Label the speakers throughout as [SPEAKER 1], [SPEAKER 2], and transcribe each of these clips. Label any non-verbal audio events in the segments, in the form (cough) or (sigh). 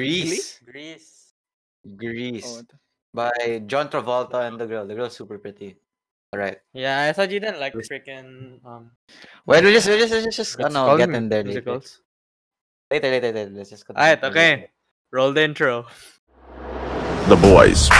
[SPEAKER 1] Grease.
[SPEAKER 2] Grease.
[SPEAKER 1] Grease
[SPEAKER 3] Oh, t-
[SPEAKER 1] by John Travolta and the girl. The girl's super pretty. All right.
[SPEAKER 2] Yeah, I thought you didn't like
[SPEAKER 1] Grease.
[SPEAKER 2] freaking um.
[SPEAKER 1] Well, we just we just we just, just
[SPEAKER 4] Let's
[SPEAKER 1] ano,
[SPEAKER 4] call
[SPEAKER 1] get
[SPEAKER 4] mu-
[SPEAKER 1] in there later.
[SPEAKER 4] musicals.
[SPEAKER 1] later. Later, later, Let's just continue.
[SPEAKER 2] Alright, okay. Roll the intro.
[SPEAKER 5] The boys.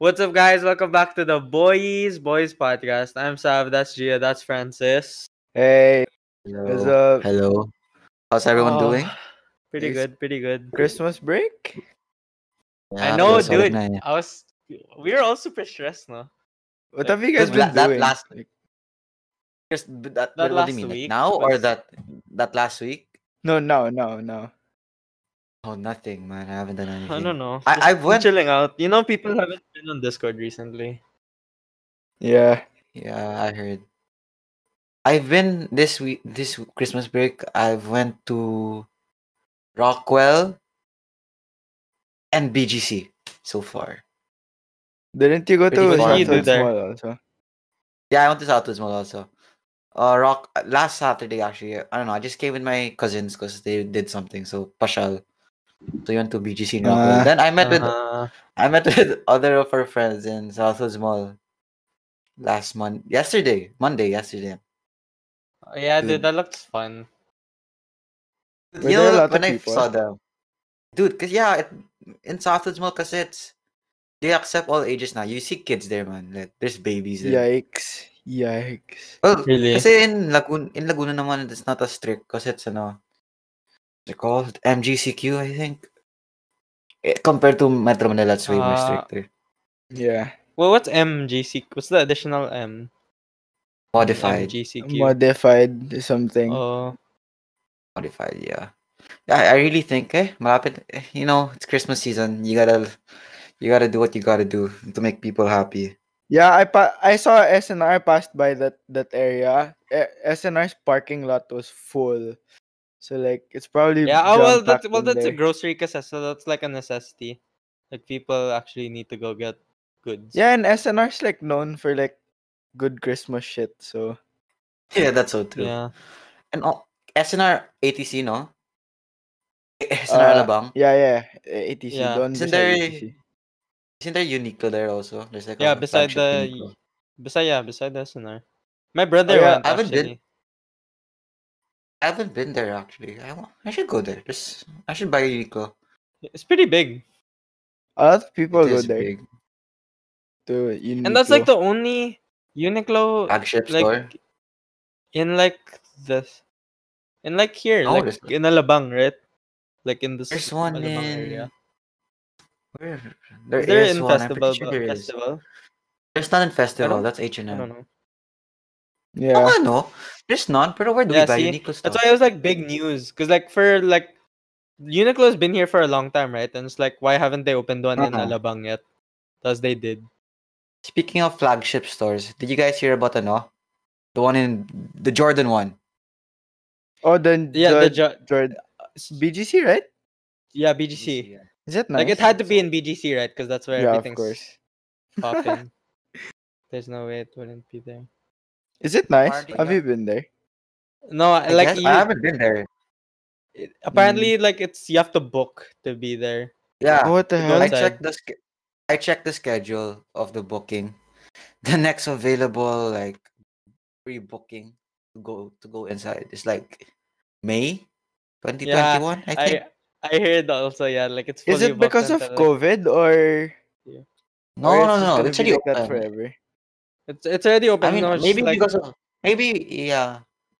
[SPEAKER 2] What's up, guys? Welcome back to the Boys Boys Podcast. I'm Sav. That's Gia. That's Francis.
[SPEAKER 4] Hey, what's
[SPEAKER 1] Hello.
[SPEAKER 4] up?
[SPEAKER 1] Hello. How's everyone
[SPEAKER 2] Oh,
[SPEAKER 1] doing?
[SPEAKER 2] Pretty
[SPEAKER 4] Yes.
[SPEAKER 2] good. Pretty good.
[SPEAKER 4] Christmas break?
[SPEAKER 2] I
[SPEAKER 1] Yeah,
[SPEAKER 2] know,
[SPEAKER 1] feels solid
[SPEAKER 2] dude.
[SPEAKER 1] na eh.
[SPEAKER 2] I was. We were all super stressed, no?
[SPEAKER 4] What have you guys
[SPEAKER 1] Dude, la-
[SPEAKER 4] been
[SPEAKER 1] that
[SPEAKER 4] doing?
[SPEAKER 1] last-
[SPEAKER 4] Like,
[SPEAKER 1] Just b- that,
[SPEAKER 2] That
[SPEAKER 1] what do you
[SPEAKER 2] last
[SPEAKER 1] mean? like
[SPEAKER 2] week
[SPEAKER 1] now or
[SPEAKER 2] was-
[SPEAKER 1] that that last week?
[SPEAKER 4] no, no, no, no.
[SPEAKER 1] Oh, nothing, man. I haven't done anything.
[SPEAKER 2] I don't know.
[SPEAKER 1] Mm-hmm. I- I
[SPEAKER 2] Just
[SPEAKER 1] went-
[SPEAKER 2] chilling out. You know, people haven't been on Discord recently.
[SPEAKER 4] Yeah.
[SPEAKER 1] Yeah, I heard. I've been this week, this w- Christmas break. I've went to Rockwell and BGC so far.
[SPEAKER 4] Didn't you go
[SPEAKER 1] Pretty
[SPEAKER 4] to
[SPEAKER 1] much what you
[SPEAKER 4] Southwood
[SPEAKER 2] did there.
[SPEAKER 4] Mall also?
[SPEAKER 1] Yeah, I went to Southwoods Mall also. Uh, rock uh, last Saturday actually. I don't know. I just came with my cousins because they did something. So Pashal, so you went to BGC in Rockwell.
[SPEAKER 4] Ah,
[SPEAKER 1] then I met with
[SPEAKER 2] Uh,
[SPEAKER 1] I met (laughs) with other of her friends in Southwoods Mall last month, yesterday, Monday, yesterday.
[SPEAKER 2] Uh, yeah,
[SPEAKER 1] Dude.
[SPEAKER 2] dude, that looks fun.
[SPEAKER 1] You know,
[SPEAKER 4] Were there a
[SPEAKER 1] like,
[SPEAKER 4] lot of
[SPEAKER 1] when I
[SPEAKER 4] people?
[SPEAKER 1] saw them, dude, cause yeah, it, in Southwoods Mall, cause it's they accept all ages now. You see kids there, man. Like there's babies there.
[SPEAKER 4] Yikes. Yikes.
[SPEAKER 1] Well,
[SPEAKER 2] Really?
[SPEAKER 1] kasi in Laguna, in Laguna naman, it's not as strict cause it's ano, they're called MGCQ, I think. Eh, compared to Metro Manila, it's way more
[SPEAKER 2] Ah.
[SPEAKER 1] stricter.
[SPEAKER 4] Yeah.
[SPEAKER 2] Well, what's MGC? What's the additional M?
[SPEAKER 1] Modified,
[SPEAKER 2] MGCQ.
[SPEAKER 4] Modified something.
[SPEAKER 2] Oh,
[SPEAKER 1] modified, yeah. I, I really think, eh, malapit, eh, you know, it's Christmas season. You gotta, you gotta do what you gotta do to make people happy. (laughs)
[SPEAKER 4] Yeah, I pa- I saw SNR passed by that that area. E- SNR's parking lot was full. So like it's probably
[SPEAKER 2] yeah. Oh, well, that's
[SPEAKER 4] jam-packed
[SPEAKER 2] well,
[SPEAKER 4] in
[SPEAKER 2] that's a
[SPEAKER 4] there.
[SPEAKER 2] grocery casa, so that's like a necessity. Like people actually need to go get goods.
[SPEAKER 4] Yeah, and SNR's like known for like good Christmas shit. So
[SPEAKER 1] Yeah, that's so true.
[SPEAKER 2] Yeah.
[SPEAKER 1] And oh, SNR ATC, no? (laughs) Eh, SNR
[SPEAKER 4] Uh,
[SPEAKER 1] Alabang.
[SPEAKER 4] yeah, yeah. eh, ATC.
[SPEAKER 2] Yeah.
[SPEAKER 1] Isn't
[SPEAKER 4] Don't beside
[SPEAKER 1] there-
[SPEAKER 4] ATC.
[SPEAKER 1] Isn't there Uniqlo there also? There's like
[SPEAKER 2] Yeah,
[SPEAKER 1] a
[SPEAKER 2] beside
[SPEAKER 1] flagship
[SPEAKER 2] the
[SPEAKER 1] Uniqlo.
[SPEAKER 2] beside yeah, beside the SNR. My brother went
[SPEAKER 4] yeah,
[SPEAKER 1] Oh, I haven't been-
[SPEAKER 2] actually.
[SPEAKER 1] I haven't been there actually. I, wa- I should go there. Just I should buy Uniqlo.
[SPEAKER 2] It's pretty big.
[SPEAKER 4] A lot of people
[SPEAKER 1] It
[SPEAKER 4] go
[SPEAKER 1] is
[SPEAKER 4] there
[SPEAKER 1] big.
[SPEAKER 4] to Uniqlo.
[SPEAKER 2] And that's like the only Uniqlo
[SPEAKER 1] Flagship
[SPEAKER 2] like
[SPEAKER 1] store.
[SPEAKER 2] in like this in like here,
[SPEAKER 1] No,
[SPEAKER 2] like
[SPEAKER 1] there's not.
[SPEAKER 2] in Alabang, right? Like in this
[SPEAKER 1] There's one
[SPEAKER 2] Alabang
[SPEAKER 1] in.
[SPEAKER 2] area.
[SPEAKER 1] Where?
[SPEAKER 2] Is there
[SPEAKER 1] is
[SPEAKER 2] in
[SPEAKER 1] one, I'm
[SPEAKER 2] festival,
[SPEAKER 1] pretty sure there is.
[SPEAKER 2] festival?
[SPEAKER 1] There's not in festival.
[SPEAKER 2] don't-
[SPEAKER 1] That's H and
[SPEAKER 2] I
[SPEAKER 1] M.
[SPEAKER 2] don't know.
[SPEAKER 4] yeah.
[SPEAKER 1] Oh no, there's none. But where do
[SPEAKER 2] Yeah,
[SPEAKER 1] we buy
[SPEAKER 2] see?
[SPEAKER 1] Uniqlo stuff?
[SPEAKER 2] That's why it was like big news, cause like for like Uniqlo's been here for a long time, right? And it's like, why haven't they opened one in
[SPEAKER 1] Uh-huh.
[SPEAKER 2] Alabang yet? Thus they did.
[SPEAKER 1] Speaking of flagship stores, did you guys hear about ano? The one in the Jordan one.
[SPEAKER 4] Oh, then
[SPEAKER 2] Yeah, the
[SPEAKER 4] Jor- Jor- BGC, right?
[SPEAKER 2] Yeah, BGC.
[SPEAKER 4] Is that nice?
[SPEAKER 2] Like it had to be in BGC, right? Because that's where
[SPEAKER 4] Yeah, of
[SPEAKER 2] everything's
[SPEAKER 4] course.
[SPEAKER 1] (laughs)
[SPEAKER 2] popping. There's no way it wouldn't be there.
[SPEAKER 4] Is it nice?
[SPEAKER 1] Party,
[SPEAKER 4] Have
[SPEAKER 1] yeah.
[SPEAKER 4] you been there?
[SPEAKER 2] No, I-
[SPEAKER 1] I,
[SPEAKER 2] like
[SPEAKER 1] guess-
[SPEAKER 2] you,
[SPEAKER 1] I haven't been there.
[SPEAKER 2] it- apparently, like it's you have to book to be there.
[SPEAKER 1] Yeah.
[SPEAKER 4] Oh, what the
[SPEAKER 2] it
[SPEAKER 4] hell?
[SPEAKER 1] I
[SPEAKER 2] outside.
[SPEAKER 1] checked the sch- I checked the schedule of the booking. (laughs) The next available like free booking to go to go inside is like May 2021, I think.
[SPEAKER 2] I I heard also, yeah, like it's.
[SPEAKER 4] Is
[SPEAKER 2] fully
[SPEAKER 4] it
[SPEAKER 2] booked
[SPEAKER 4] because of
[SPEAKER 2] until, like-
[SPEAKER 4] COVID or?
[SPEAKER 1] no,
[SPEAKER 4] or
[SPEAKER 1] no,
[SPEAKER 4] it's just
[SPEAKER 1] no, It's already
[SPEAKER 4] gonna be like that
[SPEAKER 1] open.
[SPEAKER 4] forever.
[SPEAKER 2] It's it's already open.
[SPEAKER 1] I mean,
[SPEAKER 2] no, it's just
[SPEAKER 1] maybe
[SPEAKER 2] like-
[SPEAKER 1] because of maybe yeah,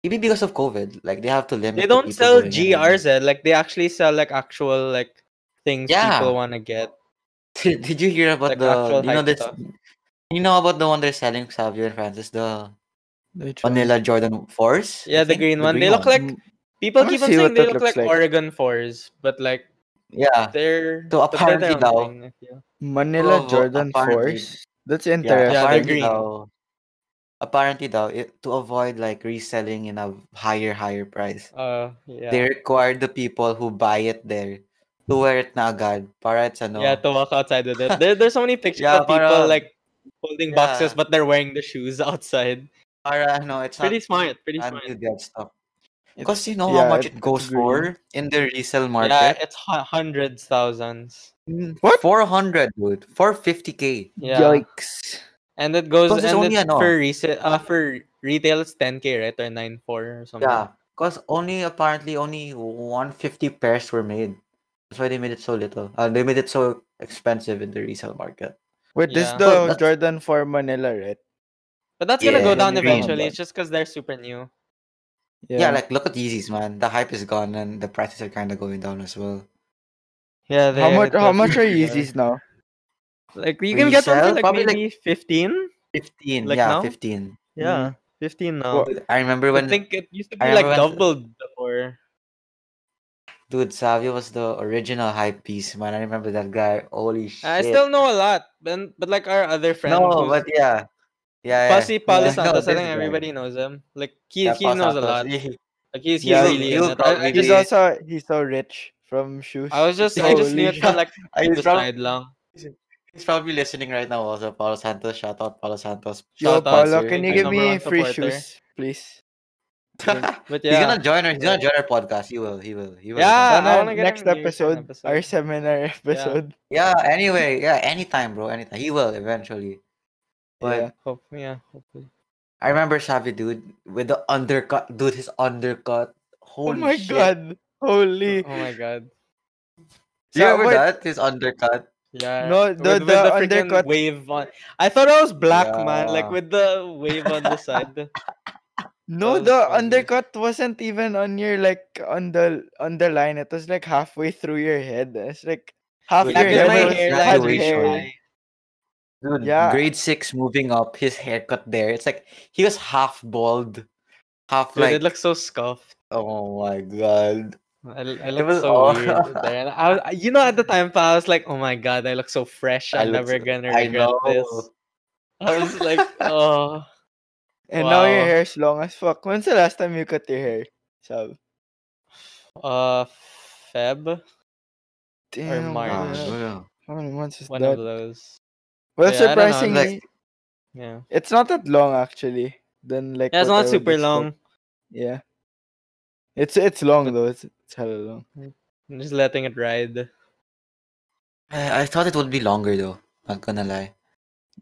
[SPEAKER 1] maybe because of COVID, like they have to limit.
[SPEAKER 2] they
[SPEAKER 1] the
[SPEAKER 2] don't
[SPEAKER 1] people
[SPEAKER 2] sell
[SPEAKER 1] going in and out.
[SPEAKER 2] GRZ. Like they actually sell like actual like things
[SPEAKER 1] Yeah.
[SPEAKER 2] people want to get.
[SPEAKER 1] (laughs) Did, did you hear about
[SPEAKER 2] Like
[SPEAKER 1] the
[SPEAKER 2] actual
[SPEAKER 1] you know
[SPEAKER 2] hype
[SPEAKER 1] this
[SPEAKER 2] stuff.
[SPEAKER 1] you know about the one they're selling Xavier and Francis the
[SPEAKER 4] Which one?
[SPEAKER 1] Vanilla Jordan Force? I
[SPEAKER 2] Yeah, the
[SPEAKER 1] think?
[SPEAKER 2] green one. They look like
[SPEAKER 4] Mm,
[SPEAKER 2] people
[SPEAKER 4] wanna
[SPEAKER 2] keep on
[SPEAKER 4] see
[SPEAKER 2] saying
[SPEAKER 4] what
[SPEAKER 2] they
[SPEAKER 4] that
[SPEAKER 2] look like,
[SPEAKER 4] looks like.
[SPEAKER 2] Oregon fours, but like
[SPEAKER 1] yeah.
[SPEAKER 2] they're
[SPEAKER 1] So
[SPEAKER 2] but they're
[SPEAKER 1] apparently
[SPEAKER 2] their own
[SPEAKER 1] daw-
[SPEAKER 2] thing, I feel.
[SPEAKER 4] Manila
[SPEAKER 1] Provo,
[SPEAKER 4] Jordan
[SPEAKER 1] Oh, apparently.
[SPEAKER 4] Force. That's
[SPEAKER 1] Yeah,
[SPEAKER 4] interesting.
[SPEAKER 2] they're
[SPEAKER 1] apparently
[SPEAKER 2] green.
[SPEAKER 1] daw- apparently though it, to avoid like reselling in a higher higher price
[SPEAKER 2] Uh, yeah.
[SPEAKER 1] they require the people who buy it there to wear it na agad para it's ano
[SPEAKER 2] Yeah, to walk outside with it. There, there's so many pictures
[SPEAKER 1] Yeah,
[SPEAKER 2] of people
[SPEAKER 1] parang-
[SPEAKER 2] like holding boxes,
[SPEAKER 1] Yeah.
[SPEAKER 2] but they're wearing the shoes (laughs) outside.
[SPEAKER 1] para ano it's
[SPEAKER 2] Pretty
[SPEAKER 1] not
[SPEAKER 2] smart. Pretty smart.
[SPEAKER 1] until that stuff
[SPEAKER 4] It's-
[SPEAKER 1] because you know
[SPEAKER 4] yeah,
[SPEAKER 1] how much it
[SPEAKER 4] it-
[SPEAKER 1] goes
[SPEAKER 4] it's green.
[SPEAKER 1] for in the resale
[SPEAKER 2] Yeah,
[SPEAKER 1] market
[SPEAKER 2] it's hu- hundreds, thousands.
[SPEAKER 1] what 400 dude 450k
[SPEAKER 2] Yeah,
[SPEAKER 1] yikes
[SPEAKER 2] and it goes
[SPEAKER 1] Because it's
[SPEAKER 2] and
[SPEAKER 1] only
[SPEAKER 2] it,
[SPEAKER 1] ano.
[SPEAKER 2] for resale uh, for retail it's 10k right or 94 or something.
[SPEAKER 1] yeah because only apparently only 150 pairs were made that's why they made it so little uh, they made it so expensive in the resale market
[SPEAKER 4] Wait, this
[SPEAKER 2] Yeah.
[SPEAKER 4] the
[SPEAKER 1] Well, that's-
[SPEAKER 4] Jordan 4 Manila, right?
[SPEAKER 2] But that's gonna
[SPEAKER 1] Yeah,
[SPEAKER 2] go
[SPEAKER 1] yeah,
[SPEAKER 2] down
[SPEAKER 1] yeah.
[SPEAKER 2] eventually. It's just because they're super new.
[SPEAKER 1] Yeah. like look at Yeezys, man. The hype is gone and the prices are kind of going down as well.
[SPEAKER 2] Yeah, they,
[SPEAKER 4] how much
[SPEAKER 2] it
[SPEAKER 4] how
[SPEAKER 2] was-
[SPEAKER 4] much are
[SPEAKER 2] yeah.
[SPEAKER 4] Yeezys now?
[SPEAKER 2] Like you can get one for
[SPEAKER 1] Resale?
[SPEAKER 2] like
[SPEAKER 1] Probably, like-
[SPEAKER 2] maybe 15.
[SPEAKER 1] 15,
[SPEAKER 2] Like
[SPEAKER 1] yeah,
[SPEAKER 2] now?
[SPEAKER 1] 15.
[SPEAKER 2] Yeah, 15 now.
[SPEAKER 1] Dude, I remember
[SPEAKER 2] I
[SPEAKER 1] Hmm. when
[SPEAKER 2] think it used to
[SPEAKER 1] I
[SPEAKER 2] be like
[SPEAKER 1] remember when-
[SPEAKER 2] doubled before.
[SPEAKER 1] dude Savio was the original hype piece, man. I remember that guy. Holy shit.
[SPEAKER 2] I still know a lot, but but like our other friend,
[SPEAKER 1] no,
[SPEAKER 2] who's-
[SPEAKER 1] but yeah, yeah. yeah.
[SPEAKER 2] Pasi Palo
[SPEAKER 1] Yeah, no,
[SPEAKER 2] Santos, I
[SPEAKER 1] this
[SPEAKER 2] think
[SPEAKER 1] guy.
[SPEAKER 2] everybody knows him. Like he
[SPEAKER 1] Yeah,
[SPEAKER 2] he
[SPEAKER 1] Pao
[SPEAKER 2] knows a
[SPEAKER 1] Santos.
[SPEAKER 2] lot.
[SPEAKER 1] He-
[SPEAKER 2] Like he's, he's
[SPEAKER 1] Yeah,
[SPEAKER 2] really
[SPEAKER 1] you'll
[SPEAKER 2] in it. I- I,
[SPEAKER 1] probably
[SPEAKER 2] just,
[SPEAKER 4] He's
[SPEAKER 1] Maybe-
[SPEAKER 4] also he's so rich from shoes.
[SPEAKER 2] I was just I just knew it from
[SPEAKER 1] Holy-
[SPEAKER 2] like
[SPEAKER 1] (laughs) I
[SPEAKER 2] the
[SPEAKER 1] was prob-
[SPEAKER 2] side lang.
[SPEAKER 1] He's probably listening right now, also. Paulo Santos, shout out Paulo Santos.
[SPEAKER 2] Shout out
[SPEAKER 4] Yo, Paolo,
[SPEAKER 2] to
[SPEAKER 4] can
[SPEAKER 2] my
[SPEAKER 4] you give
[SPEAKER 1] (laughs)
[SPEAKER 2] number
[SPEAKER 4] me
[SPEAKER 2] one
[SPEAKER 4] free
[SPEAKER 2] supporter.
[SPEAKER 4] shoes, please?
[SPEAKER 2] But
[SPEAKER 1] He's
[SPEAKER 2] yeah,
[SPEAKER 1] gonna join our. He's gonna join our podcast. He will. He will. He will.
[SPEAKER 2] Yeah, Ah, I
[SPEAKER 4] Sana
[SPEAKER 2] wanna get
[SPEAKER 4] next
[SPEAKER 2] him here for an
[SPEAKER 4] episode, our
[SPEAKER 2] episode.
[SPEAKER 4] seminar episode. (laughs)
[SPEAKER 1] Yeah. Anyway. Yeah. Anytime, bro. Anytime. He will eventually. But
[SPEAKER 4] Yeah.
[SPEAKER 2] hope, yeah, hopefully.
[SPEAKER 1] I remember Savi dude with the undercut dude his undercut.
[SPEAKER 4] Oh
[SPEAKER 1] Holy
[SPEAKER 4] my
[SPEAKER 1] shit.
[SPEAKER 4] god. Holy.
[SPEAKER 2] Oh my god.
[SPEAKER 1] Do you
[SPEAKER 4] Sa-
[SPEAKER 1] remember
[SPEAKER 4] wait.
[SPEAKER 1] that? His undercut.
[SPEAKER 2] Yeah.
[SPEAKER 4] No,
[SPEAKER 2] with-
[SPEAKER 4] the-
[SPEAKER 2] with,
[SPEAKER 4] the
[SPEAKER 2] freaking
[SPEAKER 4] undercut-
[SPEAKER 2] wave on. I thought I was black, man. Like
[SPEAKER 1] Yeah.
[SPEAKER 2] with the wave on the
[SPEAKER 1] (laughs)
[SPEAKER 2] side.
[SPEAKER 4] No,
[SPEAKER 2] was
[SPEAKER 4] the
[SPEAKER 2] funny.
[SPEAKER 4] undercut wasn't even on your like on the on the line. It was like halfway through your head. It's like half
[SPEAKER 1] Wait,
[SPEAKER 2] That
[SPEAKER 4] your
[SPEAKER 1] After
[SPEAKER 2] is
[SPEAKER 4] head.
[SPEAKER 1] Everyone's
[SPEAKER 2] my hairline.
[SPEAKER 4] was- had
[SPEAKER 2] really
[SPEAKER 1] graduation.
[SPEAKER 4] hair.
[SPEAKER 2] high.
[SPEAKER 1] Dude,
[SPEAKER 4] Yeah.
[SPEAKER 1] grade six moving up, his haircut there. It's like he was half bald. Half
[SPEAKER 2] Dude,
[SPEAKER 1] like
[SPEAKER 2] it looks so scuffed.
[SPEAKER 1] Oh my god.
[SPEAKER 2] I, l- I look
[SPEAKER 1] was
[SPEAKER 2] so
[SPEAKER 1] all- (laughs)
[SPEAKER 2] weird there. And I, was- you know, at the time, pa, I was like, "Oh my god, I look so fresh.
[SPEAKER 1] I
[SPEAKER 2] I'm
[SPEAKER 1] look
[SPEAKER 2] never
[SPEAKER 1] so-
[SPEAKER 2] gonna
[SPEAKER 1] I
[SPEAKER 2] regret this."
[SPEAKER 1] know.
[SPEAKER 2] I was like,
[SPEAKER 1] (laughs)
[SPEAKER 2] "Oh,
[SPEAKER 4] And now your
[SPEAKER 2] Wow.
[SPEAKER 4] hair's long as fuck. When's the last time you cut your hair? So
[SPEAKER 2] uh, Feb,
[SPEAKER 4] damn.
[SPEAKER 2] March.
[SPEAKER 1] Ah,
[SPEAKER 4] man,
[SPEAKER 1] bro.
[SPEAKER 4] How many months is
[SPEAKER 2] one
[SPEAKER 4] that?
[SPEAKER 2] of those."
[SPEAKER 4] Well,
[SPEAKER 2] Yeah, I don't know,
[SPEAKER 4] surprisingly,
[SPEAKER 1] like-
[SPEAKER 2] Yeah,
[SPEAKER 4] it's not that long actually. Then like
[SPEAKER 2] yeah, it's
[SPEAKER 4] what I
[SPEAKER 2] not
[SPEAKER 4] would
[SPEAKER 2] super
[SPEAKER 4] expect.
[SPEAKER 2] long.
[SPEAKER 4] Yeah, it's it's long though. It's it's hella long.
[SPEAKER 2] I'm just letting it ride.
[SPEAKER 1] I, I thought it would be longer though. Not gonna lie.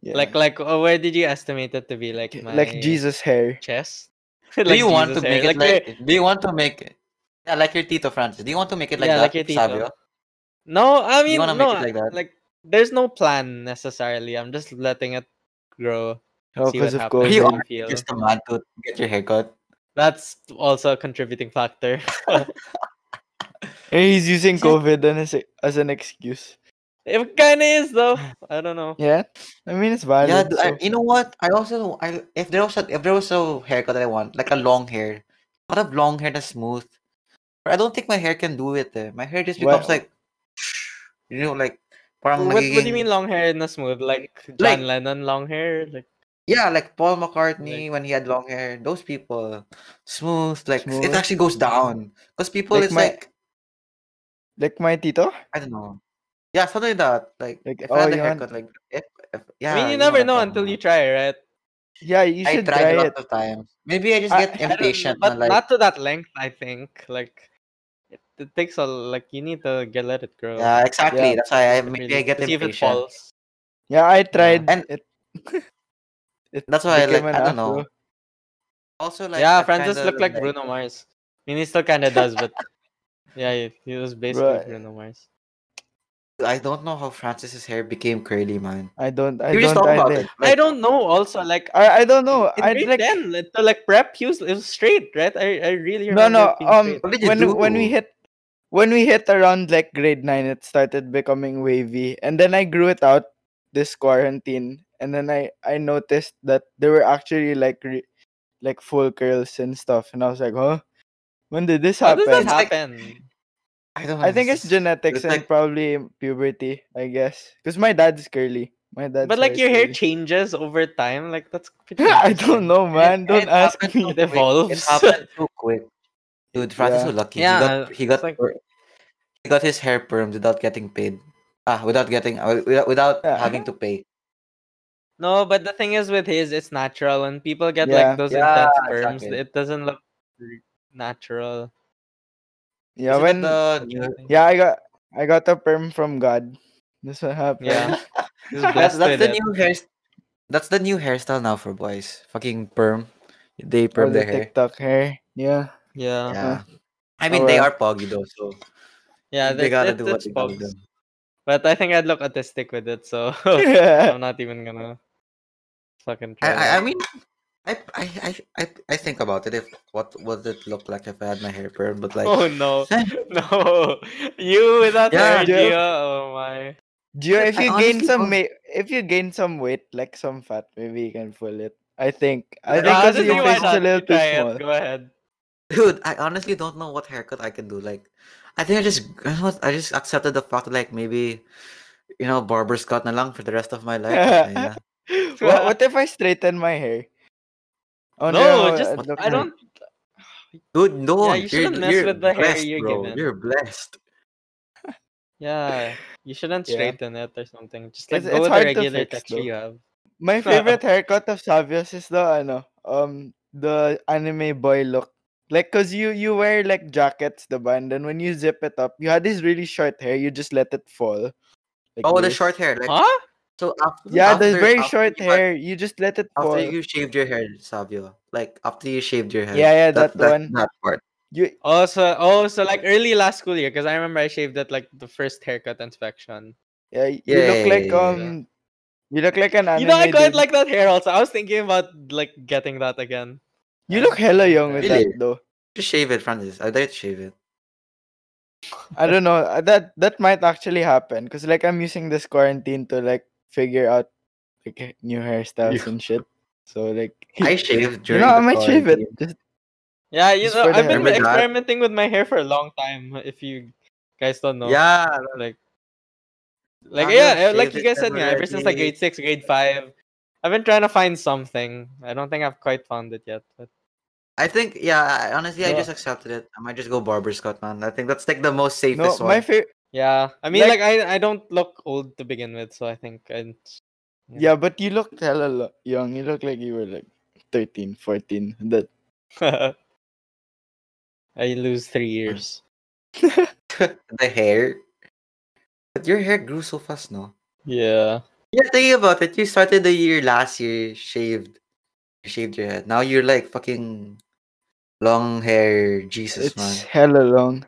[SPEAKER 4] Yeah.
[SPEAKER 2] Like, like, oh, where did you estimate it to be? Like,
[SPEAKER 4] K-
[SPEAKER 2] my
[SPEAKER 4] like Jesus hair.
[SPEAKER 2] chest. (laughs)
[SPEAKER 1] do you want to
[SPEAKER 2] Jesus
[SPEAKER 1] make
[SPEAKER 2] hair.
[SPEAKER 1] it
[SPEAKER 2] your-
[SPEAKER 1] like, do you want to make it yeah, like your Tito Francis? Do you want to make it like
[SPEAKER 2] Yeah,
[SPEAKER 1] that?
[SPEAKER 2] like your Tito.
[SPEAKER 1] Savio?
[SPEAKER 2] No, I
[SPEAKER 1] You
[SPEAKER 2] mean,
[SPEAKER 1] wanna
[SPEAKER 2] no,
[SPEAKER 1] make it like that?
[SPEAKER 2] like, there's no plan necessarily. I'm just letting it grow.
[SPEAKER 4] Oh,
[SPEAKER 2] see what
[SPEAKER 4] because of
[SPEAKER 2] happens,
[SPEAKER 4] COVID.
[SPEAKER 1] You
[SPEAKER 2] how
[SPEAKER 1] are
[SPEAKER 2] feel.
[SPEAKER 1] Just a man to get your haircut.
[SPEAKER 2] That's also a contributing factor. (laughs)
[SPEAKER 4] And
[SPEAKER 1] (laughs)
[SPEAKER 4] he's using COVID then as, a, as an excuse.
[SPEAKER 2] it kind of is though. I don't know.
[SPEAKER 4] Yeah, I mean it's valid.
[SPEAKER 1] yeah, dude, I-
[SPEAKER 4] so-
[SPEAKER 1] you know what? I also I if there was a if there was a haircut that I want, like a long hair, I have long hair that's smooth. But I don't think my hair can do it. Eh. My hair just
[SPEAKER 4] Wha-
[SPEAKER 1] becomes like, (sniffs) you know, like
[SPEAKER 2] What,
[SPEAKER 1] parang
[SPEAKER 2] what do you
[SPEAKER 1] nagiging-
[SPEAKER 2] mean long hair and a smooth? Like John
[SPEAKER 1] Like-
[SPEAKER 2] Lennon long hair? Like
[SPEAKER 1] Yeah, like Paul McCartney when he had long hair. Those people, smooth. Like it
[SPEAKER 4] Smooth.
[SPEAKER 1] actually goes down because people
[SPEAKER 4] Like
[SPEAKER 1] it's
[SPEAKER 4] my-
[SPEAKER 1] like
[SPEAKER 4] like my tito.
[SPEAKER 1] I don't know. Yeah, something like that. Like,
[SPEAKER 4] Like,
[SPEAKER 1] if I had a
[SPEAKER 4] oh, you want-
[SPEAKER 1] haircut, like if, if yeah.
[SPEAKER 2] I mean, you
[SPEAKER 1] know what
[SPEAKER 2] never
[SPEAKER 1] I'm
[SPEAKER 2] know
[SPEAKER 1] talking
[SPEAKER 2] until you
[SPEAKER 1] about.
[SPEAKER 2] try, right?
[SPEAKER 4] Yeah, you
[SPEAKER 1] I
[SPEAKER 4] should
[SPEAKER 1] tried a
[SPEAKER 4] try
[SPEAKER 1] lot
[SPEAKER 4] it.
[SPEAKER 1] of times. Maybe I just
[SPEAKER 4] I-
[SPEAKER 1] get
[SPEAKER 2] I don't-
[SPEAKER 1] impatient.
[SPEAKER 2] but
[SPEAKER 1] and like,
[SPEAKER 2] not to that length. I think like it, it takes a like you need to get let it grow.
[SPEAKER 1] Yeah, exactly.
[SPEAKER 4] Yeah.
[SPEAKER 1] That's why I
[SPEAKER 2] to
[SPEAKER 1] maybe I
[SPEAKER 2] really-
[SPEAKER 1] get
[SPEAKER 2] to see if it
[SPEAKER 1] impatient.
[SPEAKER 2] falls.
[SPEAKER 4] Yeah, I tried.
[SPEAKER 1] And-
[SPEAKER 4] it, (laughs) it
[SPEAKER 1] That's why I
[SPEAKER 4] became
[SPEAKER 1] like
[SPEAKER 4] an
[SPEAKER 1] I don't
[SPEAKER 4] afro.
[SPEAKER 1] know. Also like
[SPEAKER 2] yeah,
[SPEAKER 1] I
[SPEAKER 2] Francis
[SPEAKER 1] kinda
[SPEAKER 2] looked like Bruno Mars. I mean, he still kind of does, (laughs) but yeah, he, he was basically
[SPEAKER 4] Right.
[SPEAKER 2] Bruno Mars.
[SPEAKER 1] I don't know how Francis's hair became curly, man.
[SPEAKER 4] I don't. I
[SPEAKER 1] You just
[SPEAKER 4] don't
[SPEAKER 1] talk about
[SPEAKER 4] either.
[SPEAKER 1] it. like-
[SPEAKER 2] I don't know. Also, like
[SPEAKER 4] I, I don't know.
[SPEAKER 2] In
[SPEAKER 4] I
[SPEAKER 2] grade
[SPEAKER 4] like
[SPEAKER 2] 10, like, to like prep, he was, it was straight, right? I, I really
[SPEAKER 4] no
[SPEAKER 2] remember
[SPEAKER 4] no
[SPEAKER 2] it being
[SPEAKER 4] um
[SPEAKER 2] straight.
[SPEAKER 1] What did you
[SPEAKER 4] when when we
[SPEAKER 1] do?
[SPEAKER 4] hit when we hit around like grade nine it started becoming wavy and then I grew it out this quarantine and then I I noticed that there were actually like re- like full curls and stuff and I was like huh when did this
[SPEAKER 2] How
[SPEAKER 4] happen
[SPEAKER 2] does that
[SPEAKER 1] It's like-
[SPEAKER 2] happen?
[SPEAKER 1] I don't.
[SPEAKER 4] I think it's
[SPEAKER 1] just it's
[SPEAKER 4] genetics and
[SPEAKER 1] like-
[SPEAKER 4] probably puberty I guess because my dad's curly My dad.
[SPEAKER 2] but like your hair
[SPEAKER 4] surgery.
[SPEAKER 2] changes over time. Like
[SPEAKER 4] (laughs)
[SPEAKER 2] that's pretty.
[SPEAKER 4] I don't
[SPEAKER 2] (laughs)
[SPEAKER 4] know, man.
[SPEAKER 1] It- it
[SPEAKER 4] Don't ask
[SPEAKER 1] happened
[SPEAKER 4] me.
[SPEAKER 1] too quick.
[SPEAKER 2] It
[SPEAKER 1] It
[SPEAKER 2] evolves.
[SPEAKER 1] happened too quick. Dude, Francis
[SPEAKER 4] Yeah.
[SPEAKER 1] was lucky.
[SPEAKER 2] Yeah,
[SPEAKER 1] he got he got
[SPEAKER 2] it's like-
[SPEAKER 1] per- he got his hair permed without getting paid. Ah, without getting uh, without, without
[SPEAKER 4] Yeah.
[SPEAKER 1] having to pay.
[SPEAKER 2] No, but the thing is with his, it's natural. When people get
[SPEAKER 4] Yeah.
[SPEAKER 2] like those
[SPEAKER 1] Yeah,
[SPEAKER 2] intense perms,
[SPEAKER 1] exactly.
[SPEAKER 2] it doesn't look r- natural.
[SPEAKER 4] Yeah,
[SPEAKER 1] Isn't it
[SPEAKER 4] when
[SPEAKER 1] the
[SPEAKER 2] Yeah,
[SPEAKER 1] new-
[SPEAKER 4] yeah, I got I got a perm from God. That's what happened.
[SPEAKER 1] (laughs)
[SPEAKER 2] yeah. He's
[SPEAKER 1] that's,
[SPEAKER 2] blessed
[SPEAKER 1] that's
[SPEAKER 2] with
[SPEAKER 1] the
[SPEAKER 2] it.
[SPEAKER 1] new hair. That's the new hairstyle now for boys. Fucking perm. They
[SPEAKER 4] Or
[SPEAKER 1] perm
[SPEAKER 4] the
[SPEAKER 1] their hair.
[SPEAKER 4] TikTok hair. Yeah.
[SPEAKER 2] Yeah, yeah.
[SPEAKER 1] Yeah. I
[SPEAKER 4] Oh,
[SPEAKER 1] mean, they
[SPEAKER 4] well.
[SPEAKER 1] are poggy though, so
[SPEAKER 2] that-
[SPEAKER 1] they gotta
[SPEAKER 2] that-
[SPEAKER 1] do what
[SPEAKER 2] that's
[SPEAKER 1] they gotta
[SPEAKER 2] pogs.
[SPEAKER 1] do.
[SPEAKER 2] But I think I'd look autistic with it,
[SPEAKER 4] (laughs)
[SPEAKER 2] so (laughs) I'm not even gonna fucking
[SPEAKER 1] I,
[SPEAKER 2] try.
[SPEAKER 1] I, I
[SPEAKER 2] it.
[SPEAKER 1] mean, I, I, I- I, I think about it. If what would it look like if I had my hair perm? But like,
[SPEAKER 2] oh
[SPEAKER 4] (laughs)
[SPEAKER 2] no, (laughs) no, you without
[SPEAKER 1] Yeah,
[SPEAKER 2] yeah,
[SPEAKER 4] Jeff.
[SPEAKER 2] idea. Oh my.
[SPEAKER 4] Gio, if
[SPEAKER 1] I
[SPEAKER 4] you gain
[SPEAKER 1] honestly
[SPEAKER 4] some
[SPEAKER 1] don't-
[SPEAKER 4] ma- if you gain some weight, like some fat, maybe you can pull it. I think. I
[SPEAKER 1] Yeah, I
[SPEAKER 4] think because
[SPEAKER 1] just
[SPEAKER 4] your
[SPEAKER 1] think why
[SPEAKER 4] face is a
[SPEAKER 2] not?
[SPEAKER 4] little
[SPEAKER 2] You try
[SPEAKER 4] too
[SPEAKER 2] it,
[SPEAKER 4] small. (laughs)
[SPEAKER 2] Go ahead.
[SPEAKER 1] (laughs) dude, I honestly don't know what haircut I can do. Like, I think I just, (laughs) I, don't know, I just accepted the fact that like maybe, you know, barber's cut na lang for the rest of my life. eh, Yeah.
[SPEAKER 2] (laughs)
[SPEAKER 4] what, what if I straighten my hair? Oh
[SPEAKER 2] no,
[SPEAKER 4] it
[SPEAKER 2] just
[SPEAKER 4] looks
[SPEAKER 2] I
[SPEAKER 4] like-
[SPEAKER 2] don't.
[SPEAKER 1] Dude, no,
[SPEAKER 2] Yeah, you shouldn't mess with the hair you're
[SPEAKER 1] bro.
[SPEAKER 2] given.
[SPEAKER 1] You're blessed.
[SPEAKER 2] Yeah, you shouldn't
[SPEAKER 4] Yeah.
[SPEAKER 2] straighten it or something. Just like
[SPEAKER 4] It's-
[SPEAKER 2] go
[SPEAKER 4] it's
[SPEAKER 2] with the
[SPEAKER 4] hard to
[SPEAKER 2] regular
[SPEAKER 4] fix,
[SPEAKER 2] texture
[SPEAKER 4] though.
[SPEAKER 2] you have.
[SPEAKER 4] My favorite haircut of Savios is the ano, um the anime boy look. Like cause you you wear like jackets, the and then when you zip it up, you had this really short hair, you just let it fall. like
[SPEAKER 1] Oh, the
[SPEAKER 4] this.
[SPEAKER 1] short hair. Like,
[SPEAKER 2] Huh?
[SPEAKER 1] so after,
[SPEAKER 4] Yeah, the
[SPEAKER 1] after-
[SPEAKER 4] very
[SPEAKER 1] after
[SPEAKER 4] short
[SPEAKER 1] you-
[SPEAKER 4] hair, you just let it fall.
[SPEAKER 1] After you shaved your hair, Savio. Like after you shaved your hair.
[SPEAKER 4] Yeah, yeah, that one.
[SPEAKER 1] That part.
[SPEAKER 4] You
[SPEAKER 2] Oh, so oh, so like early last school year, because I remember I shaved at like the first haircut inspection.
[SPEAKER 4] yeah, you look like
[SPEAKER 1] Yeah, yeah,
[SPEAKER 2] yeah.
[SPEAKER 4] um you look like an anime.
[SPEAKER 2] you know, I got
[SPEAKER 4] dude.
[SPEAKER 2] like that hair also. I was thinking about like getting that again.
[SPEAKER 4] you look hella young with
[SPEAKER 1] Really?
[SPEAKER 4] that though.
[SPEAKER 1] Just shave it, Francis. I dare you to shave
[SPEAKER 4] (laughs)
[SPEAKER 1] it.
[SPEAKER 4] I don't know. uh, That that might actually happen because like I'm using this quarantine to like figure out like h- new
[SPEAKER 1] (laughs)
[SPEAKER 4] hairstyles and shit. So like (laughs)
[SPEAKER 1] I shaved
[SPEAKER 4] you
[SPEAKER 1] during
[SPEAKER 4] know I
[SPEAKER 1] the
[SPEAKER 4] might shave it.
[SPEAKER 1] quarantine.
[SPEAKER 4] Just
[SPEAKER 2] Yeah, you
[SPEAKER 4] Just
[SPEAKER 2] know,
[SPEAKER 4] for the
[SPEAKER 2] I've
[SPEAKER 4] hair.
[SPEAKER 2] been
[SPEAKER 1] Remember that?
[SPEAKER 2] experimenting with my hair for a long time. If you guys don't know,
[SPEAKER 1] Yeah.
[SPEAKER 2] like, like
[SPEAKER 1] I'm
[SPEAKER 2] yeah,
[SPEAKER 1] gonna
[SPEAKER 2] eh, like
[SPEAKER 1] shave
[SPEAKER 2] you
[SPEAKER 1] it
[SPEAKER 2] guys said, yeah, ever since like
[SPEAKER 1] already.
[SPEAKER 2] grade six, grade five, I've been trying to find something. I don't think I've quite found it yet. But
[SPEAKER 1] I think yeah, I, honestly I
[SPEAKER 4] Yeah.
[SPEAKER 1] just accepted it. I might just go barber's cut, man. I think that's like the most
[SPEAKER 4] no,
[SPEAKER 1] safest
[SPEAKER 4] my
[SPEAKER 1] one.
[SPEAKER 4] favorite.
[SPEAKER 2] yeah, I mean, like,
[SPEAKER 4] Like-
[SPEAKER 2] I I don't look old to begin with, so I think I. (laughs)
[SPEAKER 4] Yeah, but you look hella lo- young. You look like you were like 13, 14. That
[SPEAKER 2] I lose three years.
[SPEAKER 1] the hair. But your hair grew so fast, no?
[SPEAKER 2] Yeah.
[SPEAKER 1] Yeah, thinking about it, you started the year last year shaved. You shaved your head. Now you're like fucking long hair Jesus
[SPEAKER 4] it's
[SPEAKER 1] man.
[SPEAKER 4] hella long.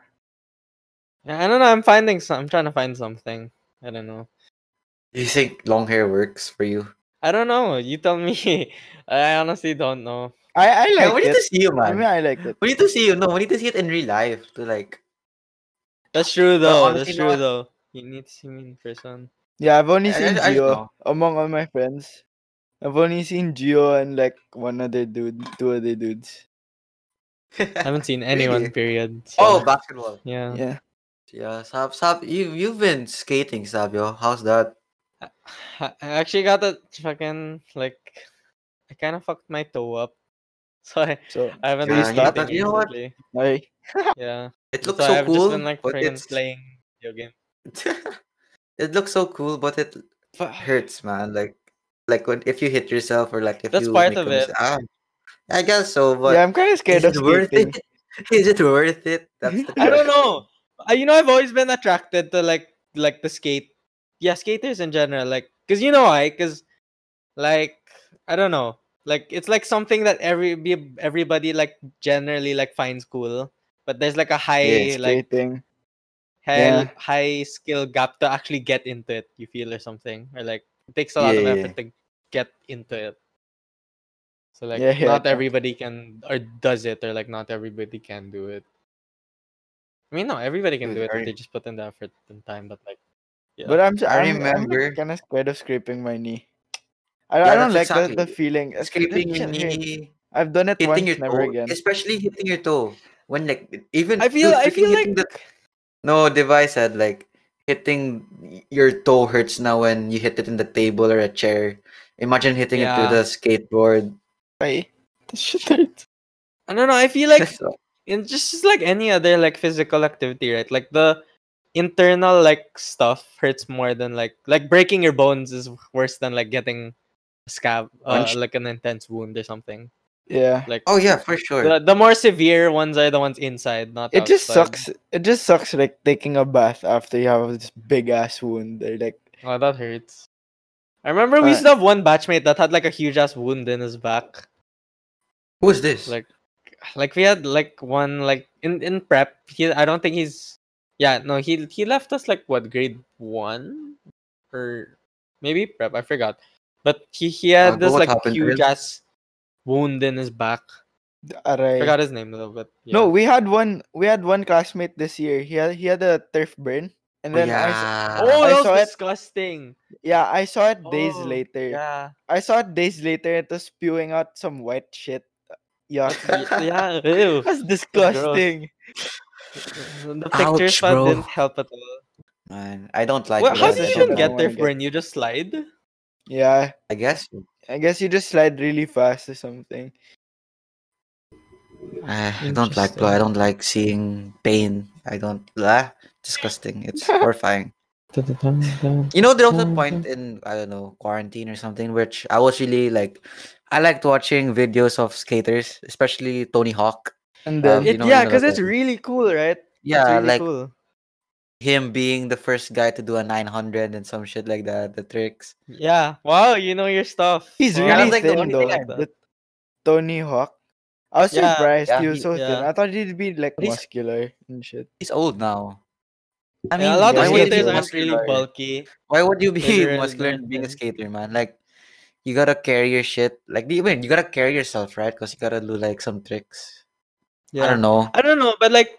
[SPEAKER 2] I don't know. I'm finding some. I'm trying to find something. I don't know.
[SPEAKER 1] You think long hair works for you?
[SPEAKER 2] I don't know. You tell me. (laughs) I honestly don't know.
[SPEAKER 4] I I
[SPEAKER 1] Yeah,
[SPEAKER 4] like
[SPEAKER 1] we need to
[SPEAKER 4] it.
[SPEAKER 1] see you,
[SPEAKER 4] I
[SPEAKER 1] man.
[SPEAKER 4] mean, I like it.
[SPEAKER 1] We need to see you. No, we need to see it in real life to like. (laughs)
[SPEAKER 2] That's true though.
[SPEAKER 1] honestly,
[SPEAKER 2] That's
[SPEAKER 1] no,
[SPEAKER 2] true
[SPEAKER 1] I-
[SPEAKER 2] though. You need to see me in person.
[SPEAKER 4] Yeah, I've only
[SPEAKER 1] I- I-
[SPEAKER 4] seen
[SPEAKER 1] I don't
[SPEAKER 4] Gio
[SPEAKER 1] know.
[SPEAKER 4] among all my friends. I've only seen Gio and like one other dude, two other dudes.
[SPEAKER 2] I haven't seen anyone.
[SPEAKER 1] (laughs) Really?
[SPEAKER 2] Period.
[SPEAKER 1] oh,
[SPEAKER 2] so,
[SPEAKER 1] basketball.
[SPEAKER 2] yeah.
[SPEAKER 4] Yeah.
[SPEAKER 1] Yeah, Sab, Sab, you you've been skating, Sabio. How's that?
[SPEAKER 2] I I actually got that fucking like. I kind of fucked my toe up, (laughs) so I,
[SPEAKER 4] So
[SPEAKER 2] I haven't
[SPEAKER 1] Yeah, you
[SPEAKER 2] been
[SPEAKER 1] know
[SPEAKER 2] skating
[SPEAKER 1] that- you know what?
[SPEAKER 2] recently.
[SPEAKER 4] I
[SPEAKER 2] Yeah.
[SPEAKER 1] It looks
[SPEAKER 2] so
[SPEAKER 1] so
[SPEAKER 2] I've
[SPEAKER 1] cool.
[SPEAKER 2] just been like
[SPEAKER 1] but
[SPEAKER 2] friggin'
[SPEAKER 1] it's,
[SPEAKER 2] playing video game.
[SPEAKER 1] (laughs) it looks so cool, but it hurts, man. Like like when if you hit yourself or like if
[SPEAKER 2] That's
[SPEAKER 1] you
[SPEAKER 2] part
[SPEAKER 1] make
[SPEAKER 2] of
[SPEAKER 1] a
[SPEAKER 2] it.
[SPEAKER 1] mis- Ah, I guess so, but
[SPEAKER 4] yeah, I'm kind of
[SPEAKER 1] is
[SPEAKER 4] scared of
[SPEAKER 1] it worth
[SPEAKER 4] skating.
[SPEAKER 1] it? (laughs) Is it worth it? That's the
[SPEAKER 2] (laughs) I don't
[SPEAKER 1] question.
[SPEAKER 2] know. I, you know, I've always been attracted to like like the skate, yeah, skaters in general. Like, cause you know why? Cause like I don't know. Like it's like something that every be- everybody like generally like finds cool, but there's like a high
[SPEAKER 1] Yeah,
[SPEAKER 2] (laughs) like
[SPEAKER 4] Skating.
[SPEAKER 2] high,
[SPEAKER 4] yeah.
[SPEAKER 2] high skill gap to actually get into it. You feel or something, or like it takes a lot of
[SPEAKER 1] Yeah,
[SPEAKER 2] effort to get into it. So like
[SPEAKER 4] Yeah, yeah,
[SPEAKER 2] not
[SPEAKER 4] I-
[SPEAKER 2] everybody can or does it, or like not everybody can do it. I mean, no, everybody can
[SPEAKER 1] Dude,
[SPEAKER 2] do it
[SPEAKER 1] I-
[SPEAKER 2] if they just put in the effort and time. But like, Yeah.
[SPEAKER 4] But I'm, s-
[SPEAKER 1] I
[SPEAKER 4] I'm
[SPEAKER 1] remember-
[SPEAKER 4] kind of scared of scraping my knee. I,
[SPEAKER 1] Yeah,
[SPEAKER 4] I don't
[SPEAKER 1] that's
[SPEAKER 4] like the, the
[SPEAKER 1] exactly-
[SPEAKER 4] feeling. It's- that
[SPEAKER 1] Scraping your
[SPEAKER 4] shit hurts.
[SPEAKER 1] knee,
[SPEAKER 4] I've done it once,
[SPEAKER 1] hitting your
[SPEAKER 4] never
[SPEAKER 1] toe,
[SPEAKER 4] again.
[SPEAKER 1] especially hitting your toe. When like even
[SPEAKER 2] I feel,
[SPEAKER 1] dude,
[SPEAKER 2] I
[SPEAKER 1] freaking
[SPEAKER 2] feel
[SPEAKER 1] hitting
[SPEAKER 2] like
[SPEAKER 1] the No, device had like hitting y- your toe hurts now when you hit it in the table or a chair. Imagine hitting it to
[SPEAKER 2] Yeah.
[SPEAKER 1] the skateboard.
[SPEAKER 4] Ay, (laughs) that shit hurts.
[SPEAKER 2] I don't know. I feel
[SPEAKER 1] (laughs)
[SPEAKER 2] like
[SPEAKER 1] So,
[SPEAKER 2] it's just just like any other like physical activity, right? Like the internal like stuff hurts more than like like breaking your bones is worse than like getting a scab uh,
[SPEAKER 1] Punched.
[SPEAKER 2] like an intense wound or something.
[SPEAKER 4] Yeah.
[SPEAKER 2] Like
[SPEAKER 1] oh yeah, for sure.
[SPEAKER 2] the, the more severe ones are the ones inside, not
[SPEAKER 4] It just
[SPEAKER 2] outside.
[SPEAKER 4] sucks. It just sucks like taking a bath after you have this big ass wound. Or, like
[SPEAKER 2] Oh, that hurts. I remember we
[SPEAKER 4] Uh,
[SPEAKER 2] used to have one batchmate that had like a huge ass wound in his back.
[SPEAKER 1] Who's this?
[SPEAKER 2] Like, like we had like one like in in prep. He I don't think he's yeah no he he left us like what grade one or maybe prep I forgot. But he he had
[SPEAKER 1] Uh,
[SPEAKER 2] this
[SPEAKER 1] what
[SPEAKER 2] like
[SPEAKER 1] happened to him?
[SPEAKER 2] huge ass wound in his back. I
[SPEAKER 4] aray.
[SPEAKER 2] forgot his name though. But yeah.
[SPEAKER 4] No, we had one. We had one classmate this year. He had he had a turf burn, and
[SPEAKER 1] Oh,
[SPEAKER 4] then I s-
[SPEAKER 1] yeah.
[SPEAKER 2] oh
[SPEAKER 4] I
[SPEAKER 2] that
[SPEAKER 4] saw
[SPEAKER 2] was
[SPEAKER 4] it.
[SPEAKER 2] disgusting.
[SPEAKER 4] yeah I saw it days
[SPEAKER 2] Oh,
[SPEAKER 4] later.
[SPEAKER 2] Yeah.
[SPEAKER 4] I saw it days later. It was spewing out some white shit. Yeah,
[SPEAKER 2] Y- yeah. (laughs) Ew.
[SPEAKER 4] (laughs) that's disgusting.
[SPEAKER 2] The pictures
[SPEAKER 1] Ouch,
[SPEAKER 2] but
[SPEAKER 1] bro.
[SPEAKER 2] didn't help at all.
[SPEAKER 1] Man, I don't like.
[SPEAKER 2] Well,
[SPEAKER 1] it.
[SPEAKER 2] how
[SPEAKER 4] that's
[SPEAKER 2] do
[SPEAKER 1] That's
[SPEAKER 2] you
[SPEAKER 4] the
[SPEAKER 1] so bad.
[SPEAKER 2] even
[SPEAKER 4] shit I
[SPEAKER 2] get
[SPEAKER 4] don't
[SPEAKER 2] there,
[SPEAKER 4] wanna get.
[SPEAKER 2] Bryn? You just slide?
[SPEAKER 4] Yeah,
[SPEAKER 1] I guess.
[SPEAKER 4] I guess you just slide really fast or something.
[SPEAKER 1] Uh, (sighs) I don't like blood. I don't like seeing pain. I don't. Blah. Disgusting.
[SPEAKER 2] (laughs)
[SPEAKER 1] It's horrifying. You know, there was a point in I don't know quarantine or something, which I was really like. I liked watching videos of skaters, especially Tony Hawk.
[SPEAKER 4] And then
[SPEAKER 1] Um, you
[SPEAKER 2] It,
[SPEAKER 1] know, you
[SPEAKER 2] yeah,
[SPEAKER 1] know
[SPEAKER 2] because
[SPEAKER 1] that
[SPEAKER 2] it's
[SPEAKER 1] one.
[SPEAKER 2] really cool, right? It's
[SPEAKER 1] Yeah,
[SPEAKER 2] really
[SPEAKER 1] like
[SPEAKER 2] cool.
[SPEAKER 1] him being the first guy to do a 900 and some shit like that. The tricks.
[SPEAKER 2] Yeah. Wow, you know your stuff.
[SPEAKER 4] he's
[SPEAKER 2] Wow.
[SPEAKER 1] that's,
[SPEAKER 4] really
[SPEAKER 1] like, the
[SPEAKER 4] thin
[SPEAKER 1] only
[SPEAKER 4] though.
[SPEAKER 1] thing I've done.
[SPEAKER 4] the Tony Hawk. I was
[SPEAKER 2] Yeah,
[SPEAKER 4] surprised
[SPEAKER 1] yeah,
[SPEAKER 4] he was
[SPEAKER 1] he-
[SPEAKER 4] so thin.
[SPEAKER 2] yeah.
[SPEAKER 4] I thought he'd be like
[SPEAKER 1] But he's-
[SPEAKER 4] muscular and shit.
[SPEAKER 1] He's old now. I
[SPEAKER 2] Yeah, a lot
[SPEAKER 1] why
[SPEAKER 2] of
[SPEAKER 4] why
[SPEAKER 1] would you
[SPEAKER 4] would
[SPEAKER 2] skaters
[SPEAKER 1] be
[SPEAKER 2] aren't really
[SPEAKER 1] muscular?
[SPEAKER 2] bulky.
[SPEAKER 1] Why would you be
[SPEAKER 2] Bigger and
[SPEAKER 1] muscular and being a
[SPEAKER 2] thin.
[SPEAKER 1] skater, man? Like, you gotta carry your shit. Like, you mean you gotta carry yourself, right? Because you gotta do like some tricks.
[SPEAKER 2] Yeah.
[SPEAKER 1] I don't know.
[SPEAKER 2] I don't know, but like,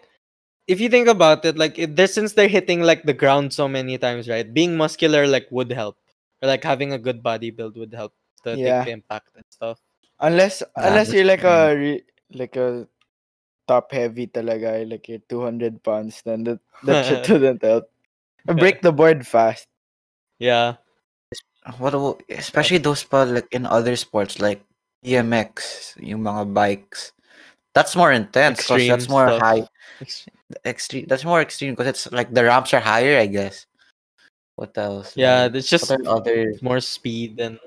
[SPEAKER 2] if you think about it, like, it, they- since they're hitting like the ground so many times, right? Being muscular like would help, or like having a good body build would help to
[SPEAKER 4] Yeah.
[SPEAKER 2] take the impact and stuff.
[SPEAKER 4] Unless
[SPEAKER 1] Yeah,
[SPEAKER 4] unless
[SPEAKER 1] that's
[SPEAKER 4] you're like
[SPEAKER 1] true.
[SPEAKER 4] a re, like a top heavy talaga, eh, like you're two hundred pounds, then that
[SPEAKER 1] (laughs)
[SPEAKER 4] that shit doesn't help. I break the board fast.
[SPEAKER 2] (laughs)
[SPEAKER 1] (laughs)
[SPEAKER 2] Yeah.
[SPEAKER 1] What, do- especially those pa like in other sports like BMX, yung mga bikes. That's more intense because that's
[SPEAKER 2] Extreme
[SPEAKER 1] more
[SPEAKER 2] stuff.
[SPEAKER 1] high.
[SPEAKER 2] Ex-
[SPEAKER 1] Extreme. That's more extreme because it's like the ramps are higher, I guess. What else?
[SPEAKER 2] Yeah.
[SPEAKER 1] man?
[SPEAKER 2] It's just
[SPEAKER 1] What are other
[SPEAKER 2] more speed and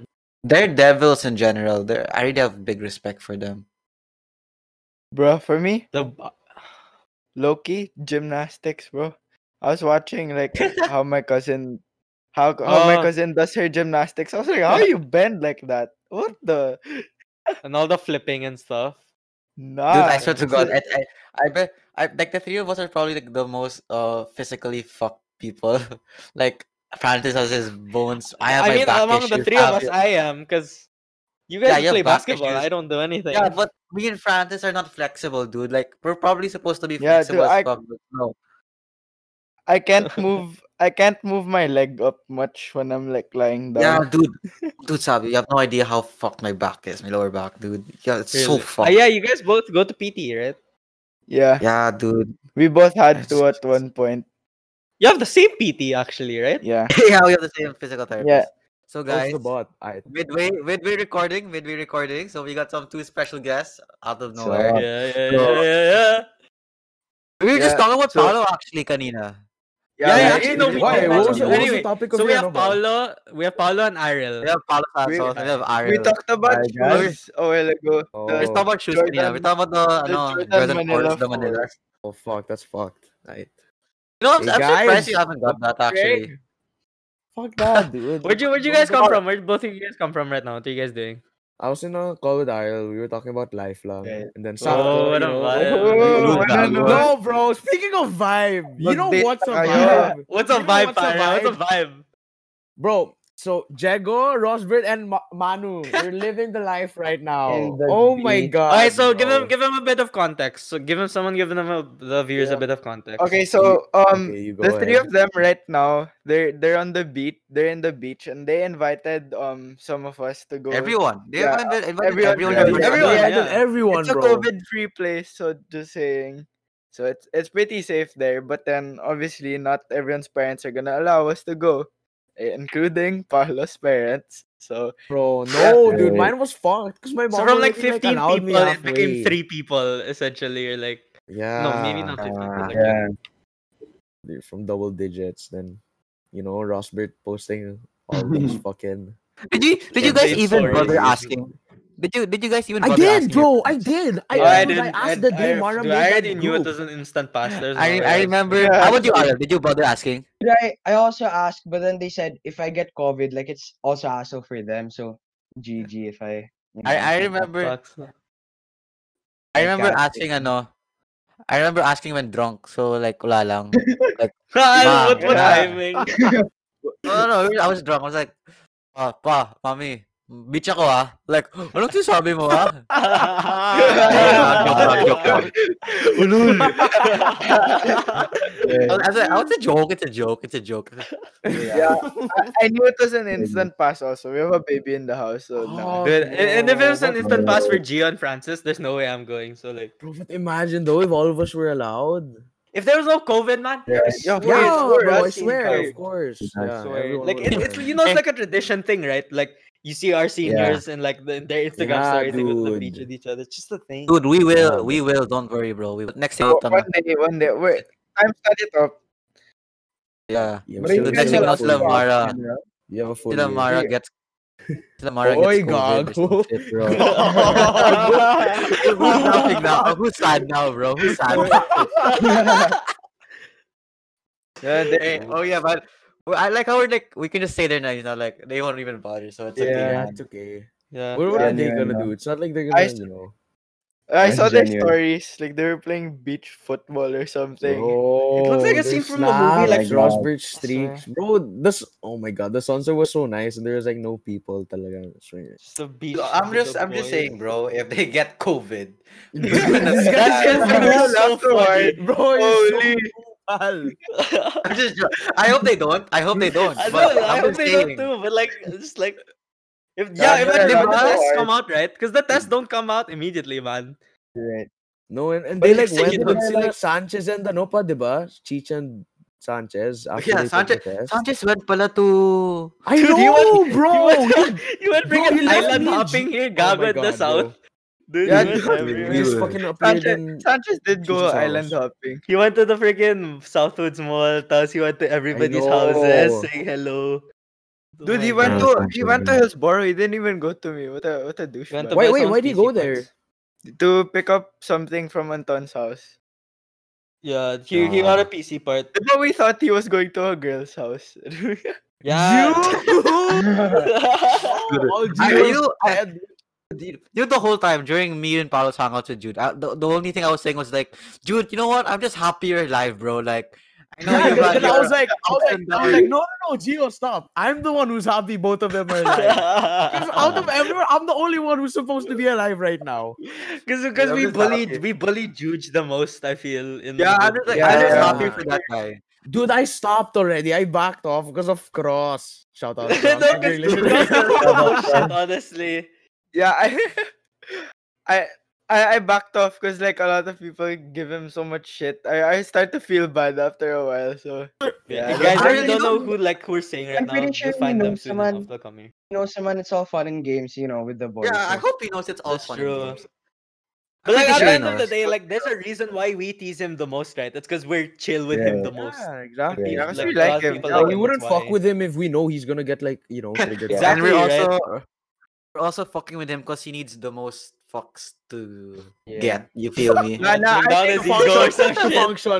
[SPEAKER 1] They're devils in general. They're, I really have big respect for them.
[SPEAKER 4] Bro, for me,
[SPEAKER 2] the. bu-
[SPEAKER 4] Loki gymnastics, bro. I was watching
[SPEAKER 1] (laughs)
[SPEAKER 4] like how my cousin how how my
[SPEAKER 2] Oh.
[SPEAKER 4] cousin does her gymnastics. I was like, how you bend like that? What the
[SPEAKER 2] and all the flipping and stuff.
[SPEAKER 4] nah?
[SPEAKER 1] Dude,
[SPEAKER 2] Ah,
[SPEAKER 1] I swear to
[SPEAKER 4] it's
[SPEAKER 1] God,
[SPEAKER 4] a-
[SPEAKER 1] I, I, I bet I like the three of us are probably like the most uh physically fucked people. (laughs) like Francis has his bones. I have
[SPEAKER 2] I
[SPEAKER 1] my
[SPEAKER 2] mean,
[SPEAKER 1] back
[SPEAKER 2] among
[SPEAKER 1] issues,
[SPEAKER 2] the three of us,
[SPEAKER 1] Fabio-
[SPEAKER 2] I am because you
[SPEAKER 1] Yeah,
[SPEAKER 2] guys
[SPEAKER 1] you have
[SPEAKER 2] play
[SPEAKER 1] back
[SPEAKER 2] basketball.
[SPEAKER 1] issues.
[SPEAKER 2] I don't do anything.
[SPEAKER 1] yeah, but me and Francis are not flexible, dude. Like we're probably supposed to be
[SPEAKER 4] Yeah, dude,
[SPEAKER 1] flexible as
[SPEAKER 4] I-
[SPEAKER 1] fuck, but no.
[SPEAKER 4] I
[SPEAKER 1] (laughs)
[SPEAKER 4] can't move. I can't move my leg up much when I'm like lying
[SPEAKER 1] Yeah,
[SPEAKER 4] (laughs) down.
[SPEAKER 1] dude, dude, Sabi, you have no idea how fucked my back is, my lower back, dude. Yeah, it's so
[SPEAKER 2] Really. Ah,
[SPEAKER 4] Uh,
[SPEAKER 1] fucked.
[SPEAKER 2] yeah, you guys both go to PT, right?
[SPEAKER 4] Yeah,
[SPEAKER 1] yeah, dude. (laughs)
[SPEAKER 4] we both had to
[SPEAKER 1] That's-
[SPEAKER 4] at one point.
[SPEAKER 2] You have the same PT actually, right?
[SPEAKER 4] Yeah,
[SPEAKER 1] yeah, we have the same physical therapist. So guys,
[SPEAKER 3] I,
[SPEAKER 1] midway midway recording midway recording so we got some two special guests out of
[SPEAKER 3] So,
[SPEAKER 1] nowhere
[SPEAKER 3] uh,
[SPEAKER 2] Yeah,
[SPEAKER 1] So-
[SPEAKER 2] yeah, yeah, yeah, yeah.
[SPEAKER 1] we were just
[SPEAKER 4] yeah,
[SPEAKER 1] talking about
[SPEAKER 4] so-
[SPEAKER 1] Paolo actually kanina
[SPEAKER 2] yeah,
[SPEAKER 1] yeah,
[SPEAKER 2] yeah,
[SPEAKER 1] actually,
[SPEAKER 2] no,
[SPEAKER 1] we
[SPEAKER 2] we
[SPEAKER 1] Why?
[SPEAKER 2] did
[SPEAKER 1] What
[SPEAKER 2] mention
[SPEAKER 1] was
[SPEAKER 2] it.
[SPEAKER 1] it- what was
[SPEAKER 2] Anyway, so we have Paolo, we have Paolo and Ariel.
[SPEAKER 1] we have Paolo
[SPEAKER 4] We-
[SPEAKER 1] Santos we, have Ariel
[SPEAKER 4] we talked about
[SPEAKER 3] Alright,
[SPEAKER 4] shoes a while ago.
[SPEAKER 3] Oh.
[SPEAKER 1] we're
[SPEAKER 4] the-
[SPEAKER 1] talking about shoes kanina we're
[SPEAKER 4] Jordan-
[SPEAKER 1] talking about the,
[SPEAKER 4] the
[SPEAKER 1] ano,
[SPEAKER 4] Jordan
[SPEAKER 1] Jordan
[SPEAKER 4] Manila
[SPEAKER 1] Force, the
[SPEAKER 4] four.
[SPEAKER 1] Manila
[SPEAKER 3] oh fuck, that's fucked. I,
[SPEAKER 1] you know I'm,
[SPEAKER 3] Hey,
[SPEAKER 1] I'm surprised you
[SPEAKER 3] guys,
[SPEAKER 1] haven't got that actually
[SPEAKER 3] fuck that, dude.
[SPEAKER 2] Where'd you Where'd you
[SPEAKER 3] What
[SPEAKER 2] guys
[SPEAKER 3] was it
[SPEAKER 2] come
[SPEAKER 3] about?
[SPEAKER 2] from? Where both of you guys come from right now? What are you guys doing?
[SPEAKER 3] I was in a call with Ariel. We were talking about lifelong,
[SPEAKER 4] Yeah.
[SPEAKER 3] and then
[SPEAKER 2] Oh, what
[SPEAKER 3] Sakto, you
[SPEAKER 2] a
[SPEAKER 3] know,
[SPEAKER 2] vibe.
[SPEAKER 4] Oh,
[SPEAKER 1] Dude,
[SPEAKER 4] ano,
[SPEAKER 1] Lord.
[SPEAKER 4] no.
[SPEAKER 3] (laughs) No, bro. Speaking of vibe, you know
[SPEAKER 4] Magdita
[SPEAKER 3] what's a
[SPEAKER 4] kayo.
[SPEAKER 3] vibe,
[SPEAKER 2] What's a
[SPEAKER 3] You know
[SPEAKER 2] vibe,
[SPEAKER 3] what's a
[SPEAKER 2] Pyra? What's a
[SPEAKER 3] vibe?
[SPEAKER 2] vibe?
[SPEAKER 3] bro? So Jago, Rosbert, and Ma- Manu, we're living the life right now.
[SPEAKER 4] In the
[SPEAKER 3] Oh my
[SPEAKER 4] beach.
[SPEAKER 3] god.
[SPEAKER 2] Okay, so give
[SPEAKER 3] bro.
[SPEAKER 2] him give him a bit of context. So give him someone give them a, the viewers a
[SPEAKER 3] Yeah.
[SPEAKER 2] bit of context.
[SPEAKER 4] Okay, so um,
[SPEAKER 3] Okay, you go
[SPEAKER 4] the three
[SPEAKER 3] ahead.
[SPEAKER 4] of them right now, they're they're on the beach. They're in the beach, and they invited um some of us to
[SPEAKER 1] (laughs)
[SPEAKER 4] go.
[SPEAKER 1] everyone they
[SPEAKER 4] Yeah,
[SPEAKER 1] invited everyone, everyone,
[SPEAKER 4] everyone, yeah,
[SPEAKER 1] everyone,
[SPEAKER 3] everyone,
[SPEAKER 2] yeah.
[SPEAKER 3] everyone,
[SPEAKER 4] it's a
[SPEAKER 3] bro.
[SPEAKER 4] COVID-free place, so just saying. So it's it's pretty safe there, but then obviously not everyone's parents are gonna allow us to go, eh, including Paolo's parents. So
[SPEAKER 3] Bro, no, dude,
[SPEAKER 4] Yeah.
[SPEAKER 3] mine was fucked because my mom
[SPEAKER 2] So from like
[SPEAKER 3] already,
[SPEAKER 2] 15
[SPEAKER 3] allowed me
[SPEAKER 2] people, it
[SPEAKER 3] halfway.
[SPEAKER 2] became three people essentially. Or like
[SPEAKER 3] Yeah.
[SPEAKER 2] no, maybe not 15. People, like,
[SPEAKER 3] Dude, From double digits, then you know, Rosbert (laughs) posting all these fucking.
[SPEAKER 1] Did you did you
[SPEAKER 2] Yeah,
[SPEAKER 1] guys
[SPEAKER 2] paid
[SPEAKER 1] even
[SPEAKER 2] for it.
[SPEAKER 1] bother asking? Did you did you guys even?
[SPEAKER 3] I
[SPEAKER 1] bother
[SPEAKER 3] did,
[SPEAKER 1] asking your
[SPEAKER 3] bro. I
[SPEAKER 1] parents?
[SPEAKER 3] did. I,
[SPEAKER 2] Oh,
[SPEAKER 3] Ah. I,
[SPEAKER 2] didn't-
[SPEAKER 3] asked the
[SPEAKER 2] I-
[SPEAKER 3] day Mara
[SPEAKER 2] dude, I
[SPEAKER 3] made that
[SPEAKER 2] already knew it
[SPEAKER 3] group.
[SPEAKER 2] was an instant pass. There's no
[SPEAKER 1] I, I
[SPEAKER 2] way was-
[SPEAKER 1] remember.
[SPEAKER 4] Yeah.
[SPEAKER 1] How about
[SPEAKER 2] (laughs)
[SPEAKER 1] you, Olive? Did you bother asking?
[SPEAKER 6] But I, I also asked, but then they said if I get COVID, like it's also hassle for them. So GG if I. you know,
[SPEAKER 1] I, I
[SPEAKER 6] think that
[SPEAKER 1] remember.
[SPEAKER 2] (laughs) Sucks.
[SPEAKER 1] I remember
[SPEAKER 6] can't
[SPEAKER 1] asking ano. I remember asking when drunk. So like wala
[SPEAKER 3] (laughs)
[SPEAKER 1] lang.
[SPEAKER 2] Ah, what, what
[SPEAKER 4] Yeah.
[SPEAKER 2] (laughs) timing?
[SPEAKER 1] no, no, no, I was drunk. I was like, pa, pa, mami, bitch ako ah. Like, anong sinasabi mo
[SPEAKER 3] (laughs)
[SPEAKER 1] ah?
[SPEAKER 2] Ulul.
[SPEAKER 1] I was, I was like, oh, it's a joke. It's a joke. It's a joke.
[SPEAKER 4] yeah, (laughs) I, I knew it was an instant pass. Also, we have a baby in the house, so nah.
[SPEAKER 3] Oh,
[SPEAKER 2] Dude, and, and if it was
[SPEAKER 3] no,
[SPEAKER 2] an
[SPEAKER 3] what
[SPEAKER 2] (laughs) instant pass
[SPEAKER 3] the-
[SPEAKER 2] for Gian Francis, there's no way I'm going. So like,
[SPEAKER 3] (laughs) Bro, but imagine though if all of us were allowed.
[SPEAKER 2] if there was no COVID, man,
[SPEAKER 4] Yeah,
[SPEAKER 3] Yeah, bro,
[SPEAKER 4] we're
[SPEAKER 3] I
[SPEAKER 4] rushing
[SPEAKER 3] swear,
[SPEAKER 4] time.
[SPEAKER 3] of course. Yeah,
[SPEAKER 2] swear.
[SPEAKER 3] everyone
[SPEAKER 2] like
[SPEAKER 3] would
[SPEAKER 2] it,
[SPEAKER 3] have
[SPEAKER 2] it's
[SPEAKER 3] done.
[SPEAKER 2] you know it's like a tradition thing, right? Like you see our seniors and like the, their Instagram
[SPEAKER 3] Yeah,
[SPEAKER 2] stories, they would look at each-
[SPEAKER 3] dude.
[SPEAKER 2] at each other. It's just a (laughs) thing.
[SPEAKER 1] Dude, we will.
[SPEAKER 3] Yeah.
[SPEAKER 1] We will. Don't worry, bro. We will. Next year,
[SPEAKER 4] So,
[SPEAKER 1] tama.
[SPEAKER 4] one day, one day. Wait, time started up.
[SPEAKER 1] Yeah.
[SPEAKER 3] Yeah,
[SPEAKER 4] Bring
[SPEAKER 1] So
[SPEAKER 3] still
[SPEAKER 1] next thing,
[SPEAKER 4] yourself
[SPEAKER 3] full
[SPEAKER 1] now sila
[SPEAKER 4] up to
[SPEAKER 3] year.
[SPEAKER 1] Mara.
[SPEAKER 3] You have a full
[SPEAKER 1] Sila
[SPEAKER 3] year. (laughs)
[SPEAKER 1] Mara
[SPEAKER 4] Yeah.
[SPEAKER 1] gets... Sila Mara gets
[SPEAKER 3] Oy,
[SPEAKER 1] COVID or some
[SPEAKER 3] gago.
[SPEAKER 1] shit, bro. Who's laughing (laughs) now? Who's sad now, bro? Who's sad?
[SPEAKER 4] Yeah,
[SPEAKER 1] Eh, oh (laughs) yeah, but well, I like how we're like we can just stay there now. You know, like they won't even bother. So it's okay.
[SPEAKER 3] (laughs) Yeah,
[SPEAKER 1] man.
[SPEAKER 3] it's okay.
[SPEAKER 2] Yeah.
[SPEAKER 3] What, what are
[SPEAKER 4] Yeah,
[SPEAKER 3] they
[SPEAKER 4] yeah,
[SPEAKER 3] gonna
[SPEAKER 4] yeah.
[SPEAKER 3] do? It's not like they're
[SPEAKER 4] I
[SPEAKER 3] gonna,
[SPEAKER 4] s-
[SPEAKER 3] you know.
[SPEAKER 4] I
[SPEAKER 6] That's
[SPEAKER 4] saw their
[SPEAKER 6] genuine.
[SPEAKER 4] stories. Like they were playing beach football or something.
[SPEAKER 3] Oh.
[SPEAKER 4] (laughs)
[SPEAKER 3] Bro,
[SPEAKER 2] looks like a
[SPEAKER 3] there's
[SPEAKER 2] scene from a movie, like-
[SPEAKER 3] slaps,
[SPEAKER 6] Oh my God.
[SPEAKER 3] Rosbridge streaks. Bro, this oh my god, the sunset was so nice and there was like no people talaga. I
[SPEAKER 2] (laughs)
[SPEAKER 3] swear.
[SPEAKER 2] Just a beach.
[SPEAKER 1] So I'm
[SPEAKER 2] with
[SPEAKER 1] just
[SPEAKER 2] the
[SPEAKER 1] I'm just
[SPEAKER 2] boys.
[SPEAKER 1] saying, bro. If they get COVID, (laughs)
[SPEAKER 3] (laughs)
[SPEAKER 2] This guy's just gonna be so funny.
[SPEAKER 3] Bro,
[SPEAKER 2] Holy.
[SPEAKER 1] I'm just. jo- I hope they don't. I hope they don't.
[SPEAKER 2] I
[SPEAKER 1] but
[SPEAKER 2] know, I
[SPEAKER 1] I'm
[SPEAKER 2] hope
[SPEAKER 1] just
[SPEAKER 2] they
[SPEAKER 1] saying.
[SPEAKER 2] don't too, but like, just like, if yeah,
[SPEAKER 4] Yeah, yeah,
[SPEAKER 2] imagine
[SPEAKER 4] yeah,
[SPEAKER 2] if the
[SPEAKER 4] yeah.
[SPEAKER 2] tests come out, right? Because the tests don't come out immediately, man. (laughs)
[SPEAKER 6] Right.
[SPEAKER 3] No, and, and
[SPEAKER 2] But
[SPEAKER 3] they like
[SPEAKER 2] next thing
[SPEAKER 3] went
[SPEAKER 2] you
[SPEAKER 3] with
[SPEAKER 2] know,
[SPEAKER 3] sila
[SPEAKER 2] like-
[SPEAKER 3] Sanchez and ano pa, diba? Chich and Sanchez. After
[SPEAKER 1] Yeah,
[SPEAKER 3] they took the
[SPEAKER 1] Sanchez-
[SPEAKER 3] test.
[SPEAKER 1] Sanchez went pala to.
[SPEAKER 3] I
[SPEAKER 2] Dude, he
[SPEAKER 3] know, bro.
[SPEAKER 2] You
[SPEAKER 3] he-
[SPEAKER 2] went, you went
[SPEAKER 3] bro,
[SPEAKER 2] bringing
[SPEAKER 3] he left
[SPEAKER 2] island
[SPEAKER 3] me in
[SPEAKER 2] hopping
[SPEAKER 3] Ju-
[SPEAKER 2] here,
[SPEAKER 3] Oh my
[SPEAKER 2] Gabo in the
[SPEAKER 3] God,
[SPEAKER 2] south. Dude,
[SPEAKER 4] Yeah,
[SPEAKER 2] he went
[SPEAKER 4] dude,
[SPEAKER 2] everywhere.
[SPEAKER 3] He just fucking appeared
[SPEAKER 4] Sanchez,
[SPEAKER 3] in.
[SPEAKER 4] Sanchez did go
[SPEAKER 3] Jesus
[SPEAKER 4] island
[SPEAKER 3] house.
[SPEAKER 4] hopping.
[SPEAKER 2] (laughs) He went to the freaking Southwoods Mall. Tapos he went to everybody's
[SPEAKER 3] know.
[SPEAKER 2] houses saying hello. Oh
[SPEAKER 4] Dude,
[SPEAKER 2] my
[SPEAKER 4] he went
[SPEAKER 1] God,
[SPEAKER 2] God.
[SPEAKER 4] to he went to Hillsborough. He didn't even go to me. What a what a douche.
[SPEAKER 2] He went to buy
[SPEAKER 3] Wait, wait,
[SPEAKER 2] some
[SPEAKER 3] why'd he
[SPEAKER 2] PC
[SPEAKER 3] go
[SPEAKER 2] parts.
[SPEAKER 3] there?
[SPEAKER 4] to pick up something from Anton's house.
[SPEAKER 2] Yeah, he, he got a PC part.
[SPEAKER 4] But we thought he was going to a girl's house. (laughs)
[SPEAKER 2] Yeah. (laughs) Oh,
[SPEAKER 3] All
[SPEAKER 1] I,
[SPEAKER 3] Jude.
[SPEAKER 1] you, I, you you the whole time during me and Paolo's hangouts with Jude. I, uh, the, the only thing I was saying was like, Jude, you know what? I'm just happy you're alive, bro. Like, I know
[SPEAKER 3] Yeah,
[SPEAKER 1] you're,
[SPEAKER 3] because I
[SPEAKER 1] you're
[SPEAKER 3] was like, I was like, I was like, no, no, no, Gio, stop. I'm the one who's happy both of them are alive.
[SPEAKER 2] (laughs)
[SPEAKER 3] 'Cause out of everyone, I'm the only one who's supposed to be alive right now.
[SPEAKER 2] Because because
[SPEAKER 4] Yeah,
[SPEAKER 2] we
[SPEAKER 4] I'm just
[SPEAKER 2] bullied we
[SPEAKER 4] happy.
[SPEAKER 2] bullied Juge the most. I feel in
[SPEAKER 1] Yeah, I'm
[SPEAKER 2] the
[SPEAKER 1] just like,
[SPEAKER 4] Yeah,
[SPEAKER 1] I'm just
[SPEAKER 4] yeah.
[SPEAKER 1] happy for that guy.
[SPEAKER 3] Dude, I stopped already. I backed off because of Cross. Shout
[SPEAKER 2] (laughs)
[SPEAKER 3] out. Cross.
[SPEAKER 2] No,
[SPEAKER 3] if
[SPEAKER 2] 'cause
[SPEAKER 3] you're listening.
[SPEAKER 2] Cross does the most shit, honestly.
[SPEAKER 4] yeah, I (laughs) I I, I backed off because like a lot of people give him so much shit. I, I start to feel bad after a while. So
[SPEAKER 2] Yeah,
[SPEAKER 4] Yeah,
[SPEAKER 2] you
[SPEAKER 1] I
[SPEAKER 2] guys
[SPEAKER 1] really
[SPEAKER 2] really don't know
[SPEAKER 1] don't-
[SPEAKER 2] who like who are saying right
[SPEAKER 6] I'm
[SPEAKER 2] now.
[SPEAKER 6] pretty
[SPEAKER 2] You'll
[SPEAKER 6] sure we
[SPEAKER 2] find
[SPEAKER 6] know
[SPEAKER 2] them soon
[SPEAKER 6] someone.
[SPEAKER 2] enough. They'll come here.
[SPEAKER 6] You know, someone, it's all fun and games, you know, with the boys.
[SPEAKER 1] Yeah, I
[SPEAKER 6] so-
[SPEAKER 1] hope he knows it's all
[SPEAKER 2] That's
[SPEAKER 1] fun.
[SPEAKER 2] true.
[SPEAKER 1] True.
[SPEAKER 2] But like
[SPEAKER 1] pretty sure
[SPEAKER 2] at the
[SPEAKER 1] he
[SPEAKER 2] end of the
[SPEAKER 1] knows.
[SPEAKER 2] day, like there's a reason why we tease him the most, right? That's because we're chill with him the most.
[SPEAKER 4] yeah, exactly.
[SPEAKER 6] Yeah.
[SPEAKER 4] Yeah, 'cause we
[SPEAKER 2] Like, a lot
[SPEAKER 4] like
[SPEAKER 2] of
[SPEAKER 4] him.
[SPEAKER 2] people
[SPEAKER 3] Yeah,
[SPEAKER 2] like
[SPEAKER 3] we
[SPEAKER 2] him,
[SPEAKER 3] wouldn't
[SPEAKER 2] (laughs) that's
[SPEAKER 3] fuck
[SPEAKER 2] why.
[SPEAKER 3] with him if we know he's gonna get like you know triggered.
[SPEAKER 2] Exactly.
[SPEAKER 1] and we're
[SPEAKER 2] right?
[SPEAKER 1] also we're also fucking with him because he needs the most fucks to get. (laughs) You feel me?
[SPEAKER 4] Nah, nah,
[SPEAKER 2] Turn
[SPEAKER 4] I
[SPEAKER 2] down as
[SPEAKER 4] think
[SPEAKER 2] he goes
[SPEAKER 3] Function,
[SPEAKER 2] (laughs) some shit.
[SPEAKER 3] function.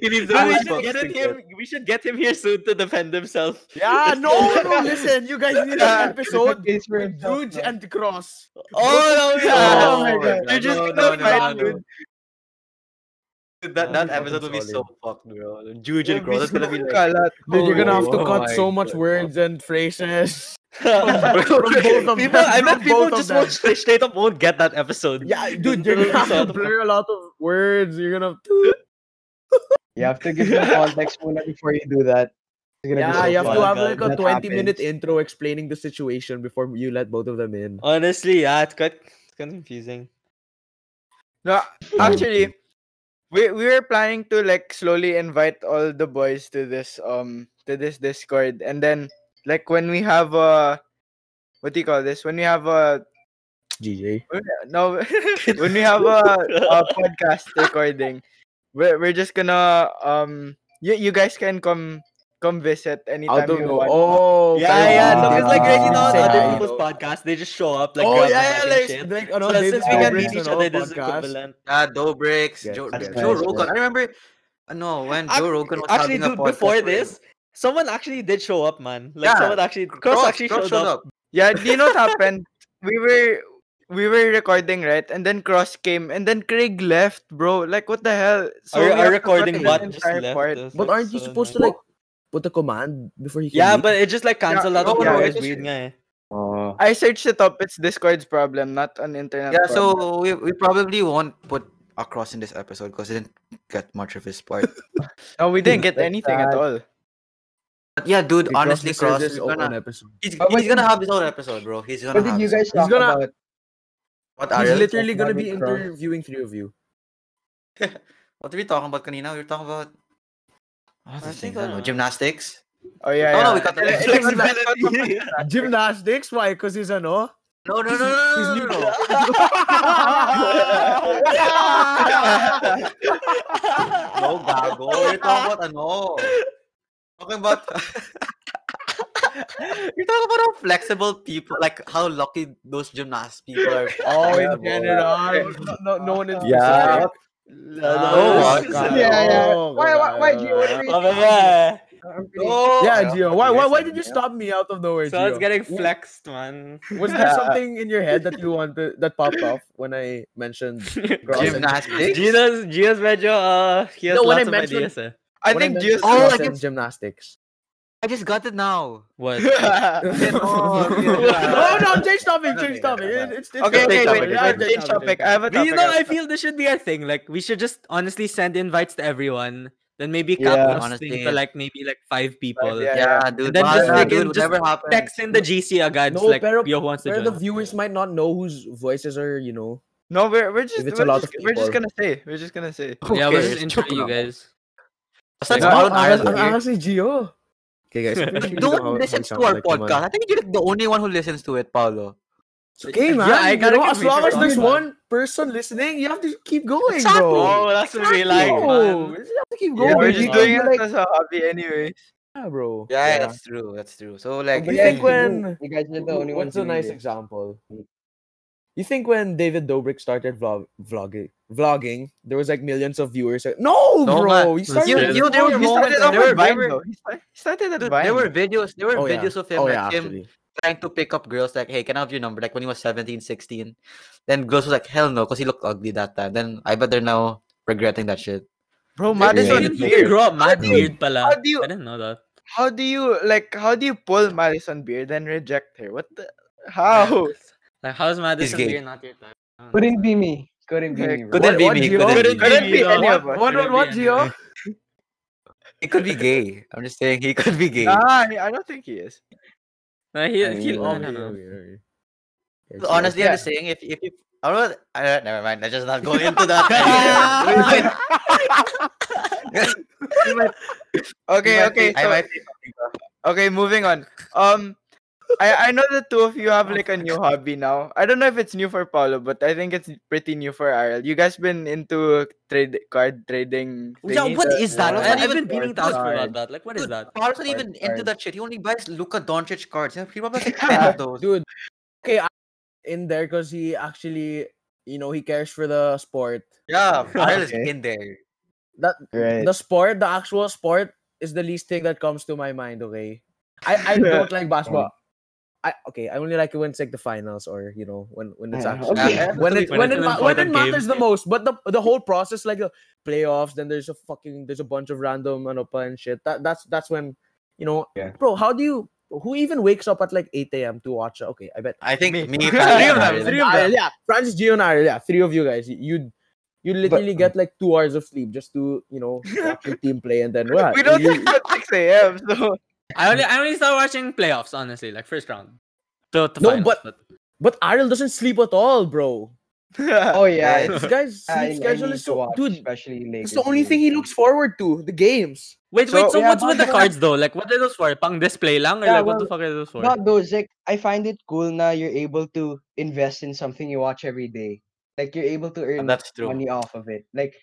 [SPEAKER 2] He needs
[SPEAKER 1] the
[SPEAKER 2] we
[SPEAKER 1] most
[SPEAKER 2] should get
[SPEAKER 1] fucks to
[SPEAKER 2] him. We should get him here soon to defend himself.
[SPEAKER 3] Yeah, no, no, listen, you guys need an
[SPEAKER 2] (laughs)
[SPEAKER 4] Yeah.
[SPEAKER 3] episode
[SPEAKER 6] It's for
[SPEAKER 3] with
[SPEAKER 6] himself,
[SPEAKER 3] Juge
[SPEAKER 6] no.
[SPEAKER 3] and Cross.
[SPEAKER 2] Oh no,
[SPEAKER 4] Oh
[SPEAKER 2] yeah.
[SPEAKER 4] my God.
[SPEAKER 1] You're just
[SPEAKER 2] No,
[SPEAKER 1] gonna
[SPEAKER 2] no,
[SPEAKER 1] fight,
[SPEAKER 2] no, no.
[SPEAKER 1] dude. Dude, That,
[SPEAKER 3] That'll
[SPEAKER 1] that
[SPEAKER 3] be
[SPEAKER 1] episode will
[SPEAKER 3] fucking
[SPEAKER 1] be so fucked, bro. Juju and
[SPEAKER 4] It'll be
[SPEAKER 1] Cross. That's gonna be
[SPEAKER 4] so
[SPEAKER 1] like.
[SPEAKER 4] kalat.
[SPEAKER 3] Dude, you're gonna have to
[SPEAKER 1] Oh
[SPEAKER 3] cut
[SPEAKER 1] my
[SPEAKER 3] so much
[SPEAKER 1] God.
[SPEAKER 3] words and phrases.
[SPEAKER 2] (laughs) people,
[SPEAKER 3] both of them,
[SPEAKER 2] I bet
[SPEAKER 3] from
[SPEAKER 2] people
[SPEAKER 3] both of
[SPEAKER 2] just
[SPEAKER 3] them.
[SPEAKER 2] won't straight, straight up won't get that episode.
[SPEAKER 3] Yeah, dude, you're gonna have to blur a lot of words. You're gonna
[SPEAKER 6] You have to give them context (laughs) muna before you do that. It's gonna be
[SPEAKER 3] yeah,
[SPEAKER 6] so
[SPEAKER 3] you have to
[SPEAKER 6] fun.
[SPEAKER 3] have
[SPEAKER 2] fun.
[SPEAKER 3] like a
[SPEAKER 6] That
[SPEAKER 3] 20 minute intro explaining the situation before you let both of them in. Oh,
[SPEAKER 2] Honestly, yeah, it's quite, it's quite confusing.
[SPEAKER 4] No, actually, we we were planning to like slowly invite all the boys to this um to this Discord and then like when we have a what do you call this? When we have a
[SPEAKER 3] GJ.
[SPEAKER 4] no (laughs) when we have a,
[SPEAKER 3] uh,
[SPEAKER 2] (laughs)
[SPEAKER 4] a podcast recording, we're we're just gonna um you you guys can come come visit anytime
[SPEAKER 3] Out of
[SPEAKER 4] you
[SPEAKER 3] no.
[SPEAKER 4] want.
[SPEAKER 3] Oh,
[SPEAKER 2] Yeah, yeah.
[SPEAKER 3] okay.
[SPEAKER 2] No, because like right
[SPEAKER 3] Ah.
[SPEAKER 2] now,
[SPEAKER 3] Say
[SPEAKER 2] other
[SPEAKER 3] hi.
[SPEAKER 2] people's podcasts, they just show up like. grab
[SPEAKER 3] oh
[SPEAKER 2] the
[SPEAKER 3] yeah,
[SPEAKER 2] mic
[SPEAKER 3] yeah,
[SPEAKER 2] and
[SPEAKER 3] like,
[SPEAKER 2] shit.
[SPEAKER 3] like oh, no,
[SPEAKER 2] So
[SPEAKER 3] David
[SPEAKER 2] since we can
[SPEAKER 3] Dobrik
[SPEAKER 2] meet
[SPEAKER 3] and
[SPEAKER 2] each
[SPEAKER 3] all
[SPEAKER 2] other, this is
[SPEAKER 3] podcast.
[SPEAKER 2] equivalent.
[SPEAKER 1] Ah, Dobrik's,
[SPEAKER 3] Yes,
[SPEAKER 1] Joe,
[SPEAKER 3] yes,
[SPEAKER 1] Joe
[SPEAKER 6] yes,
[SPEAKER 1] Rogan.
[SPEAKER 6] yes.
[SPEAKER 1] I remember, I know when
[SPEAKER 2] Ac-
[SPEAKER 1] Joe Rogan was
[SPEAKER 2] Actually,
[SPEAKER 1] having a
[SPEAKER 2] dude,
[SPEAKER 1] podcast
[SPEAKER 2] before
[SPEAKER 1] with-
[SPEAKER 2] this, someone actually did show up, man. Like
[SPEAKER 1] Yeah,
[SPEAKER 2] someone actually, Cross, actually showed, up.
[SPEAKER 4] Yeah, do you know what happened? We were we were recording, right? And then Cross came and then Craig left, bro. Like what the hell?
[SPEAKER 2] our,
[SPEAKER 4] we
[SPEAKER 2] our
[SPEAKER 4] have to
[SPEAKER 2] recording
[SPEAKER 4] cut
[SPEAKER 2] bot
[SPEAKER 4] the
[SPEAKER 2] just
[SPEAKER 4] entire
[SPEAKER 2] left.
[SPEAKER 4] part.
[SPEAKER 2] us.
[SPEAKER 3] But
[SPEAKER 2] That's
[SPEAKER 3] aren't you
[SPEAKER 2] so
[SPEAKER 3] supposed to
[SPEAKER 2] annoying.
[SPEAKER 3] like put a command before he can
[SPEAKER 2] Yeah,
[SPEAKER 3] leave?
[SPEAKER 2] but it just like canceled out
[SPEAKER 1] no,
[SPEAKER 2] of
[SPEAKER 1] no,
[SPEAKER 2] our
[SPEAKER 1] it
[SPEAKER 2] guys'
[SPEAKER 1] just-
[SPEAKER 2] weed nga eh.
[SPEAKER 6] Oh.
[SPEAKER 4] I searched it up. It's Discord's problem, not an internet.
[SPEAKER 1] Yeah,
[SPEAKER 4] problem.
[SPEAKER 1] so we, we probably won't put across in this episode because it didn't get much of his part.
[SPEAKER 4] no, we didn't get
[SPEAKER 6] Like
[SPEAKER 4] anything at
[SPEAKER 6] that.
[SPEAKER 4] all.
[SPEAKER 1] But yeah, dude,
[SPEAKER 3] Because
[SPEAKER 1] honestly,
[SPEAKER 3] this is
[SPEAKER 1] Cross
[SPEAKER 3] his
[SPEAKER 1] is
[SPEAKER 3] own
[SPEAKER 1] gonna
[SPEAKER 3] episode.
[SPEAKER 1] he's,
[SPEAKER 6] But
[SPEAKER 1] he's
[SPEAKER 6] what-
[SPEAKER 1] gonna have his own episode, bro. He's gonna
[SPEAKER 6] What
[SPEAKER 1] have
[SPEAKER 6] did you
[SPEAKER 1] his-
[SPEAKER 6] guys talk
[SPEAKER 3] gonna-
[SPEAKER 6] about?
[SPEAKER 1] what
[SPEAKER 3] He's
[SPEAKER 1] Ariel?
[SPEAKER 3] literally
[SPEAKER 6] That's
[SPEAKER 3] gonna
[SPEAKER 6] not
[SPEAKER 3] be
[SPEAKER 6] with Cross.
[SPEAKER 3] interviewing three of you.
[SPEAKER 1] What are we talking about kanina? We were talking about I
[SPEAKER 2] I think
[SPEAKER 1] think,
[SPEAKER 2] I
[SPEAKER 1] I don't know,
[SPEAKER 2] don't know.
[SPEAKER 1] gymnastics.
[SPEAKER 4] Oh yeah.
[SPEAKER 1] No,
[SPEAKER 4] yeah.
[SPEAKER 1] no, we cut
[SPEAKER 4] (laughs)
[SPEAKER 1] the
[SPEAKER 4] Yeah,
[SPEAKER 1] flexibility.
[SPEAKER 4] it's not- it's not- it's not-
[SPEAKER 3] Gymnastics? Why? Because he's a no?
[SPEAKER 1] No, no, no, no,
[SPEAKER 3] He's
[SPEAKER 1] no,
[SPEAKER 3] new.
[SPEAKER 1] no, no.
[SPEAKER 4] (laughs)
[SPEAKER 1] No, gago. You're talking about ano? Talking about... (laughs) You're talking about how flexible people, like how lucky those gymnast people are.
[SPEAKER 3] Oh,
[SPEAKER 1] Yeah,
[SPEAKER 3] in
[SPEAKER 1] bro.
[SPEAKER 3] general. No, no, no one in
[SPEAKER 2] Yeah.
[SPEAKER 3] specific. (laughs)
[SPEAKER 1] Ah,
[SPEAKER 2] no,
[SPEAKER 1] God.
[SPEAKER 2] no.
[SPEAKER 6] Yeah, yeah.
[SPEAKER 3] Oh,
[SPEAKER 6] Why, why, why, G? What are
[SPEAKER 2] Oh, bye,
[SPEAKER 6] we?
[SPEAKER 2] bye.
[SPEAKER 6] I'm pretty-
[SPEAKER 1] Oh,
[SPEAKER 3] Yeah,
[SPEAKER 1] yeah.
[SPEAKER 3] Gio. Why, why, why did you
[SPEAKER 6] Yeah.
[SPEAKER 3] stop me out of nowhere,
[SPEAKER 2] So it's
[SPEAKER 3] Gio?
[SPEAKER 2] getting flexed, man.
[SPEAKER 3] Was there something in your head that you wanted that popped off when I
[SPEAKER 1] (laughs)
[SPEAKER 3] mentioned? Cross and-
[SPEAKER 1] Gymnastics?
[SPEAKER 2] Gina's Gina's medyo uh he has
[SPEAKER 3] No,
[SPEAKER 2] lots
[SPEAKER 3] when I
[SPEAKER 2] of
[SPEAKER 3] mentioned-
[SPEAKER 2] ideas eh.
[SPEAKER 4] I
[SPEAKER 3] when
[SPEAKER 4] think
[SPEAKER 3] mentioned
[SPEAKER 4] just.
[SPEAKER 1] Oh,
[SPEAKER 3] cross
[SPEAKER 4] (laughs)
[SPEAKER 1] I
[SPEAKER 3] and
[SPEAKER 1] guess-
[SPEAKER 3] gymnastics.
[SPEAKER 1] I just got it now.
[SPEAKER 3] (laughs)
[SPEAKER 2] What?
[SPEAKER 4] (laughs) Oh,
[SPEAKER 3] no, no, change topic,
[SPEAKER 1] Okay,
[SPEAKER 3] change topic. It- It's, it's
[SPEAKER 4] Okay, okay,
[SPEAKER 1] Change
[SPEAKER 4] wait.
[SPEAKER 1] topic,
[SPEAKER 4] yeah,
[SPEAKER 1] change
[SPEAKER 4] Change topic. I have a
[SPEAKER 2] But
[SPEAKER 4] topic.
[SPEAKER 2] you know,
[SPEAKER 4] I
[SPEAKER 2] I
[SPEAKER 4] have a
[SPEAKER 2] feel this should be a thing. Like we should just honestly send invites to everyone. Then maybe cap
[SPEAKER 4] Yeah.
[SPEAKER 2] this
[SPEAKER 1] Honestly,
[SPEAKER 2] thing
[SPEAKER 1] yeah.
[SPEAKER 2] to like maybe like five people.
[SPEAKER 4] yeah.
[SPEAKER 1] Yeah, dude.
[SPEAKER 2] then
[SPEAKER 1] basta,
[SPEAKER 2] just like
[SPEAKER 1] dude,
[SPEAKER 2] in- just
[SPEAKER 1] whatever happened.
[SPEAKER 2] Text in the GC agad.
[SPEAKER 3] No,
[SPEAKER 2] just like
[SPEAKER 3] pero-
[SPEAKER 2] yo who wants to
[SPEAKER 3] Where
[SPEAKER 2] join.
[SPEAKER 3] the
[SPEAKER 2] us?"
[SPEAKER 3] viewers might not know whose voices are, you know.
[SPEAKER 4] No, we're we're just
[SPEAKER 3] If it's a
[SPEAKER 4] we're
[SPEAKER 3] lot
[SPEAKER 4] just,
[SPEAKER 3] of
[SPEAKER 4] we're just
[SPEAKER 3] people.
[SPEAKER 4] gonna say we're just gonna say.
[SPEAKER 2] Yeah,
[SPEAKER 1] Okay,
[SPEAKER 2] we'll just
[SPEAKER 1] it's
[SPEAKER 2] intro
[SPEAKER 1] joking
[SPEAKER 2] you
[SPEAKER 1] lang.
[SPEAKER 2] guys.
[SPEAKER 1] Basta,
[SPEAKER 2] Like,
[SPEAKER 1] it's all
[SPEAKER 3] I'm, oh, honest-
[SPEAKER 1] Ireland.
[SPEAKER 3] I'm honestly Gio. Okay, (laughs) guys. we should do how- how
[SPEAKER 1] Don't
[SPEAKER 3] we
[SPEAKER 1] listen to
[SPEAKER 3] sound
[SPEAKER 1] our
[SPEAKER 3] like, come on.
[SPEAKER 1] podcast. I think you're like the only one who listens to it, Paolo.
[SPEAKER 3] It's okay, man.
[SPEAKER 2] I
[SPEAKER 3] you
[SPEAKER 2] gotta
[SPEAKER 3] know,
[SPEAKER 2] give
[SPEAKER 3] as long
[SPEAKER 2] Richard
[SPEAKER 3] as there's
[SPEAKER 2] Dawson.
[SPEAKER 3] one person listening, you have to keep going,
[SPEAKER 1] Exactly.
[SPEAKER 3] bro.
[SPEAKER 2] Oh, that's what we
[SPEAKER 3] Exactly.
[SPEAKER 2] like,
[SPEAKER 3] Bro,
[SPEAKER 2] man.
[SPEAKER 3] You have to keep
[SPEAKER 4] Yeah,
[SPEAKER 3] going,
[SPEAKER 4] we're
[SPEAKER 3] you
[SPEAKER 4] just
[SPEAKER 3] know?
[SPEAKER 4] doing it
[SPEAKER 6] like-
[SPEAKER 4] as a hobby, anyways.
[SPEAKER 3] Yeah, bro.
[SPEAKER 1] Yeah, that's true. That's true. So like,
[SPEAKER 3] Do you
[SPEAKER 6] But yeah,
[SPEAKER 3] think
[SPEAKER 6] you-
[SPEAKER 3] when-
[SPEAKER 6] you guys are the only ones
[SPEAKER 3] What's a
[SPEAKER 6] doing
[SPEAKER 3] nice
[SPEAKER 6] this.
[SPEAKER 3] example? You think when David Dobrik started vlog- vlogging, vlogging, there was like millions of viewers. Like, no,
[SPEAKER 1] No,
[SPEAKER 3] bro,
[SPEAKER 1] man.
[SPEAKER 3] he started.
[SPEAKER 1] You- you-
[SPEAKER 4] Oh,
[SPEAKER 1] there were
[SPEAKER 3] he started
[SPEAKER 1] moments-
[SPEAKER 3] off
[SPEAKER 1] there
[SPEAKER 3] with
[SPEAKER 1] were-
[SPEAKER 3] Vine,
[SPEAKER 1] there were-
[SPEAKER 3] bro.
[SPEAKER 4] He sta- he started at
[SPEAKER 1] dude,
[SPEAKER 4] Vine.
[SPEAKER 1] there were videos. There were
[SPEAKER 3] Oh, yeah.
[SPEAKER 1] videos of him
[SPEAKER 3] Oh,
[SPEAKER 1] like
[SPEAKER 3] yeah,
[SPEAKER 1] him
[SPEAKER 3] actually.
[SPEAKER 1] trying to pick up girls. Like, hey, can I have your number? Like when he was 17, 16. Then girls was like, hell no, because he looked ugly that time. Then I bet they're now regretting that shit.
[SPEAKER 4] bro,
[SPEAKER 2] You
[SPEAKER 4] Madison
[SPEAKER 2] can- you can
[SPEAKER 4] Beer.
[SPEAKER 2] grow up mad
[SPEAKER 4] do you-
[SPEAKER 2] weird pala.
[SPEAKER 4] how do you-
[SPEAKER 2] I didn't know that.
[SPEAKER 4] How do you like? How do you pull Madison Beer then reject her? What the? How? (laughs)
[SPEAKER 2] Like how's Madison
[SPEAKER 1] gay.
[SPEAKER 2] Beer not your type? I don't know.
[SPEAKER 6] Couldn't be me. Couldn't be
[SPEAKER 4] Okay,
[SPEAKER 6] me. bro.
[SPEAKER 1] Couldn't
[SPEAKER 3] What-
[SPEAKER 1] be
[SPEAKER 3] what,
[SPEAKER 1] me.
[SPEAKER 3] Gio?
[SPEAKER 1] Couldn't
[SPEAKER 4] Couldn't
[SPEAKER 1] be.
[SPEAKER 4] couldn't be
[SPEAKER 2] you know.
[SPEAKER 4] any of us.
[SPEAKER 3] What, what,
[SPEAKER 2] Couldn't
[SPEAKER 3] what,
[SPEAKER 2] be
[SPEAKER 3] Gio?
[SPEAKER 1] He could be gay. I'm just saying he could be gay.
[SPEAKER 4] Nah, I I don't think he is.
[SPEAKER 2] No, he,
[SPEAKER 1] I
[SPEAKER 2] he,
[SPEAKER 1] mean,
[SPEAKER 2] I
[SPEAKER 1] um,
[SPEAKER 2] don't know.
[SPEAKER 1] Honestly, I'm
[SPEAKER 4] Yeah.
[SPEAKER 1] just saying if if you. I don't know. I don't, never mind. Let's just not go into (laughs) that.
[SPEAKER 4] Okay, okay,
[SPEAKER 1] (laughs) I
[SPEAKER 4] so-
[SPEAKER 1] might
[SPEAKER 4] okay. Moving on. Um, I I know the two of you have like a new hobby now. I don't know if it's new for Paolo, but I think it's pretty new for Ariel. You guys been into trade card trading?
[SPEAKER 1] Yeah,
[SPEAKER 4] thingies?
[SPEAKER 1] what is that? I'm
[SPEAKER 2] I, I've
[SPEAKER 1] not even
[SPEAKER 2] been beating
[SPEAKER 1] down
[SPEAKER 2] dogs
[SPEAKER 1] for
[SPEAKER 2] about
[SPEAKER 1] that.
[SPEAKER 2] that. Like, what is
[SPEAKER 1] Dude,
[SPEAKER 2] that?
[SPEAKER 1] Paolo's not even into that shit. He only buys Luka Doncic cards. Yeah, He (laughs) probably has like 10 of those.
[SPEAKER 3] Dude, okay, I'm in there because he actually, you know, he cares for the sport.
[SPEAKER 1] Yeah, Ariel is
[SPEAKER 4] Okay.
[SPEAKER 1] in there.
[SPEAKER 3] That
[SPEAKER 4] Right.
[SPEAKER 3] the sport, the actual sport, is the least thing that comes to my mind. Okay, I I
[SPEAKER 6] (laughs)
[SPEAKER 3] don't like
[SPEAKER 6] Um,
[SPEAKER 3] basketball. I okay, I only like it when it's like the finals or you know when when it's
[SPEAKER 6] Yeah,
[SPEAKER 3] actually
[SPEAKER 6] okay.
[SPEAKER 1] Yeah,
[SPEAKER 3] when it
[SPEAKER 2] When
[SPEAKER 3] when
[SPEAKER 2] it's
[SPEAKER 3] it
[SPEAKER 2] an
[SPEAKER 3] ma- when it
[SPEAKER 2] important game.
[SPEAKER 3] matters the most. But the the whole process like the playoffs, then there's a fucking there's a bunch of random ano pa and shit. That that's that's when you know,
[SPEAKER 6] Yeah.
[SPEAKER 3] bro. How do you? Who even wakes up at like 8 a.m. to watch? a- Okay, I bet
[SPEAKER 1] I think me, (laughs)
[SPEAKER 4] Three
[SPEAKER 1] Paolo,
[SPEAKER 4] of
[SPEAKER 1] and
[SPEAKER 4] them,
[SPEAKER 1] Ariel.
[SPEAKER 4] three of them.
[SPEAKER 3] Ariel, yeah, Francis, Gio, and Ariel, yeah, three of you guys. You you literally get like two hours of sleep just to you
[SPEAKER 4] (laughs)
[SPEAKER 3] know watch your team play and then what?
[SPEAKER 4] We don't
[SPEAKER 3] Uh, You-
[SPEAKER 4] think at 6 a.m. So (laughs)
[SPEAKER 2] I only I only start watching playoffs, honestly, like first round. To, to
[SPEAKER 3] No,
[SPEAKER 2] finals,
[SPEAKER 3] but- But Ariel doesn't sleep at all, bro.
[SPEAKER 6] Oh yeah,
[SPEAKER 1] Yeah,
[SPEAKER 6] it's-
[SPEAKER 3] This guy's
[SPEAKER 6] I- I
[SPEAKER 3] sleep schedule
[SPEAKER 6] need
[SPEAKER 3] is
[SPEAKER 6] to
[SPEAKER 3] so
[SPEAKER 6] watch, (laughs)
[SPEAKER 3] dude.
[SPEAKER 6] especially
[SPEAKER 3] It's
[SPEAKER 6] Lakers
[SPEAKER 3] the only thing he
[SPEAKER 6] games.
[SPEAKER 3] looks forward to the games.
[SPEAKER 7] Wait,
[SPEAKER 4] So-
[SPEAKER 7] wait, so
[SPEAKER 6] Yeah,
[SPEAKER 7] what's with the
[SPEAKER 6] but-
[SPEAKER 7] cards though? Like, what are those for? Pang display lang? Or
[SPEAKER 6] Yeah,
[SPEAKER 7] like, what the
[SPEAKER 6] well,
[SPEAKER 7] fuck are those for? (laughs)
[SPEAKER 6] Not those. Like I find it cool now. You're able to invest in something you watch every day. Like you're able to earn
[SPEAKER 7] that's true.
[SPEAKER 6] money off of it. Like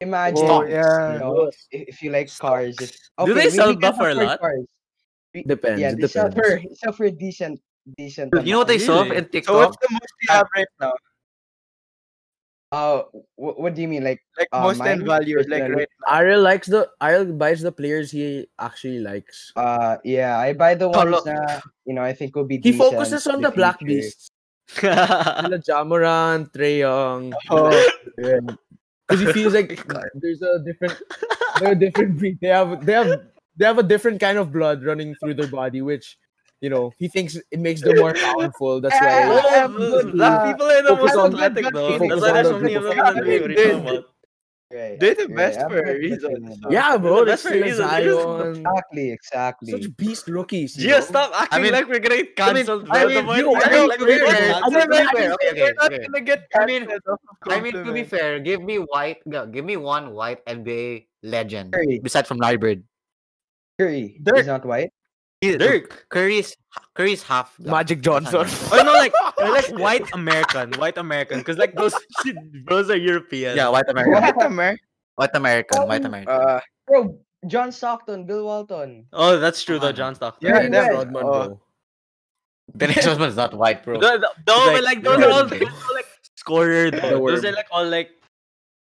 [SPEAKER 6] imagine,
[SPEAKER 4] Oh,
[SPEAKER 6] you
[SPEAKER 4] yeah.
[SPEAKER 6] know, if, if you like cars. If,
[SPEAKER 7] Do they
[SPEAKER 6] we-
[SPEAKER 7] sell
[SPEAKER 6] we can
[SPEAKER 7] buffer a
[SPEAKER 6] afford
[SPEAKER 7] lot?
[SPEAKER 6] Cars.
[SPEAKER 3] Depends.
[SPEAKER 6] yeah,
[SPEAKER 3] it
[SPEAKER 6] they sell
[SPEAKER 3] depends.
[SPEAKER 6] for, they sell for decent, decent.
[SPEAKER 1] Dude, you know what they saw
[SPEAKER 7] Really?
[SPEAKER 1] in TikTok?
[SPEAKER 4] So what's the most you have right now?
[SPEAKER 6] Uh, wh- what do you mean? Like
[SPEAKER 4] Like
[SPEAKER 6] Uh,
[SPEAKER 4] most
[SPEAKER 6] mine,
[SPEAKER 4] in value, like
[SPEAKER 6] personally,
[SPEAKER 4] right
[SPEAKER 3] Ariel likes the Ariel buys the players he actually likes.
[SPEAKER 6] Uh, yeah, I buy the ones
[SPEAKER 1] Tolo-
[SPEAKER 6] that you know I think will be.
[SPEAKER 3] He
[SPEAKER 6] decent
[SPEAKER 3] focuses
[SPEAKER 6] in
[SPEAKER 3] on the black
[SPEAKER 6] future.
[SPEAKER 3] beasts. the Jamoran, Trey Young.
[SPEAKER 4] now.
[SPEAKER 3] Because he feels like there's a different they're a different breed. They have they have they have a different kind of blood running through their body, which you know he thinks it makes them more powerful. That's
[SPEAKER 2] (laughs)
[SPEAKER 6] Yeah,
[SPEAKER 3] why
[SPEAKER 6] I have
[SPEAKER 7] Oh,
[SPEAKER 6] good luck.
[SPEAKER 7] Black people are the
[SPEAKER 3] Focus
[SPEAKER 7] most
[SPEAKER 3] on-
[SPEAKER 7] athletic though.
[SPEAKER 3] focus
[SPEAKER 7] That's why
[SPEAKER 3] on
[SPEAKER 7] there's
[SPEAKER 3] the
[SPEAKER 7] so many of
[SPEAKER 3] group
[SPEAKER 7] them
[SPEAKER 3] of
[SPEAKER 7] in the
[SPEAKER 4] people.
[SPEAKER 7] league.
[SPEAKER 4] They-
[SPEAKER 7] What are you talking about?
[SPEAKER 6] (laughs) Right,
[SPEAKER 4] They're the
[SPEAKER 6] right,
[SPEAKER 4] best
[SPEAKER 6] I'm
[SPEAKER 4] for
[SPEAKER 6] not
[SPEAKER 4] a reason.
[SPEAKER 6] defending
[SPEAKER 4] so-
[SPEAKER 6] them.
[SPEAKER 3] Yeah,
[SPEAKER 7] the
[SPEAKER 3] bro,
[SPEAKER 7] best
[SPEAKER 3] that's
[SPEAKER 7] for
[SPEAKER 3] still a
[SPEAKER 7] reason. They're just-
[SPEAKER 3] Zion.
[SPEAKER 6] exactly, exactly.
[SPEAKER 3] Such beast rookies.
[SPEAKER 7] Gio,
[SPEAKER 3] you know?
[SPEAKER 7] stop acting
[SPEAKER 1] I mean-
[SPEAKER 7] like we're gonna get
[SPEAKER 1] I mean-
[SPEAKER 7] cancelled.
[SPEAKER 1] I
[SPEAKER 7] bro. The
[SPEAKER 1] mean,
[SPEAKER 7] moment
[SPEAKER 3] you-
[SPEAKER 7] we
[SPEAKER 3] I
[SPEAKER 7] act
[SPEAKER 3] mean,
[SPEAKER 7] like
[SPEAKER 3] to
[SPEAKER 7] we're
[SPEAKER 3] be
[SPEAKER 7] gonna
[SPEAKER 3] fair,
[SPEAKER 7] get
[SPEAKER 3] I mean,
[SPEAKER 7] cancelled.
[SPEAKER 1] okay, okay,
[SPEAKER 4] We're not
[SPEAKER 1] okay.
[SPEAKER 4] gonna get
[SPEAKER 1] I mean-
[SPEAKER 4] canceled off of
[SPEAKER 1] I mean, to be
[SPEAKER 4] compliment.
[SPEAKER 1] fair, give me white. no, Give me one white NBA legend
[SPEAKER 6] Curry,
[SPEAKER 1] besides from Laribird.
[SPEAKER 6] Curry
[SPEAKER 4] Dirk.
[SPEAKER 6] is not white.
[SPEAKER 1] Dirk Curry's Curry's half. black.
[SPEAKER 8] Magic
[SPEAKER 1] That's
[SPEAKER 8] Johnson.
[SPEAKER 1] not him.
[SPEAKER 7] Or no, like, or like white American, white American, because like those (laughs) those are European.
[SPEAKER 1] Yeah, white American.
[SPEAKER 4] (laughs) What Amer?
[SPEAKER 1] White American. White
[SPEAKER 6] Um,
[SPEAKER 1] American.
[SPEAKER 4] Uh,
[SPEAKER 6] Bro, John Stockton, Bill Walton.
[SPEAKER 7] Oh, that's true
[SPEAKER 2] Uh-huh.
[SPEAKER 7] though,
[SPEAKER 1] Come
[SPEAKER 7] John Stockton.
[SPEAKER 4] yeah,
[SPEAKER 3] Dennis
[SPEAKER 4] them.
[SPEAKER 3] Rodman,
[SPEAKER 4] Oh.
[SPEAKER 3] bro.
[SPEAKER 1] Dennis Rodman is not white, bro.
[SPEAKER 7] No, no, no, but like
[SPEAKER 1] Like,
[SPEAKER 7] those
[SPEAKER 1] yeah.
[SPEAKER 7] are all those are all, like scorer though.
[SPEAKER 3] word.
[SPEAKER 7] Those are like all like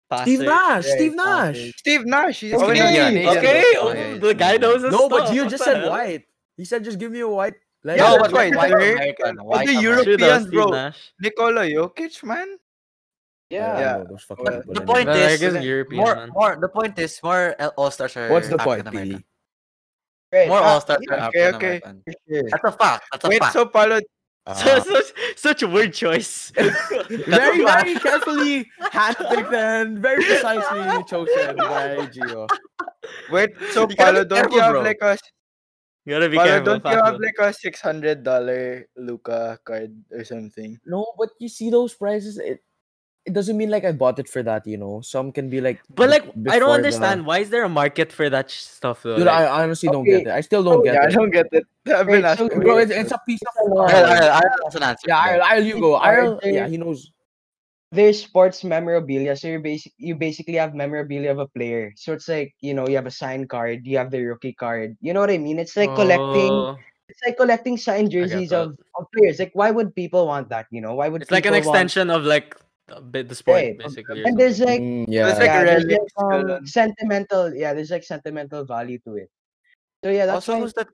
[SPEAKER 3] Uh,
[SPEAKER 7] passers.
[SPEAKER 3] Steve Nash,
[SPEAKER 6] Yeah,
[SPEAKER 3] Steve
[SPEAKER 6] exactly.
[SPEAKER 3] Nash.
[SPEAKER 4] Steve Nash. He's
[SPEAKER 1] Okay,
[SPEAKER 4] Canadian.
[SPEAKER 1] yeah,
[SPEAKER 4] He's-
[SPEAKER 7] Okay,
[SPEAKER 1] Yeah,
[SPEAKER 7] oh,
[SPEAKER 1] yeah, yeah.
[SPEAKER 7] the guy knows his
[SPEAKER 3] No, but
[SPEAKER 7] stuff.
[SPEAKER 3] you
[SPEAKER 7] What
[SPEAKER 3] just
[SPEAKER 7] the
[SPEAKER 3] said
[SPEAKER 7] hell?
[SPEAKER 3] white. He said just give me a white. Like,
[SPEAKER 4] (laughs) Yeah,
[SPEAKER 1] no,
[SPEAKER 4] that's
[SPEAKER 1] but
[SPEAKER 4] why
[SPEAKER 1] white, white
[SPEAKER 4] they're-
[SPEAKER 1] American.
[SPEAKER 4] all
[SPEAKER 1] White
[SPEAKER 4] the
[SPEAKER 1] American.
[SPEAKER 7] True though,
[SPEAKER 4] Europeans,
[SPEAKER 7] Steve
[SPEAKER 4] bro.
[SPEAKER 7] Nash.
[SPEAKER 4] Nikola Jokic, man.
[SPEAKER 6] Yeah.
[SPEAKER 4] Yeah.
[SPEAKER 3] Those fucking
[SPEAKER 4] But
[SPEAKER 3] people
[SPEAKER 1] the
[SPEAKER 3] anyway.
[SPEAKER 1] point
[SPEAKER 7] No,
[SPEAKER 1] is,
[SPEAKER 7] Americans European,
[SPEAKER 1] more, (laughs)
[SPEAKER 7] man.
[SPEAKER 1] more. The point is, more All Stars are.
[SPEAKER 3] What's the point,
[SPEAKER 1] African
[SPEAKER 3] Billy?
[SPEAKER 1] American.
[SPEAKER 6] Right.
[SPEAKER 1] More
[SPEAKER 6] ah,
[SPEAKER 1] All Stars are
[SPEAKER 4] yeah, okay,
[SPEAKER 1] African
[SPEAKER 4] okay.
[SPEAKER 1] American.
[SPEAKER 6] for sure.
[SPEAKER 1] That's a fact. That's a
[SPEAKER 4] Wait,
[SPEAKER 1] fact.
[SPEAKER 4] so Paolo,
[SPEAKER 3] Ah.
[SPEAKER 7] So, such, such a word choice.
[SPEAKER 3] Very, very carefully handpicked and very
[SPEAKER 7] (laughs)
[SPEAKER 3] precisely chosen by Gio.
[SPEAKER 1] (laughs)
[SPEAKER 4] wait, so
[SPEAKER 1] You gotta
[SPEAKER 4] Paolo,
[SPEAKER 1] be
[SPEAKER 4] don't
[SPEAKER 1] careful,
[SPEAKER 4] you have
[SPEAKER 1] bro.
[SPEAKER 4] like a
[SPEAKER 7] (laughs) you gotta be
[SPEAKER 4] Paolo,
[SPEAKER 7] careful.
[SPEAKER 4] don't you have
[SPEAKER 7] Pablo.
[SPEAKER 4] like a six hundred dollar Luca card or something?
[SPEAKER 3] No, but you see those prices, it it doesn't mean like I bought it for that, you know. Some can be like
[SPEAKER 7] But like,
[SPEAKER 3] be-
[SPEAKER 7] I don't
[SPEAKER 3] before the- (laughs)
[SPEAKER 7] understand. Why is there a market for that sh- stuff though?
[SPEAKER 3] Dude,
[SPEAKER 7] Like,
[SPEAKER 3] I honestly don't get
[SPEAKER 6] Okay.
[SPEAKER 3] it. I still don't get it.
[SPEAKER 4] yeah, I don't get it. (laughs) I've been
[SPEAKER 6] Wait, so-
[SPEAKER 4] asking.
[SPEAKER 3] Oh, (laughs) Bro,
[SPEAKER 4] you.
[SPEAKER 3] it's, it's a piece of
[SPEAKER 6] Well,
[SPEAKER 1] Ariel, Ariel,
[SPEAKER 3] art.
[SPEAKER 1] Ariel has an answer.
[SPEAKER 3] Yeah,
[SPEAKER 1] for that.
[SPEAKER 3] Ariel, Ariel, you go. Ariel,
[SPEAKER 6] Arthur-
[SPEAKER 3] yeah, he knows.
[SPEAKER 6] There's sports memorabilia, so you basic you basically have memorabilia of a player. So it's like you know you have a signed card, you have the rookie card. You know what I mean? It's like collecting.
[SPEAKER 7] Oh.
[SPEAKER 6] It's like collecting signed jerseys
[SPEAKER 7] that.
[SPEAKER 6] of, of players. Like, why would people want that? You know, why would
[SPEAKER 7] It's like an
[SPEAKER 6] people want-
[SPEAKER 7] extension of like the, bi- the sport,
[SPEAKER 6] Right,
[SPEAKER 7] basically. or
[SPEAKER 6] And there's
[SPEAKER 7] something.
[SPEAKER 3] Mm,
[SPEAKER 4] It's
[SPEAKER 6] like,
[SPEAKER 3] yeah.
[SPEAKER 4] like
[SPEAKER 6] yeah, there's like,
[SPEAKER 4] relics, ganun.
[SPEAKER 6] um, sentimental. Yeah, there's like sentimental value to it. So yeah, that's
[SPEAKER 1] Also,
[SPEAKER 6] why
[SPEAKER 1] who's that?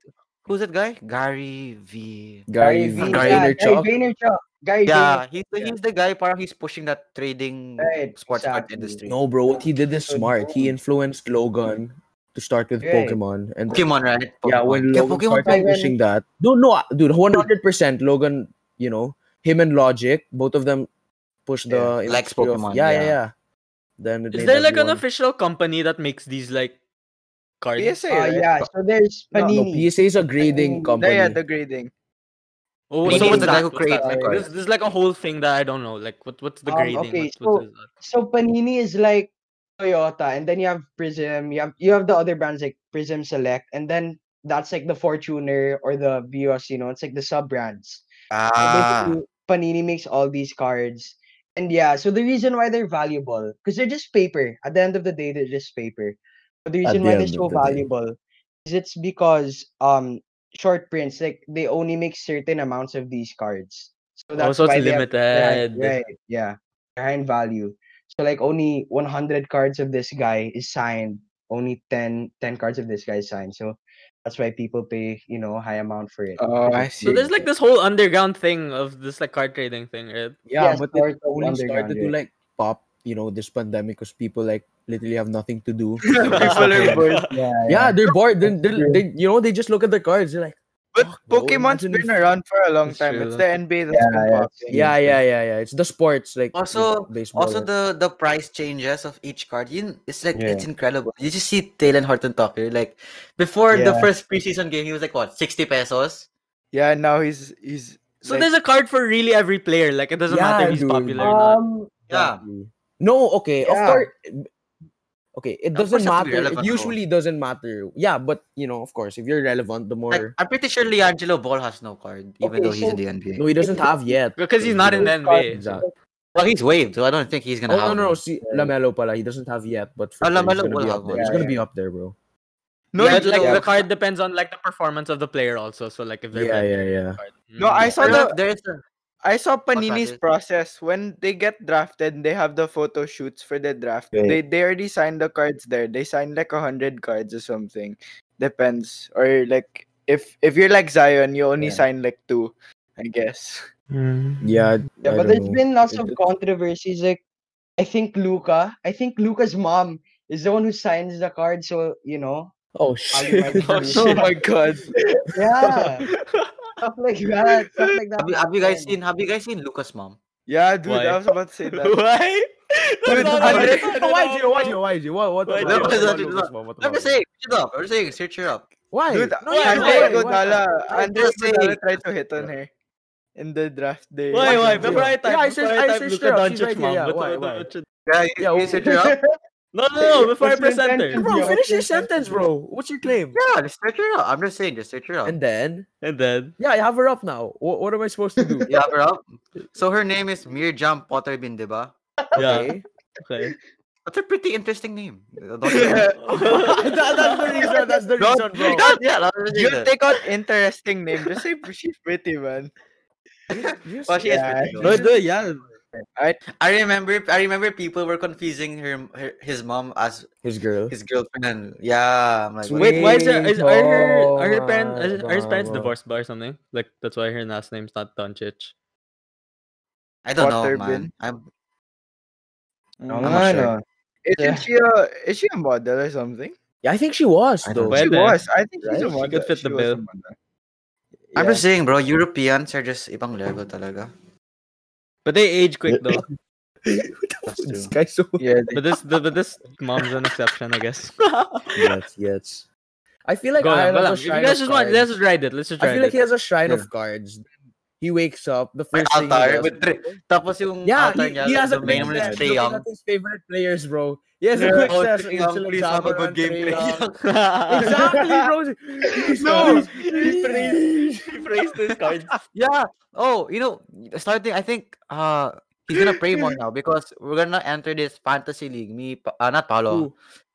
[SPEAKER 1] Who's that guy? Gary V.
[SPEAKER 3] Gary V.
[SPEAKER 6] Vee-
[SPEAKER 1] Gary
[SPEAKER 6] yeah, Gary
[SPEAKER 3] Vaynerchuk.
[SPEAKER 6] Vaynerchuk. Gary
[SPEAKER 1] Yeah, he's the, he's the guy. Parang he's pushing that trading
[SPEAKER 6] Right,
[SPEAKER 1] sports card
[SPEAKER 6] exactly.
[SPEAKER 1] industry.
[SPEAKER 3] No, bro, what he did is
[SPEAKER 6] So
[SPEAKER 3] smart. He
[SPEAKER 6] bold.
[SPEAKER 3] influenced Logan to start with
[SPEAKER 6] Right.
[SPEAKER 3] Pokemon, and
[SPEAKER 1] Pokemon, right?
[SPEAKER 3] yeah, when
[SPEAKER 1] Yeah,
[SPEAKER 3] Logan
[SPEAKER 1] Pokemon
[SPEAKER 3] started
[SPEAKER 6] Pokemon.
[SPEAKER 3] pushing that, no, no, dude, one hundred percent, Logan. You know, him and Logic, both of them push the
[SPEAKER 1] Yeah, likes
[SPEAKER 3] industry of-
[SPEAKER 1] Pokemon,
[SPEAKER 3] Yeah, yeah, yeah,
[SPEAKER 1] yeah.
[SPEAKER 3] Then it
[SPEAKER 7] Is
[SPEAKER 3] made
[SPEAKER 7] there like an
[SPEAKER 3] everyone-
[SPEAKER 7] official company that makes these like cards?
[SPEAKER 4] PSA,
[SPEAKER 6] Uh,
[SPEAKER 4] right?
[SPEAKER 6] yeah, so there's
[SPEAKER 4] No, no,
[SPEAKER 3] No,
[SPEAKER 6] Panini.
[SPEAKER 3] PSA is a grading
[SPEAKER 4] Yeah,
[SPEAKER 6] Panini.
[SPEAKER 3] company.
[SPEAKER 4] yeah, the grading.
[SPEAKER 7] Oh,
[SPEAKER 1] Maybe
[SPEAKER 7] so
[SPEAKER 1] it's
[SPEAKER 7] what's
[SPEAKER 1] the
[SPEAKER 7] that?
[SPEAKER 1] guy who
[SPEAKER 7] What's that?
[SPEAKER 1] creates the
[SPEAKER 7] Like,
[SPEAKER 1] card.
[SPEAKER 7] this, this is like a whole thing that I don't know. Like, what what's the
[SPEAKER 6] Um,
[SPEAKER 7] grading?
[SPEAKER 6] okay,
[SPEAKER 7] What- what
[SPEAKER 6] so-
[SPEAKER 7] is that?
[SPEAKER 6] So Panini is like Toyota, and then you have Prism. You have you have the other brands like Prism Select, and then that's like the Fortuner or the Vios. You know, it's like the sub brands. So
[SPEAKER 1] Ah,
[SPEAKER 6] basically, Panini makes all these cards. And yeah, so the reason why they're valuable, because they're just paper. At the end of the day, they're just paper. But the
[SPEAKER 3] At
[SPEAKER 6] reason
[SPEAKER 3] the
[SPEAKER 6] why they're
[SPEAKER 3] end
[SPEAKER 6] so
[SPEAKER 3] of the day.
[SPEAKER 6] valuable is it's because um short prints, like they only make certain amounts of these cards.
[SPEAKER 3] Oh,
[SPEAKER 6] So that's
[SPEAKER 7] so it's
[SPEAKER 6] why they have- right,
[SPEAKER 7] limited.
[SPEAKER 6] right, yeah. They're high in value. So like only 100 cards of this guy is signed. Only 10, 10 cards of this guy is signed. So that's why people pay, you know, high amount for
[SPEAKER 3] Uh,
[SPEAKER 6] it.
[SPEAKER 4] Oh, I
[SPEAKER 7] So there's like this whole underground thing of this like card trading thing, right?
[SPEAKER 3] yeah,
[SPEAKER 6] Yes,
[SPEAKER 3] but it
[SPEAKER 6] or the
[SPEAKER 3] only
[SPEAKER 6] underground,
[SPEAKER 3] started to
[SPEAKER 6] yeah.
[SPEAKER 3] like pop. You know, this pandemic because people like literally have nothing to
[SPEAKER 4] (laughs)
[SPEAKER 3] do.
[SPEAKER 4] People are bored.
[SPEAKER 6] (laughs) Yeah,
[SPEAKER 3] yeah, they're bored. They, they,
[SPEAKER 6] True.
[SPEAKER 3] they, you know, they just look at the cards. They're like,
[SPEAKER 4] But
[SPEAKER 3] Fuck, bro,
[SPEAKER 4] Pokemon's
[SPEAKER 3] imagine
[SPEAKER 4] been
[SPEAKER 3] if-
[SPEAKER 4] around for a long
[SPEAKER 7] It's
[SPEAKER 4] time.
[SPEAKER 7] true,
[SPEAKER 4] It's the
[SPEAKER 7] that's-
[SPEAKER 4] NBA that's been
[SPEAKER 6] yeah, it's-
[SPEAKER 4] popping.
[SPEAKER 3] yeah, yeah, yeah, yeah. It's the sports like
[SPEAKER 1] Also-
[SPEAKER 3] baseball.
[SPEAKER 1] also the the price changes of each card. You, it's like
[SPEAKER 6] Yeah.
[SPEAKER 1] it's incredible. You just see Taylor Horton Tucker. Like before the
[SPEAKER 6] Yeah.
[SPEAKER 1] first preseason game, he was like what sixty pesos.
[SPEAKER 4] Yeah, now he's he's
[SPEAKER 2] So there's a card for really every player. Like it doesn't matter if
[SPEAKER 3] Yeah,
[SPEAKER 2] he's
[SPEAKER 3] dude.
[SPEAKER 2] popular or not.
[SPEAKER 6] Um,
[SPEAKER 1] Yeah.
[SPEAKER 3] No, okay, of
[SPEAKER 6] Yeah.
[SPEAKER 3] course. Okay, it
[SPEAKER 1] Of course
[SPEAKER 3] doesn't
[SPEAKER 1] you have to be
[SPEAKER 3] matter. It
[SPEAKER 1] relevant, though.
[SPEAKER 3] usually doesn't matter. Yeah, but you know, of course, if you're relevant, the
[SPEAKER 1] Like,
[SPEAKER 3] more.
[SPEAKER 1] I'm pretty sure Leangelo Ball has no card, even
[SPEAKER 6] Okay,
[SPEAKER 1] though he's
[SPEAKER 6] so-
[SPEAKER 1] in the NBA.
[SPEAKER 3] No, he doesn't have yet.
[SPEAKER 2] Because he's not in the
[SPEAKER 6] Those cards-
[SPEAKER 2] NBA.
[SPEAKER 3] Exactly.
[SPEAKER 1] well, he's waived, so I don't think he's
[SPEAKER 3] Oh
[SPEAKER 1] gonna
[SPEAKER 3] no,
[SPEAKER 1] have.
[SPEAKER 3] no, no,
[SPEAKER 1] one.
[SPEAKER 3] see, Lamelo pala. He doesn't have yet, but for
[SPEAKER 1] Ah,
[SPEAKER 3] sure, he's
[SPEAKER 1] Lamelo
[SPEAKER 3] gonna
[SPEAKER 1] will
[SPEAKER 3] be
[SPEAKER 1] have
[SPEAKER 3] up there.
[SPEAKER 1] one.
[SPEAKER 3] He's
[SPEAKER 6] Yeah,
[SPEAKER 3] gonna
[SPEAKER 6] yeah.
[SPEAKER 3] be up there, bro.
[SPEAKER 4] No,
[SPEAKER 2] Yeah,
[SPEAKER 4] it-
[SPEAKER 2] but, like
[SPEAKER 1] yeah.
[SPEAKER 2] the card depends on like the performance of the player also. So like if they're
[SPEAKER 3] Yeah,
[SPEAKER 2] bad,
[SPEAKER 3] yeah, yeah.
[SPEAKER 2] card. Hmm.
[SPEAKER 4] No, I saw
[SPEAKER 1] Or
[SPEAKER 4] the
[SPEAKER 1] no, there is a,
[SPEAKER 4] I saw
[SPEAKER 1] that
[SPEAKER 4] Panini's
[SPEAKER 1] is-
[SPEAKER 4] process when they get drafted. They have the photo shoots for the draft.
[SPEAKER 6] Right.
[SPEAKER 4] They they already signed the cards there. They signed like a hundred cards or something. Depends or like if if you're like Zion, you only
[SPEAKER 3] Yeah.
[SPEAKER 4] sign like two, I guess.
[SPEAKER 3] Yeah,
[SPEAKER 6] Yeah,
[SPEAKER 3] I
[SPEAKER 6] but
[SPEAKER 3] don't
[SPEAKER 6] there's
[SPEAKER 3] know.
[SPEAKER 6] been lots
[SPEAKER 3] It-
[SPEAKER 6] of
[SPEAKER 3] it-
[SPEAKER 6] controversies. Like, I think Luca, I think Luca's mom is the one who signs the card. So you know,
[SPEAKER 3] Oh
[SPEAKER 6] Ali might
[SPEAKER 1] (laughs)
[SPEAKER 3] shit! (laughs)
[SPEAKER 6] be-
[SPEAKER 4] (laughs) Oh my god!
[SPEAKER 6] yeah, (laughs) stuff like that, stuff like that.
[SPEAKER 1] have, you, have you guys
[SPEAKER 6] happen.
[SPEAKER 1] seen? Have you guys seen Lucas' mom?
[SPEAKER 4] Yeah, dude,
[SPEAKER 2] Why?
[SPEAKER 4] I was about to say that.
[SPEAKER 2] (laughs) Why? That's
[SPEAKER 4] Dude,
[SPEAKER 2] all
[SPEAKER 4] Andre-
[SPEAKER 2] I wanted to
[SPEAKER 3] why
[SPEAKER 2] know,
[SPEAKER 3] you? Why
[SPEAKER 2] bro.
[SPEAKER 3] you? Why you? What? What?
[SPEAKER 2] Why do
[SPEAKER 3] about-
[SPEAKER 2] you-
[SPEAKER 3] what
[SPEAKER 1] Why do you-
[SPEAKER 3] about Luzman? What
[SPEAKER 1] I'm
[SPEAKER 3] about
[SPEAKER 1] just saying, search it up. I'm just saying, search it up.
[SPEAKER 3] Why?
[SPEAKER 4] Dude,
[SPEAKER 3] No, yeah,
[SPEAKER 4] Andre
[SPEAKER 3] why?
[SPEAKER 4] Iguodala,
[SPEAKER 1] I'm
[SPEAKER 4] Andre
[SPEAKER 1] just saying.
[SPEAKER 4] Iguodala tried to hit on her in the draft day.
[SPEAKER 2] Why? Why?
[SPEAKER 3] Before
[SPEAKER 2] Before I type,
[SPEAKER 3] Yeah, I
[SPEAKER 2] before I
[SPEAKER 3] searched- I
[SPEAKER 2] type
[SPEAKER 3] searched
[SPEAKER 2] Luka
[SPEAKER 3] her up. She's
[SPEAKER 2] Doncic
[SPEAKER 3] right here,
[SPEAKER 2] mom,
[SPEAKER 3] yeah,
[SPEAKER 2] but-
[SPEAKER 3] why,
[SPEAKER 2] but-
[SPEAKER 3] why?
[SPEAKER 1] Yeah,
[SPEAKER 2] but-
[SPEAKER 1] you,
[SPEAKER 3] Yeah,
[SPEAKER 1] you
[SPEAKER 3] well-
[SPEAKER 1] search it (laughs) up.
[SPEAKER 2] No, no, no, before I
[SPEAKER 6] What's your
[SPEAKER 2] present her.
[SPEAKER 6] intention?
[SPEAKER 3] Bro,
[SPEAKER 6] Yeah,
[SPEAKER 3] finish
[SPEAKER 6] what's
[SPEAKER 3] your
[SPEAKER 6] your
[SPEAKER 3] sentence,
[SPEAKER 6] sentence?
[SPEAKER 3] bro. What's your claim?
[SPEAKER 1] Yeah, just search it up. I'm just saying, just search it up.
[SPEAKER 3] And then,
[SPEAKER 2] And
[SPEAKER 3] (laughs)
[SPEAKER 2] then.
[SPEAKER 3] yeah, I have her up now. What, what am I supposed to do?
[SPEAKER 1] yeah, bro. So her name is Mirjam Potterbin, di ba?
[SPEAKER 2] Yeah. Okay.
[SPEAKER 1] That's a pretty interesting name. Don't- (laughs)
[SPEAKER 3] (laughs) That-
[SPEAKER 2] (laughs)
[SPEAKER 3] that's the reason. That's the
[SPEAKER 4] Don't-
[SPEAKER 3] reason, bro.
[SPEAKER 1] yeah, that's what she
[SPEAKER 4] You
[SPEAKER 1] said.
[SPEAKER 4] take out interesting name. Just say she's pretty, man.
[SPEAKER 3] Just-
[SPEAKER 1] Well, she is
[SPEAKER 4] Yeah,
[SPEAKER 1] pretty though.
[SPEAKER 2] No, no, yeah.
[SPEAKER 1] I remember, I remember people were confusing her, her his mom as
[SPEAKER 3] His girl.
[SPEAKER 1] his girlfriend. Yeah, I'm like, what
[SPEAKER 2] Wait,
[SPEAKER 1] the-
[SPEAKER 2] why is her? Is, are her? Are her
[SPEAKER 3] Oh
[SPEAKER 2] parents?
[SPEAKER 3] my
[SPEAKER 2] Are, are his parents
[SPEAKER 3] God.
[SPEAKER 2] divorced by or something? Like that's why her last name's not Doncic.
[SPEAKER 1] I don't know,
[SPEAKER 4] Potterbin?
[SPEAKER 1] man. I'm,
[SPEAKER 6] No,
[SPEAKER 1] I'm
[SPEAKER 6] no,
[SPEAKER 1] not
[SPEAKER 6] no.
[SPEAKER 1] sure.
[SPEAKER 4] Isn't she a is she a model or something?
[SPEAKER 3] Yeah, I think she was
[SPEAKER 1] I don't
[SPEAKER 3] though.
[SPEAKER 2] know.
[SPEAKER 4] She
[SPEAKER 2] Pwede.
[SPEAKER 4] was. I think she's a
[SPEAKER 2] Right? She
[SPEAKER 4] model.
[SPEAKER 2] could fit the
[SPEAKER 4] She was a
[SPEAKER 2] bill.
[SPEAKER 4] model.
[SPEAKER 1] I'm
[SPEAKER 4] Yeah.
[SPEAKER 1] just saying, bro. Europeans are just ibang level talaga.
[SPEAKER 2] But they age quick though.
[SPEAKER 1] That's
[SPEAKER 3] This
[SPEAKER 1] true.
[SPEAKER 3] guy so
[SPEAKER 4] yeah. they-
[SPEAKER 2] but this, the, but this mom's an exception, I guess.
[SPEAKER 3] yes, yes. I feel like
[SPEAKER 2] Go
[SPEAKER 3] I
[SPEAKER 2] lang, go lang.
[SPEAKER 3] have a
[SPEAKER 2] If you
[SPEAKER 3] shrine.
[SPEAKER 2] guys
[SPEAKER 3] of
[SPEAKER 2] just want, let's
[SPEAKER 3] cards.
[SPEAKER 2] just ride it. Let's just
[SPEAKER 3] I
[SPEAKER 2] ride
[SPEAKER 3] feel like he
[SPEAKER 2] it.
[SPEAKER 3] has a shrine
[SPEAKER 1] Yeah.
[SPEAKER 3] of cards. He wakes up. The
[SPEAKER 1] May
[SPEAKER 3] first thing he
[SPEAKER 1] altar
[SPEAKER 3] does.
[SPEAKER 1] with three. Tapos yung
[SPEAKER 3] Yeah,
[SPEAKER 1] altar
[SPEAKER 3] he,
[SPEAKER 1] niya,
[SPEAKER 3] he has a
[SPEAKER 1] the main one
[SPEAKER 3] quick
[SPEAKER 1] is
[SPEAKER 3] stats
[SPEAKER 1] Trae
[SPEAKER 3] looking
[SPEAKER 1] Young.
[SPEAKER 3] at his favorite players, (laughs) bro. (laughs) He has a quick
[SPEAKER 1] Oh, (laughs)
[SPEAKER 3] stats.
[SPEAKER 1] Trae Young, please have a good game. (laughs) Trae Young.
[SPEAKER 3] (laughs) Exactly, bro.
[SPEAKER 2] No,
[SPEAKER 3] (laughs) Please.
[SPEAKER 2] Rephrase this
[SPEAKER 3] (laughs)
[SPEAKER 2] card.
[SPEAKER 1] Yeah. Oh, you know, starting. I think uh he's gonna pray more now because we're gonna enter this fantasy league. Me, Pa- uh, not Paolo.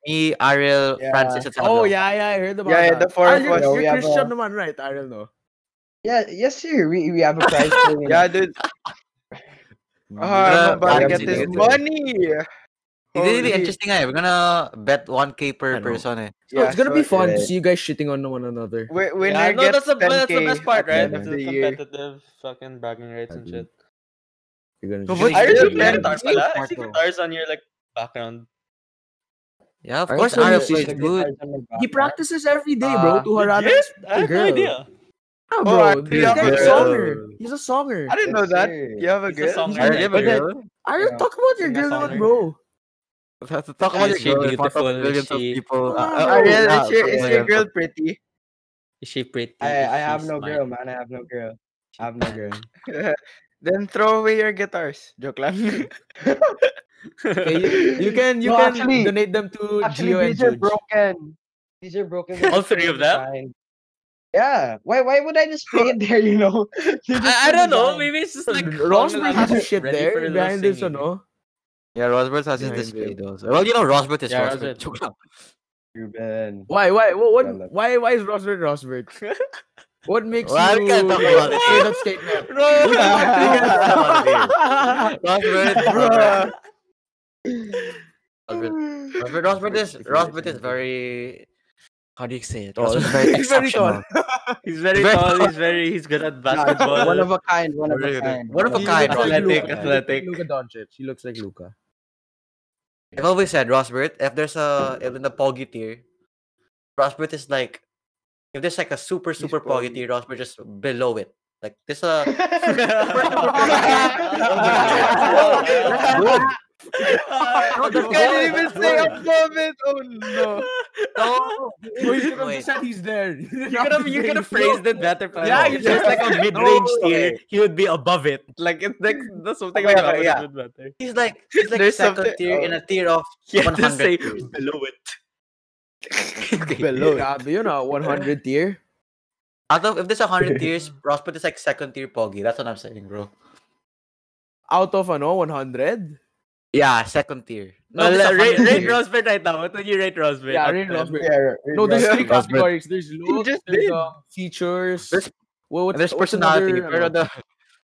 [SPEAKER 1] Me, Ariel, Francis, and
[SPEAKER 3] Oh
[SPEAKER 1] Pablo.
[SPEAKER 3] yeah, yeah, I heard about
[SPEAKER 4] Yeah, yeah,
[SPEAKER 3] that.
[SPEAKER 4] the four of
[SPEAKER 3] Ariel,
[SPEAKER 4] us,
[SPEAKER 3] You're
[SPEAKER 4] we have
[SPEAKER 3] Christian
[SPEAKER 4] a-
[SPEAKER 3] naman, right? Ariel, no.
[SPEAKER 6] Yeah, yes, sir. We we have a prize. for you.
[SPEAKER 4] Yeah, dude. Oh,
[SPEAKER 1] Bruh,
[SPEAKER 4] I'm about to
[SPEAKER 1] Ramsey
[SPEAKER 4] get this
[SPEAKER 1] did it.
[SPEAKER 4] money.
[SPEAKER 1] It's
[SPEAKER 3] Oh,
[SPEAKER 1] really
[SPEAKER 4] Holy-
[SPEAKER 1] interesting. Eh. We're gonna bet 1k
[SPEAKER 3] I
[SPEAKER 1] per
[SPEAKER 3] know.
[SPEAKER 1] person. Eh.
[SPEAKER 3] So Oh, it's gonna
[SPEAKER 4] so
[SPEAKER 3] be fun to
[SPEAKER 4] it's-
[SPEAKER 3] see you guys shitting on one another.
[SPEAKER 4] Wi-
[SPEAKER 2] Yeah,
[SPEAKER 4] Winner
[SPEAKER 2] no, that's
[SPEAKER 4] gets
[SPEAKER 2] the,
[SPEAKER 4] 10K
[SPEAKER 2] that's the best part, right?
[SPEAKER 3] end
[SPEAKER 2] It's
[SPEAKER 3] of
[SPEAKER 2] the
[SPEAKER 4] the year.
[SPEAKER 2] competitive fucking bragging rights and shit.
[SPEAKER 3] You're
[SPEAKER 1] No,
[SPEAKER 3] gonna
[SPEAKER 1] but
[SPEAKER 3] shit
[SPEAKER 2] I
[SPEAKER 3] on
[SPEAKER 1] Ariel
[SPEAKER 2] really
[SPEAKER 3] each
[SPEAKER 1] Yeah.
[SPEAKER 2] like
[SPEAKER 3] other.
[SPEAKER 1] Ariel-
[SPEAKER 2] guitars pala. I see
[SPEAKER 1] Marco.
[SPEAKER 2] guitars on your like background.
[SPEAKER 1] Yeah, of
[SPEAKER 3] Ariel
[SPEAKER 1] course,
[SPEAKER 3] Pablo
[SPEAKER 1] Ariel
[SPEAKER 3] is
[SPEAKER 1] plays
[SPEAKER 3] like-
[SPEAKER 1] good.
[SPEAKER 3] He practices every day, bro,
[SPEAKER 1] Ah,
[SPEAKER 3] to Harada.
[SPEAKER 2] Legit? I have
[SPEAKER 3] girl.
[SPEAKER 2] no idea.
[SPEAKER 3] Yeah,
[SPEAKER 4] Oh,
[SPEAKER 3] bro.
[SPEAKER 4] Ariel
[SPEAKER 3] this guy's a
[SPEAKER 1] Pablo.
[SPEAKER 3] songer. He's a songer.
[SPEAKER 4] I didn't know
[SPEAKER 6] Yes,
[SPEAKER 4] that.
[SPEAKER 6] sir.
[SPEAKER 4] You have a
[SPEAKER 2] He's a
[SPEAKER 4] girl.
[SPEAKER 2] songer.
[SPEAKER 1] Ariel, you have a
[SPEAKER 2] But then-
[SPEAKER 1] girl?
[SPEAKER 3] Ariel,
[SPEAKER 6] Yeah.
[SPEAKER 3] talk about your
[SPEAKER 6] He's a
[SPEAKER 3] girl naman,
[SPEAKER 6] songer.
[SPEAKER 3] bro.
[SPEAKER 2] (laughs)
[SPEAKER 1] Have to Talk about your
[SPEAKER 2] Is she
[SPEAKER 1] girl in front of
[SPEAKER 2] beautiful? Is
[SPEAKER 1] millions of
[SPEAKER 2] she-
[SPEAKER 1] people.
[SPEAKER 3] Ah,
[SPEAKER 1] uh, oh,
[SPEAKER 3] Ariel,
[SPEAKER 4] Ariel,
[SPEAKER 1] yeah,
[SPEAKER 4] is your,
[SPEAKER 1] talk
[SPEAKER 4] is
[SPEAKER 1] about
[SPEAKER 4] your
[SPEAKER 1] your-
[SPEAKER 4] girl pretty? (laughs)
[SPEAKER 2] Is she pretty?
[SPEAKER 6] I, I have
[SPEAKER 2] She's
[SPEAKER 6] no
[SPEAKER 2] fine.
[SPEAKER 6] girl, man. I have no girl. I have no girl.
[SPEAKER 4] then throw away your guitars. Joke lang.
[SPEAKER 3] Okay, you, you can you
[SPEAKER 6] No,
[SPEAKER 3] can
[SPEAKER 6] actually-
[SPEAKER 3] donate them to
[SPEAKER 6] Actually,
[SPEAKER 3] Geo and
[SPEAKER 6] these are
[SPEAKER 3] Jude.
[SPEAKER 6] broken. These are broken. but
[SPEAKER 2] All
[SPEAKER 6] they're
[SPEAKER 2] three of
[SPEAKER 6] still
[SPEAKER 2] them?
[SPEAKER 6] fine. Yeah. Why why would I just play it there, you know? (laughs) They're just
[SPEAKER 2] I, I don't
[SPEAKER 6] still
[SPEAKER 2] know.
[SPEAKER 6] down.
[SPEAKER 2] Maybe it's just (laughs) like
[SPEAKER 3] Rosberg has his shit
[SPEAKER 2] Ready for
[SPEAKER 3] there
[SPEAKER 2] the
[SPEAKER 3] behind this,
[SPEAKER 2] singing.
[SPEAKER 3] ano?
[SPEAKER 1] Yeah, Rosberg has his
[SPEAKER 3] Behind
[SPEAKER 1] display
[SPEAKER 3] him.
[SPEAKER 1] though. So- Well, you know, Rosberg is
[SPEAKER 2] Yeah,
[SPEAKER 1] Rosberg.
[SPEAKER 2] Rosberg.
[SPEAKER 1] (laughs)
[SPEAKER 2] (laughs)
[SPEAKER 1] Joke lang.
[SPEAKER 3] (laughs)
[SPEAKER 6] Ruben.
[SPEAKER 3] Why why what,
[SPEAKER 6] Well,
[SPEAKER 3] what why why is Rosberg
[SPEAKER 2] (laughs)
[SPEAKER 3] Rosberg? What makes
[SPEAKER 1] Well, I
[SPEAKER 3] you
[SPEAKER 1] can't talk about it.
[SPEAKER 3] (laughs) say that statement?
[SPEAKER 2] (laughs)
[SPEAKER 1] Rosberg, (laughs) Rosberg.
[SPEAKER 6] (laughs)
[SPEAKER 1] Rosberg. Rosberg, Rosberg is Rosberg is very. How do you say it?
[SPEAKER 3] Tall.
[SPEAKER 1] Rosberg is very
[SPEAKER 3] He's very tall.
[SPEAKER 1] exceptional.
[SPEAKER 2] he's very
[SPEAKER 1] Very
[SPEAKER 2] tall. He's very he's good at
[SPEAKER 6] Nah, it's (laughs)
[SPEAKER 2] basketball.
[SPEAKER 6] one of a kind. One of
[SPEAKER 1] Very
[SPEAKER 6] a
[SPEAKER 1] good.
[SPEAKER 6] (laughs) kind.
[SPEAKER 1] One of a
[SPEAKER 3] He
[SPEAKER 1] kind,
[SPEAKER 3] looks like
[SPEAKER 2] athletic,
[SPEAKER 3] Luka.
[SPEAKER 2] athletic.
[SPEAKER 3] He looks
[SPEAKER 2] (laughs)
[SPEAKER 3] like Luka Doncic. He looks like Luka.
[SPEAKER 1] I've always said Rosberg. If there's a if in the pogi tier, Rosberg is like if there's like a super super pogi tier, Rosberg just below it. (laughs)
[SPEAKER 6] (laughs)
[SPEAKER 1] Like this a.
[SPEAKER 6] kind. (laughs)
[SPEAKER 1] Bro, (laughs)
[SPEAKER 2] I
[SPEAKER 4] You can't even say a comment. Oh no.
[SPEAKER 2] No,
[SPEAKER 3] Oh, you could have
[SPEAKER 1] Wait.
[SPEAKER 3] just said he's there. (laughs) You could
[SPEAKER 2] you could have you could
[SPEAKER 3] (laughs)
[SPEAKER 2] have
[SPEAKER 1] (laughs)
[SPEAKER 2] phrased it better. Pal.
[SPEAKER 9] Yeah,
[SPEAKER 2] Yeah,
[SPEAKER 9] you
[SPEAKER 2] you just like
[SPEAKER 1] Oh,
[SPEAKER 2] a mid range tier. He would be above it. Like it's like that's something
[SPEAKER 1] Okay,
[SPEAKER 2] about
[SPEAKER 1] okay, yeah.
[SPEAKER 2] it would matter.
[SPEAKER 1] He's like he's like
[SPEAKER 4] There's
[SPEAKER 1] second
[SPEAKER 4] something-
[SPEAKER 1] tier in a tier of
[SPEAKER 2] He had to
[SPEAKER 1] 100
[SPEAKER 2] say
[SPEAKER 1] tiers.
[SPEAKER 2] below it.
[SPEAKER 4] Below it.
[SPEAKER 3] you know, 100 tier.
[SPEAKER 1] Out of if there's hundred tiers, Rosbud is like second tier Poggy. That's what I'm saying, bro.
[SPEAKER 3] Out of ano, 100?
[SPEAKER 1] Yeah, second tier.
[SPEAKER 2] No,
[SPEAKER 1] there's
[SPEAKER 2] well,
[SPEAKER 1] a
[SPEAKER 2] rate,
[SPEAKER 1] hundred
[SPEAKER 2] rate
[SPEAKER 1] tier.
[SPEAKER 2] Rosberg right now. What would you rate Rosberg?
[SPEAKER 3] Yeah,
[SPEAKER 2] Out
[SPEAKER 3] rate
[SPEAKER 2] of ten?
[SPEAKER 3] Rosberg.
[SPEAKER 6] Yeah,
[SPEAKER 3] No, there's (laughs) three
[SPEAKER 1] Rosberg.
[SPEAKER 3] categories. There's looks,
[SPEAKER 4] just
[SPEAKER 3] there's
[SPEAKER 4] did.
[SPEAKER 3] um, features.
[SPEAKER 1] There's-
[SPEAKER 3] well, what's-
[SPEAKER 1] There's
[SPEAKER 3] what's
[SPEAKER 1] personality,
[SPEAKER 3] another,
[SPEAKER 1] pero
[SPEAKER 3] ano?
[SPEAKER 1] the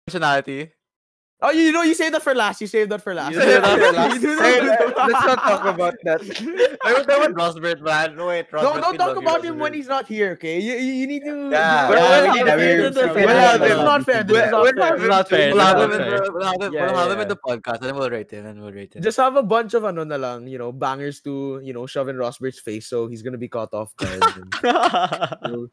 [SPEAKER 1] personality.
[SPEAKER 3] Oh, you know, you saved that for last. You saved that for last.
[SPEAKER 4] saved that for last.
[SPEAKER 3] (laughs) You do
[SPEAKER 4] Hey,
[SPEAKER 3] that for last.
[SPEAKER 4] Let's not talk about that.
[SPEAKER 1] I would go with Rosbert, man. No, wait, Rosbert.
[SPEAKER 3] No, don't
[SPEAKER 1] we love
[SPEAKER 3] talk
[SPEAKER 1] you,
[SPEAKER 3] about him when
[SPEAKER 1] Rosberg.
[SPEAKER 3] he's not here, okay? You, you you need to.
[SPEAKER 1] Yeah.
[SPEAKER 3] Well,
[SPEAKER 1] Yeah,
[SPEAKER 3] well,
[SPEAKER 1] we
[SPEAKER 3] not
[SPEAKER 1] can
[SPEAKER 3] fair,
[SPEAKER 1] never-
[SPEAKER 3] this is not
[SPEAKER 1] we're
[SPEAKER 3] fair,
[SPEAKER 1] not-
[SPEAKER 3] this is not fair. This is not fair.
[SPEAKER 2] It's
[SPEAKER 1] We'll have
[SPEAKER 2] not fair. it's not
[SPEAKER 1] him in
[SPEAKER 2] fair.
[SPEAKER 1] the- we'll have him-
[SPEAKER 3] Yeah,
[SPEAKER 1] we'll have him
[SPEAKER 3] yeah.
[SPEAKER 1] in the podcast, and then we'll rate him, and we'll rate him.
[SPEAKER 3] Just have a bunch of ano na lang, you know, bangers to, you know, shove in Rosberg's face so he's gonna be caught
[SPEAKER 1] (laughs)
[SPEAKER 3] off guard. and-
[SPEAKER 4] I'm gonna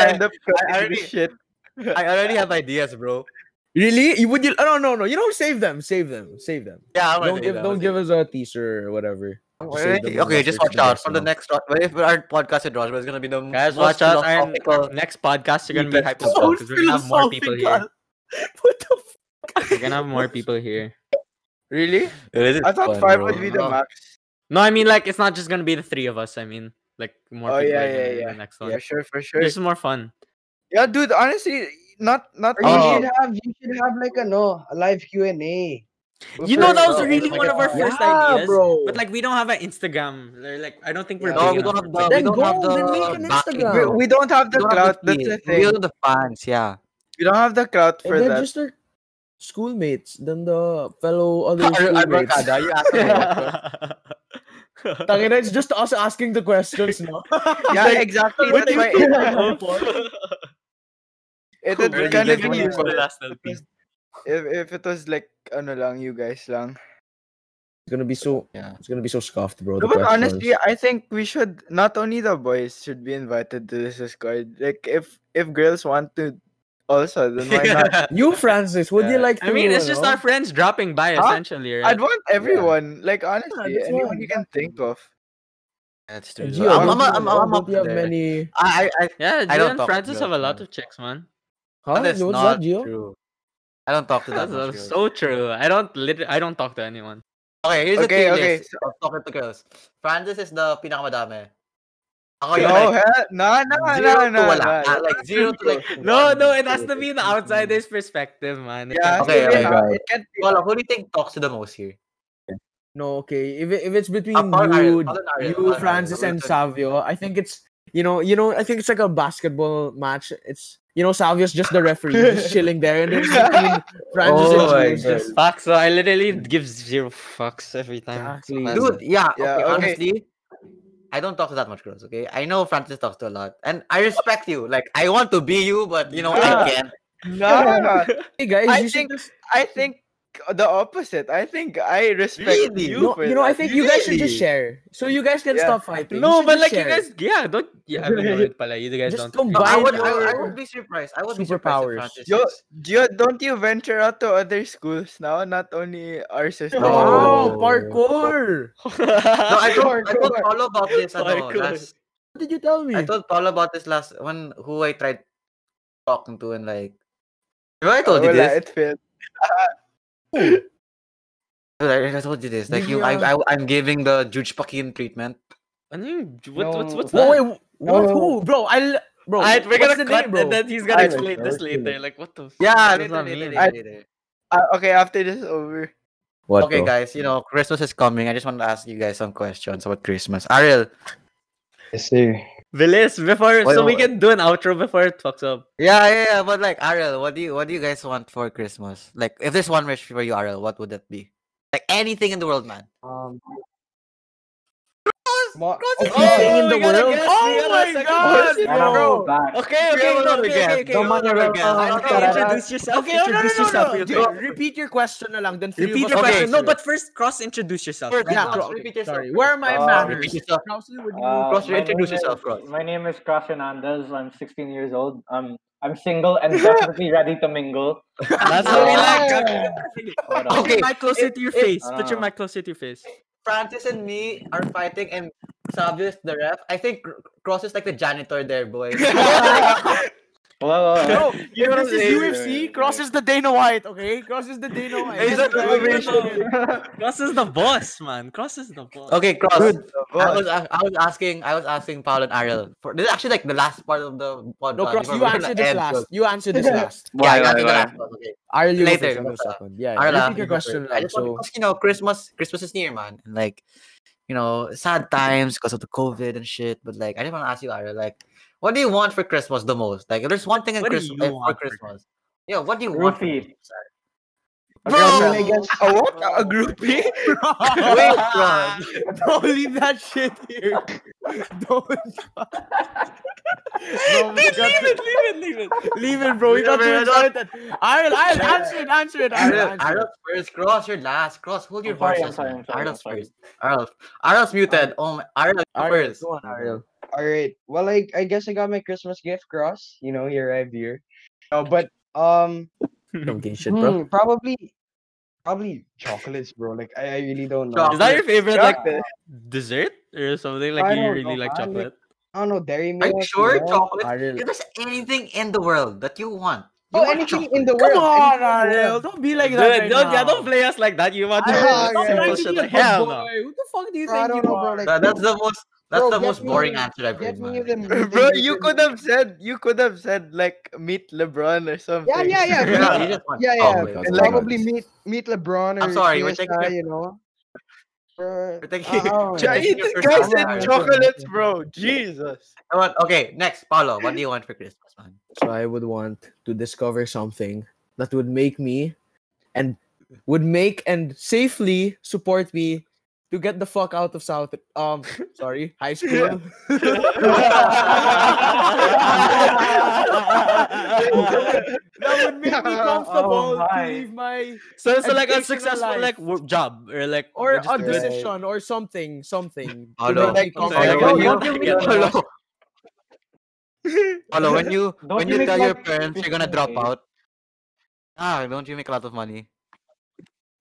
[SPEAKER 1] I-
[SPEAKER 4] end up
[SPEAKER 1] I
[SPEAKER 4] cutting
[SPEAKER 1] already-
[SPEAKER 4] this shit.
[SPEAKER 1] I already have ideas, bro.
[SPEAKER 3] really? You would you oh, no no no you don't save them, save them, save them.
[SPEAKER 1] Yeah, I'm gonna do
[SPEAKER 3] Don't give
[SPEAKER 1] that,
[SPEAKER 3] don't
[SPEAKER 1] I'll
[SPEAKER 3] give
[SPEAKER 1] do
[SPEAKER 3] us a teaser or whatever.
[SPEAKER 1] that.
[SPEAKER 3] just save them
[SPEAKER 1] Okay,
[SPEAKER 3] on
[SPEAKER 1] okay, just watch
[SPEAKER 3] Rosberg's
[SPEAKER 1] out for the
[SPEAKER 3] now.
[SPEAKER 1] next. Ro- If our podcast with Rosbert is gonna be the
[SPEAKER 2] (laughs) Guys,
[SPEAKER 1] most
[SPEAKER 2] watch out. Our
[SPEAKER 1] philosophical-
[SPEAKER 2] next podcast, you're gonna be hyped
[SPEAKER 1] So
[SPEAKER 2] because we're gonna have more people here.
[SPEAKER 3] What the f-
[SPEAKER 2] We're gonna have more people here.
[SPEAKER 4] Really?
[SPEAKER 1] It is
[SPEAKER 4] I thought
[SPEAKER 1] fun,
[SPEAKER 4] five
[SPEAKER 1] bro.
[SPEAKER 4] would be the
[SPEAKER 1] Oh.
[SPEAKER 4] max.
[SPEAKER 2] No, I mean like it's not just gonna be the three of us. I mean like more
[SPEAKER 4] Oh,
[SPEAKER 2] people
[SPEAKER 4] yeah,
[SPEAKER 2] are gonna
[SPEAKER 4] yeah,
[SPEAKER 2] be in
[SPEAKER 4] yeah.
[SPEAKER 2] the next one.
[SPEAKER 4] Yeah, sure, for sure.
[SPEAKER 2] This is more fun.
[SPEAKER 4] Yeah, dude. Honestly, not not.
[SPEAKER 6] Or you
[SPEAKER 1] Oh.
[SPEAKER 6] should have you should have like a no a live Q and A.
[SPEAKER 2] You know that was
[SPEAKER 1] Oh,
[SPEAKER 2] really
[SPEAKER 1] my
[SPEAKER 2] one of our
[SPEAKER 1] God.
[SPEAKER 2] first
[SPEAKER 3] Yeah,
[SPEAKER 2] ideas,
[SPEAKER 3] bro.
[SPEAKER 2] but like we don't have an Instagram. They're, Like I don't think we're.
[SPEAKER 6] Yeah.
[SPEAKER 1] No,
[SPEAKER 2] big
[SPEAKER 1] we
[SPEAKER 2] enough
[SPEAKER 1] don't have
[SPEAKER 2] for
[SPEAKER 1] the.
[SPEAKER 2] that.
[SPEAKER 1] we
[SPEAKER 3] Then
[SPEAKER 1] don't have
[SPEAKER 3] go, then make
[SPEAKER 1] the
[SPEAKER 3] an
[SPEAKER 1] backing.
[SPEAKER 3] Instagram.
[SPEAKER 4] We, we don't have the
[SPEAKER 1] We don't have
[SPEAKER 4] crowd. That's the
[SPEAKER 1] feel.
[SPEAKER 4] thing.
[SPEAKER 1] We don't have the fans. Yeah.
[SPEAKER 4] We don't have the crowd
[SPEAKER 3] And
[SPEAKER 4] for
[SPEAKER 3] they're
[SPEAKER 4] that.
[SPEAKER 3] just their schoolmates than the fellow other
[SPEAKER 1] (laughs) Ar-
[SPEAKER 3] schoolmates.
[SPEAKER 1] Arbarkada, you asked me that, bro.
[SPEAKER 3] (laughs) Tangina, it's just us asking the questions,
[SPEAKER 1] (laughs)
[SPEAKER 3] no?
[SPEAKER 4] yeah, exactly.
[SPEAKER 3] What
[SPEAKER 4] That's
[SPEAKER 3] do
[SPEAKER 4] why
[SPEAKER 3] you
[SPEAKER 4] it, (laughs) it
[SPEAKER 2] Cool,
[SPEAKER 4] would
[SPEAKER 2] really
[SPEAKER 4] kind of
[SPEAKER 2] good one
[SPEAKER 4] be
[SPEAKER 2] for
[SPEAKER 4] useful
[SPEAKER 2] the last
[SPEAKER 1] (laughs)
[SPEAKER 2] LP.
[SPEAKER 4] if, if it was like ano lang you guys lang.
[SPEAKER 3] It's gonna be so
[SPEAKER 1] Yeah.
[SPEAKER 3] it's gonna be so scuffed, bro.
[SPEAKER 4] No,
[SPEAKER 3] the
[SPEAKER 4] but
[SPEAKER 3] questions.
[SPEAKER 4] honestly, I think we should not only the boys should be invited to this Discord. Like if if girls want to also, then (laughs) why not?
[SPEAKER 3] you Francis, would you
[SPEAKER 2] Yeah.
[SPEAKER 3] like
[SPEAKER 2] I
[SPEAKER 3] to
[SPEAKER 2] mean, it's just
[SPEAKER 3] ano?
[SPEAKER 2] our friends dropping by
[SPEAKER 4] Huh?
[SPEAKER 2] essentially, right?
[SPEAKER 4] I'd want everyone. Like honestly,
[SPEAKER 3] that's why,
[SPEAKER 4] anyone you can think of.
[SPEAKER 1] That's true.
[SPEAKER 3] Gio,
[SPEAKER 1] I'm,
[SPEAKER 3] don't
[SPEAKER 1] I'm, I'm,
[SPEAKER 3] you-
[SPEAKER 1] I'm,
[SPEAKER 3] don't
[SPEAKER 1] up
[SPEAKER 3] you have
[SPEAKER 1] there.
[SPEAKER 3] many
[SPEAKER 1] I, I, I,
[SPEAKER 2] yeah,
[SPEAKER 1] I
[SPEAKER 2] Jill
[SPEAKER 1] don't
[SPEAKER 2] and
[SPEAKER 1] talk to
[SPEAKER 2] Francis
[SPEAKER 1] girls,
[SPEAKER 2] have a lot
[SPEAKER 1] man.
[SPEAKER 2] of chicks, man.
[SPEAKER 3] Huh?
[SPEAKER 1] That is
[SPEAKER 3] What's
[SPEAKER 1] not
[SPEAKER 3] that, Gio?
[SPEAKER 1] true. I don't talk to that
[SPEAKER 2] That's
[SPEAKER 1] much. girls.
[SPEAKER 2] so true. I don't lit- I don't talk to anyone.
[SPEAKER 1] okay, here's the
[SPEAKER 4] Okay,
[SPEAKER 1] tier
[SPEAKER 4] okay,
[SPEAKER 1] list of talking to girls. Francis is the pinakamadami. Ako yun,
[SPEAKER 4] Oh
[SPEAKER 1] like,
[SPEAKER 4] hell, no, no,
[SPEAKER 1] zero
[SPEAKER 4] no,
[SPEAKER 1] to
[SPEAKER 4] no,
[SPEAKER 1] wala.
[SPEAKER 4] no.
[SPEAKER 3] oh
[SPEAKER 1] Ah, like, zero to like...
[SPEAKER 2] No,
[SPEAKER 1] one.
[SPEAKER 2] no, it has to be an outsider's perspective, man. It can't
[SPEAKER 4] Yeah,
[SPEAKER 1] Okay,
[SPEAKER 4] so
[SPEAKER 1] okay,
[SPEAKER 4] yeah,
[SPEAKER 1] got it.
[SPEAKER 4] it can't be.
[SPEAKER 1] Wala, who do you think talks to the most here?
[SPEAKER 3] No, okay. If it- if it's between
[SPEAKER 1] Ah, Paul
[SPEAKER 3] you,
[SPEAKER 1] Ariel, Paul Ariel, Paul
[SPEAKER 3] you
[SPEAKER 1] Ariel,
[SPEAKER 3] Francis
[SPEAKER 1] Paul
[SPEAKER 3] and
[SPEAKER 1] Ariel.
[SPEAKER 3] Savio, I think it's you know you know I think it's like a basketball match. It's you know Savio's just the referee,
[SPEAKER 1] (laughs)
[SPEAKER 3] just chilling there, and then between Francis
[SPEAKER 1] Oh my
[SPEAKER 3] and you, it's
[SPEAKER 1] God.
[SPEAKER 3] just
[SPEAKER 2] Fuck, so I literally give zero fucks every time.
[SPEAKER 3] Exactly.
[SPEAKER 2] It's so bad.
[SPEAKER 1] Dude, yeah,
[SPEAKER 4] Yeah,
[SPEAKER 1] okay,
[SPEAKER 4] okay.
[SPEAKER 1] honestly, I don't talk to that much girls, okay? I know Francis talks to a lot, and I respect you. Like, I want to be you, but, you know, I
[SPEAKER 4] Yeah.
[SPEAKER 1] can't.
[SPEAKER 4] No,
[SPEAKER 3] (laughs) hey guys,
[SPEAKER 4] I
[SPEAKER 3] you should
[SPEAKER 4] think-
[SPEAKER 3] just,
[SPEAKER 4] I think the opposite. I think I respect
[SPEAKER 1] Really?
[SPEAKER 3] no,
[SPEAKER 4] you. for
[SPEAKER 3] you know I
[SPEAKER 4] that.
[SPEAKER 3] think you guys should
[SPEAKER 1] Really?
[SPEAKER 3] just share, so you guys can
[SPEAKER 4] Yeah.
[SPEAKER 3] stop fighting. You
[SPEAKER 2] No,
[SPEAKER 3] should
[SPEAKER 2] but
[SPEAKER 3] just
[SPEAKER 2] like you
[SPEAKER 3] share.
[SPEAKER 2] guys, yeah, don't. Yeah, I mean, no, wait, pala, you (laughs) guys
[SPEAKER 3] just
[SPEAKER 2] don't.
[SPEAKER 1] No, I
[SPEAKER 3] combine
[SPEAKER 1] would, I, would- I
[SPEAKER 3] your-
[SPEAKER 1] would be surprised. I would be surprised if
[SPEAKER 3] superpowers.
[SPEAKER 1] Francis
[SPEAKER 4] Yo-
[SPEAKER 1] is-
[SPEAKER 4] Gio, don't you venture out to other schools now? Not only our system.
[SPEAKER 3] Wow,
[SPEAKER 1] No.
[SPEAKER 3] parkour!
[SPEAKER 1] No,
[SPEAKER 4] (laughs)
[SPEAKER 1] I told, I told
[SPEAKER 4] Parkour.
[SPEAKER 1] Paolo about this. Ano,
[SPEAKER 2] Parkour.
[SPEAKER 1] last,
[SPEAKER 3] What did you tell me?
[SPEAKER 1] I told Paolo about this last one who I tried talking to and like. Remember I told you
[SPEAKER 4] Wala,
[SPEAKER 1] Oh, this?
[SPEAKER 4] it failed.
[SPEAKER 1] I I told you this. Like you,
[SPEAKER 3] Yeah.
[SPEAKER 1] I, I, I'm giving the Juge Pakin treatment.
[SPEAKER 2] Ano yung- what, what's what's
[SPEAKER 3] Wait,
[SPEAKER 2] that?
[SPEAKER 3] wait, what?
[SPEAKER 1] Oh.
[SPEAKER 3] Who, bro? I, bro.
[SPEAKER 2] Alright, we're
[SPEAKER 3] what's
[SPEAKER 2] gonna
[SPEAKER 3] the
[SPEAKER 2] cut
[SPEAKER 3] name, bro?
[SPEAKER 2] and then he's gonna
[SPEAKER 4] I don't
[SPEAKER 2] explain
[SPEAKER 3] know,
[SPEAKER 2] this
[SPEAKER 3] it's really-
[SPEAKER 2] later. Like, what the? F-
[SPEAKER 1] Yeah,
[SPEAKER 2] does
[SPEAKER 1] later,
[SPEAKER 2] that
[SPEAKER 1] later,
[SPEAKER 2] mean?
[SPEAKER 1] later, later.
[SPEAKER 4] Uh, okay, after this is over.
[SPEAKER 3] What?
[SPEAKER 1] Okay, guys, you know Christmas is coming. I just want to ask you guys some questions about Christmas. Ariel,
[SPEAKER 6] Yes, sir.
[SPEAKER 2] Bilis, before
[SPEAKER 1] Wait,
[SPEAKER 2] so we
[SPEAKER 1] wait.
[SPEAKER 2] can do an outro before it fucks up.
[SPEAKER 1] yeah, yeah, yeah, but like Ariel, what do you, what do you guys want for Christmas? Like, if there's one wish for you, Ariel, what would that be? Like anything in the world, man.
[SPEAKER 6] Um,
[SPEAKER 1] Rose,
[SPEAKER 6] Mo-
[SPEAKER 1] Rose is
[SPEAKER 6] Oh,
[SPEAKER 1] here.
[SPEAKER 3] Anything in the
[SPEAKER 2] we gotta
[SPEAKER 3] world?
[SPEAKER 2] guess, we
[SPEAKER 3] Oh
[SPEAKER 2] gotta
[SPEAKER 3] my
[SPEAKER 2] second
[SPEAKER 3] god,
[SPEAKER 2] guess.
[SPEAKER 3] bro!
[SPEAKER 2] Okay,
[SPEAKER 1] We
[SPEAKER 2] okay,
[SPEAKER 1] have
[SPEAKER 2] no,
[SPEAKER 1] another
[SPEAKER 2] okay,
[SPEAKER 1] guest.
[SPEAKER 2] okay, okay.
[SPEAKER 1] Don't oh, mind your
[SPEAKER 2] okay,
[SPEAKER 1] guest.
[SPEAKER 2] okay,
[SPEAKER 1] Tara,
[SPEAKER 2] Oh, introduce yourself.
[SPEAKER 3] Uh, Okay, no, no,
[SPEAKER 2] introduce
[SPEAKER 3] no,
[SPEAKER 2] yourself.
[SPEAKER 3] no,
[SPEAKER 2] real
[SPEAKER 3] Gio,
[SPEAKER 2] quick.
[SPEAKER 3] repeat your question na lang, then three
[SPEAKER 2] Repeat
[SPEAKER 3] of
[SPEAKER 2] your
[SPEAKER 3] us
[SPEAKER 2] question.
[SPEAKER 3] answer.
[SPEAKER 2] No, but first cross introduce yourself.
[SPEAKER 1] First,
[SPEAKER 3] Yeah,
[SPEAKER 1] Rose,
[SPEAKER 3] cross-
[SPEAKER 1] repeat yourself
[SPEAKER 3] Sorry,
[SPEAKER 1] first.
[SPEAKER 3] where are my
[SPEAKER 10] Uh,
[SPEAKER 3] manners?
[SPEAKER 1] Repeat yourself.
[SPEAKER 3] Krause, would you-
[SPEAKER 10] Uh,
[SPEAKER 1] Cross,
[SPEAKER 10] my
[SPEAKER 1] introduce (laughs)
[SPEAKER 10] name is-
[SPEAKER 1] yourself, Cross.
[SPEAKER 10] My name is Cross Hernandez. I'm 16 years old. I'm
[SPEAKER 8] I'm single
[SPEAKER 3] (laughs)
[SPEAKER 8] and definitely ready to mingle.
[SPEAKER 2] That's
[SPEAKER 1] oh,
[SPEAKER 8] what we
[SPEAKER 1] Ah!
[SPEAKER 2] like.
[SPEAKER 8] Hold on.
[SPEAKER 7] Put your
[SPEAKER 1] Okay,
[SPEAKER 7] mic closer
[SPEAKER 1] if-
[SPEAKER 7] to your
[SPEAKER 1] if-
[SPEAKER 7] face.
[SPEAKER 8] No, no,
[SPEAKER 7] Put your
[SPEAKER 8] no.
[SPEAKER 7] mic closer to your face.
[SPEAKER 1] Francis and me are fighting, and Sabius, the ref, I think Cr- Cross is like the janitor there, boy.
[SPEAKER 8] Whoa, whoa, whoa.
[SPEAKER 3] If (laughs)
[SPEAKER 8] know,
[SPEAKER 3] this is
[SPEAKER 8] wait, wait,
[SPEAKER 3] UFC,
[SPEAKER 8] wait,
[SPEAKER 3] Cross is
[SPEAKER 8] wait.
[SPEAKER 3] the Dana White, okay? Cross is the Dana White.
[SPEAKER 7] He's a
[SPEAKER 3] That's the
[SPEAKER 7] revelation.
[SPEAKER 3] revelation.
[SPEAKER 7] Cross is the boss, man. Cross is the boss.
[SPEAKER 1] (laughs) okay, Cross. I
[SPEAKER 4] Boss.
[SPEAKER 1] was a- I was asking I was asking Paul and Ariel for this is actually like the last part of the podcast.
[SPEAKER 3] No, Cross,
[SPEAKER 1] before
[SPEAKER 3] you
[SPEAKER 1] we're gonna
[SPEAKER 3] answered this
[SPEAKER 1] end,
[SPEAKER 3] last.
[SPEAKER 1] so-
[SPEAKER 3] You answered this
[SPEAKER 1] Yeah,
[SPEAKER 3] last.
[SPEAKER 1] you
[SPEAKER 8] Why,
[SPEAKER 1] answered the
[SPEAKER 8] why, why?
[SPEAKER 1] last one, okay.
[SPEAKER 3] Ariel, you go
[SPEAKER 1] Later,
[SPEAKER 3] first, I'll go
[SPEAKER 1] Cross.
[SPEAKER 3] second. Yeah,
[SPEAKER 1] Ariel,
[SPEAKER 3] you
[SPEAKER 1] ah,
[SPEAKER 3] pick
[SPEAKER 1] you
[SPEAKER 3] your
[SPEAKER 1] go
[SPEAKER 3] question
[SPEAKER 1] first. I
[SPEAKER 3] lang.
[SPEAKER 1] just want
[SPEAKER 3] So,
[SPEAKER 1] because you know Christmas Christmas is near, man. And like, you know, sad times because of the COVID and shit. But like, I just want to ask you, Ariel, like, what do you want for Christmas the most? Like, if there's one thing in
[SPEAKER 7] What do
[SPEAKER 1] Christmas
[SPEAKER 7] you
[SPEAKER 1] for
[SPEAKER 7] want for
[SPEAKER 1] Christmas. Yeah, what do you want? for
[SPEAKER 8] Roofies.
[SPEAKER 1] Christmas, Ariel?
[SPEAKER 4] Bro! A what? A groupie? (laughs)
[SPEAKER 8] (laughs)
[SPEAKER 1] Wait, Cross.
[SPEAKER 3] don't leave that shit here. Don't. (laughs) no, leave it,
[SPEAKER 7] leave it, leave it.
[SPEAKER 3] leave it, bro. We
[SPEAKER 1] Leave
[SPEAKER 3] got
[SPEAKER 1] it,
[SPEAKER 3] too
[SPEAKER 1] man,
[SPEAKER 3] excited. Ariel, Ariel, answer it, answer it, Ariel.
[SPEAKER 1] Ariel,
[SPEAKER 3] answer it.
[SPEAKER 1] Ariel first. Cross, your last. Cross, hold your
[SPEAKER 8] I'm sorry, I'm
[SPEAKER 1] horses.
[SPEAKER 8] sorry,
[SPEAKER 1] man.
[SPEAKER 8] I'm sorry, I'm
[SPEAKER 1] Ariel's
[SPEAKER 8] sorry.
[SPEAKER 1] first. Ariel, Ariel's muted. Oh, my, Ariel, you
[SPEAKER 3] Ariel,
[SPEAKER 1] first.
[SPEAKER 3] go on, Ariel.
[SPEAKER 6] All right. Well, I I guess I got my Christmas gift, Cross. You know, he arrived here. No, but um,
[SPEAKER 3] Okay, shit, bro.
[SPEAKER 6] hmm, probably, probably chocolates, bro. Like I, I really don't know.
[SPEAKER 7] Is that your favorite like
[SPEAKER 4] Chocolate.
[SPEAKER 7] dessert or something?
[SPEAKER 6] I
[SPEAKER 7] Like you
[SPEAKER 6] don't
[SPEAKER 7] really
[SPEAKER 6] know,
[SPEAKER 7] like
[SPEAKER 6] man. Like-
[SPEAKER 7] chocolate?
[SPEAKER 6] I don't know dairy
[SPEAKER 1] Are
[SPEAKER 6] milk.
[SPEAKER 1] you sure
[SPEAKER 6] know?
[SPEAKER 1] chocolate?
[SPEAKER 3] Ariel.
[SPEAKER 1] If there's anything in the world that you want, you
[SPEAKER 6] Oh,
[SPEAKER 1] want
[SPEAKER 6] anything
[SPEAKER 1] chocolate.
[SPEAKER 6] in the world.
[SPEAKER 3] Come on,
[SPEAKER 6] anything in the
[SPEAKER 3] Ariel.
[SPEAKER 6] world.
[SPEAKER 3] Don't be like
[SPEAKER 7] Dude,
[SPEAKER 3] that. right
[SPEAKER 7] don't, yeah,
[SPEAKER 3] now.
[SPEAKER 7] don't play us like that. You want to
[SPEAKER 6] Ah,
[SPEAKER 7] do
[SPEAKER 6] yeah,
[SPEAKER 3] Stop
[SPEAKER 6] yeah.
[SPEAKER 3] trying
[SPEAKER 7] simple
[SPEAKER 3] to
[SPEAKER 7] shit
[SPEAKER 3] be a
[SPEAKER 7] like hell
[SPEAKER 3] fuck
[SPEAKER 7] no.
[SPEAKER 3] boy. Who the fuck do you
[SPEAKER 6] Bro, I
[SPEAKER 3] think
[SPEAKER 6] don't
[SPEAKER 3] you
[SPEAKER 6] know, bro.
[SPEAKER 3] are?
[SPEAKER 6] Like,
[SPEAKER 1] That- that's the most. That's
[SPEAKER 6] Bro,
[SPEAKER 1] the
[SPEAKER 6] get
[SPEAKER 1] most
[SPEAKER 6] me-
[SPEAKER 1] boring answer I've
[SPEAKER 6] get
[SPEAKER 1] heard.
[SPEAKER 6] me
[SPEAKER 1] man. (laughs)
[SPEAKER 6] the meat and
[SPEAKER 4] Bro, you
[SPEAKER 6] potatoes.
[SPEAKER 4] could have said you could have said like meet LeBron or something.
[SPEAKER 6] Yeah, yeah,
[SPEAKER 1] (laughs) You
[SPEAKER 6] yeah. bro.
[SPEAKER 1] just- you Oh just want
[SPEAKER 6] Yeah, yeah.
[SPEAKER 1] chocolate.
[SPEAKER 4] that's
[SPEAKER 6] and
[SPEAKER 1] (laughs)
[SPEAKER 4] fine.
[SPEAKER 6] probably meet meet LeBron or
[SPEAKER 1] I'm sorry, we're
[SPEAKER 6] CSI,
[SPEAKER 1] taking your-
[SPEAKER 6] you know. Or,
[SPEAKER 1] (laughs) We're taking-
[SPEAKER 6] (laughs)
[SPEAKER 1] (laughs)
[SPEAKER 6] I- I
[SPEAKER 1] Yeah,
[SPEAKER 4] Yeah,
[SPEAKER 6] don't know.
[SPEAKER 1] Giant-
[SPEAKER 4] he-
[SPEAKER 1] you
[SPEAKER 4] this
[SPEAKER 1] first
[SPEAKER 4] guy
[SPEAKER 1] answer,
[SPEAKER 4] (laughs) said
[SPEAKER 1] Ariel.
[SPEAKER 4] chocolates, bro.
[SPEAKER 3] (laughs)
[SPEAKER 1] (laughs)
[SPEAKER 4] Jesus. (laughs)
[SPEAKER 1] I want- okay, next, Paolo. What do you want for Christmas, man?
[SPEAKER 3] So I would want to discover something that would make me and would make and safely support me to get the fuck out of South um sorry, high school. that would
[SPEAKER 8] (laughs)
[SPEAKER 3] make me comfortable to
[SPEAKER 8] my.
[SPEAKER 3] leave my
[SPEAKER 7] So it's like a
[SPEAKER 3] Educational
[SPEAKER 7] successful
[SPEAKER 3] life.
[SPEAKER 7] like work job or like
[SPEAKER 3] or a
[SPEAKER 7] registered.
[SPEAKER 4] Register.
[SPEAKER 3] decision or something,
[SPEAKER 8] (laughs)
[SPEAKER 3] something. to
[SPEAKER 1] Hello.
[SPEAKER 3] make me
[SPEAKER 4] Hello.
[SPEAKER 3] comfortable.
[SPEAKER 7] Hello.
[SPEAKER 3] Don't-
[SPEAKER 7] Hello.
[SPEAKER 3] don't give me
[SPEAKER 7] Hello.
[SPEAKER 3] that.
[SPEAKER 1] Paolo, Paolo, when you
[SPEAKER 8] Don't
[SPEAKER 1] when
[SPEAKER 8] you
[SPEAKER 1] you
[SPEAKER 8] make
[SPEAKER 1] tell your
[SPEAKER 8] money?
[SPEAKER 1] parents you're gonna drop
[SPEAKER 8] Okay.
[SPEAKER 1] out, ah, don't you make a lot of money?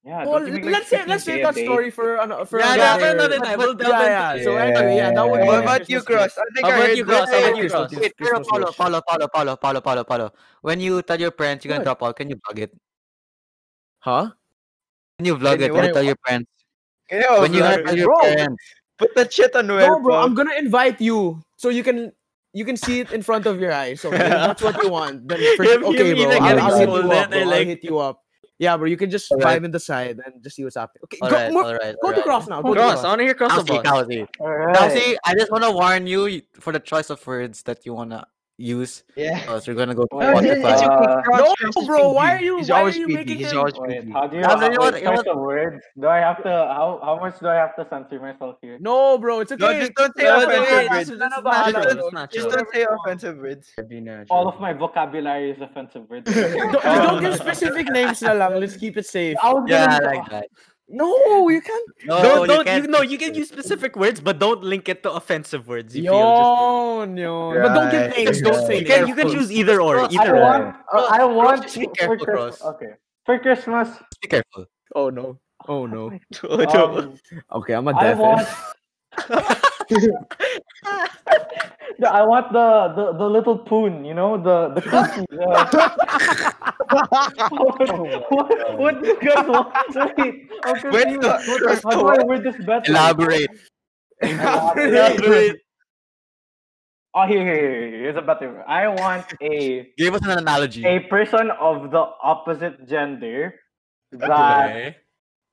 [SPEAKER 8] Yeah,
[SPEAKER 3] Well,
[SPEAKER 8] don't you make, like,
[SPEAKER 3] let's say let's
[SPEAKER 8] 15K
[SPEAKER 3] say
[SPEAKER 8] a
[SPEAKER 3] that
[SPEAKER 8] day?
[SPEAKER 3] story for an, for
[SPEAKER 7] Yeah, yeah,
[SPEAKER 3] another.
[SPEAKER 7] another night. We'll delve into
[SPEAKER 3] yeah, yeah.
[SPEAKER 7] it.
[SPEAKER 3] So anyway, yeah, that would be my
[SPEAKER 6] Yeah.
[SPEAKER 4] What about you,
[SPEAKER 3] Christmas gift.
[SPEAKER 4] Cross? I think
[SPEAKER 7] How
[SPEAKER 4] I
[SPEAKER 7] about
[SPEAKER 4] heard
[SPEAKER 7] you, Cross? How
[SPEAKER 4] that.
[SPEAKER 7] about you, Cross?
[SPEAKER 1] Wait,
[SPEAKER 3] Christmas
[SPEAKER 1] pero Paolo,
[SPEAKER 3] wish.
[SPEAKER 1] Paolo, Paolo, Paolo, Paolo, Paolo, Paolo, When you tell your parents you're gonna
[SPEAKER 3] What?
[SPEAKER 1] drop out, can you vlog it?
[SPEAKER 3] Huh?
[SPEAKER 1] Can you vlog it
[SPEAKER 4] Can you
[SPEAKER 1] when you
[SPEAKER 4] what?
[SPEAKER 1] tell your parents?
[SPEAKER 4] Yeah,
[SPEAKER 1] when you're gonna
[SPEAKER 4] bro.
[SPEAKER 1] tell your
[SPEAKER 3] Bro,
[SPEAKER 1] parents?
[SPEAKER 4] oh, put that shit on where
[SPEAKER 3] No, bro, I'm gonna invite you so you can you can see it in front of your eyes. Okay, If that's what you want. Then for,
[SPEAKER 7] If- if
[SPEAKER 3] okay,
[SPEAKER 7] you
[SPEAKER 3] bro,
[SPEAKER 7] like
[SPEAKER 3] I'll,
[SPEAKER 1] getting
[SPEAKER 3] I'll hit you
[SPEAKER 7] scolded,
[SPEAKER 3] up. Bro,
[SPEAKER 7] I
[SPEAKER 3] I'll
[SPEAKER 7] like-
[SPEAKER 3] hit you up. Yeah, bro, you can just
[SPEAKER 1] Alright.
[SPEAKER 3] vibe in the side and just see what's happening. Okay, go,
[SPEAKER 1] Alright,
[SPEAKER 3] more-
[SPEAKER 1] alright.
[SPEAKER 3] go to
[SPEAKER 1] alright.
[SPEAKER 3] cross now. Go to
[SPEAKER 7] Cross, I
[SPEAKER 3] cross.
[SPEAKER 7] want to hear cross the
[SPEAKER 1] Kelsey,
[SPEAKER 7] boss.
[SPEAKER 1] Kelsey. Kelsey, I just want to warn you y- for the choice of words that you wanna use.
[SPEAKER 6] Oh, Yeah.
[SPEAKER 1] Because we're gonna go to
[SPEAKER 8] Wait, wait,
[SPEAKER 6] It's- it's
[SPEAKER 1] Spotify.
[SPEAKER 8] Uh,
[SPEAKER 6] okay, Cross-
[SPEAKER 3] no,
[SPEAKER 6] Cross is
[SPEAKER 3] bro, why are
[SPEAKER 6] PG.
[SPEAKER 3] you-
[SPEAKER 6] He's
[SPEAKER 3] why are
[SPEAKER 6] always
[SPEAKER 3] you
[SPEAKER 6] PG,
[SPEAKER 3] making
[SPEAKER 6] He's
[SPEAKER 3] him-
[SPEAKER 6] always
[SPEAKER 8] Wait,
[SPEAKER 6] PG.
[SPEAKER 8] how do you?
[SPEAKER 1] Yeah,
[SPEAKER 8] how,
[SPEAKER 1] but you know what-
[SPEAKER 8] wait,
[SPEAKER 1] you know
[SPEAKER 8] choice of words. Do I have to? How how much do I have to censor myself here?
[SPEAKER 3] No, bro, it's okay.
[SPEAKER 4] No, just don't say
[SPEAKER 3] No,
[SPEAKER 7] Wait, wait,
[SPEAKER 3] no, no,
[SPEAKER 7] wait,
[SPEAKER 4] offensive
[SPEAKER 3] no,
[SPEAKER 7] this is not
[SPEAKER 3] no, no,
[SPEAKER 4] words.
[SPEAKER 7] true,
[SPEAKER 3] no, no,
[SPEAKER 7] this
[SPEAKER 3] no.
[SPEAKER 7] is not
[SPEAKER 4] Just
[SPEAKER 7] true.
[SPEAKER 4] don't say offensive words. (laughs)
[SPEAKER 8] All of my vocabulary is offensive words.
[SPEAKER 3] Don't- Don't give specific names na lang. Let's keep it safe.
[SPEAKER 8] I was
[SPEAKER 1] Yeah,
[SPEAKER 8] gonna-
[SPEAKER 1] like that.
[SPEAKER 3] No, you can't.
[SPEAKER 1] No,
[SPEAKER 7] Don't,
[SPEAKER 1] you
[SPEAKER 7] don't, you,
[SPEAKER 1] can't
[SPEAKER 7] no,
[SPEAKER 1] do
[SPEAKER 7] you can use specific words, but don't link it to offensive words. You feel just.
[SPEAKER 3] Yon, yon. But don't give names. Don't say
[SPEAKER 7] You can, you
[SPEAKER 3] names.
[SPEAKER 7] can choose either or.
[SPEAKER 1] Cross,
[SPEAKER 8] I
[SPEAKER 7] Either or.
[SPEAKER 8] want. uh,
[SPEAKER 1] Cross,
[SPEAKER 8] I
[SPEAKER 1] Cross,
[SPEAKER 8] want.
[SPEAKER 1] just be
[SPEAKER 8] for
[SPEAKER 1] careful,
[SPEAKER 8] Christ-
[SPEAKER 1] Cross.
[SPEAKER 8] Okay. For Christmas,
[SPEAKER 1] Be careful.
[SPEAKER 3] Oh no. Oh no.
[SPEAKER 7] Oh,
[SPEAKER 8] um,
[SPEAKER 3] Okay, I'm a
[SPEAKER 8] I
[SPEAKER 3] deaf. (laughs)
[SPEAKER 8] want. Yeah, I want the, the the little poon, you know, the the cookie. The... what, what do you guys want? Wait, okay,
[SPEAKER 1] When
[SPEAKER 8] wait,
[SPEAKER 1] you-
[SPEAKER 8] wait, how do I word this better?
[SPEAKER 1] Elaborate.
[SPEAKER 4] (laughs)
[SPEAKER 8] Elaborate. Oh, here, here, here, here, here's a better. word. I want a
[SPEAKER 1] Give us an analogy.
[SPEAKER 8] a person of the opposite gender that.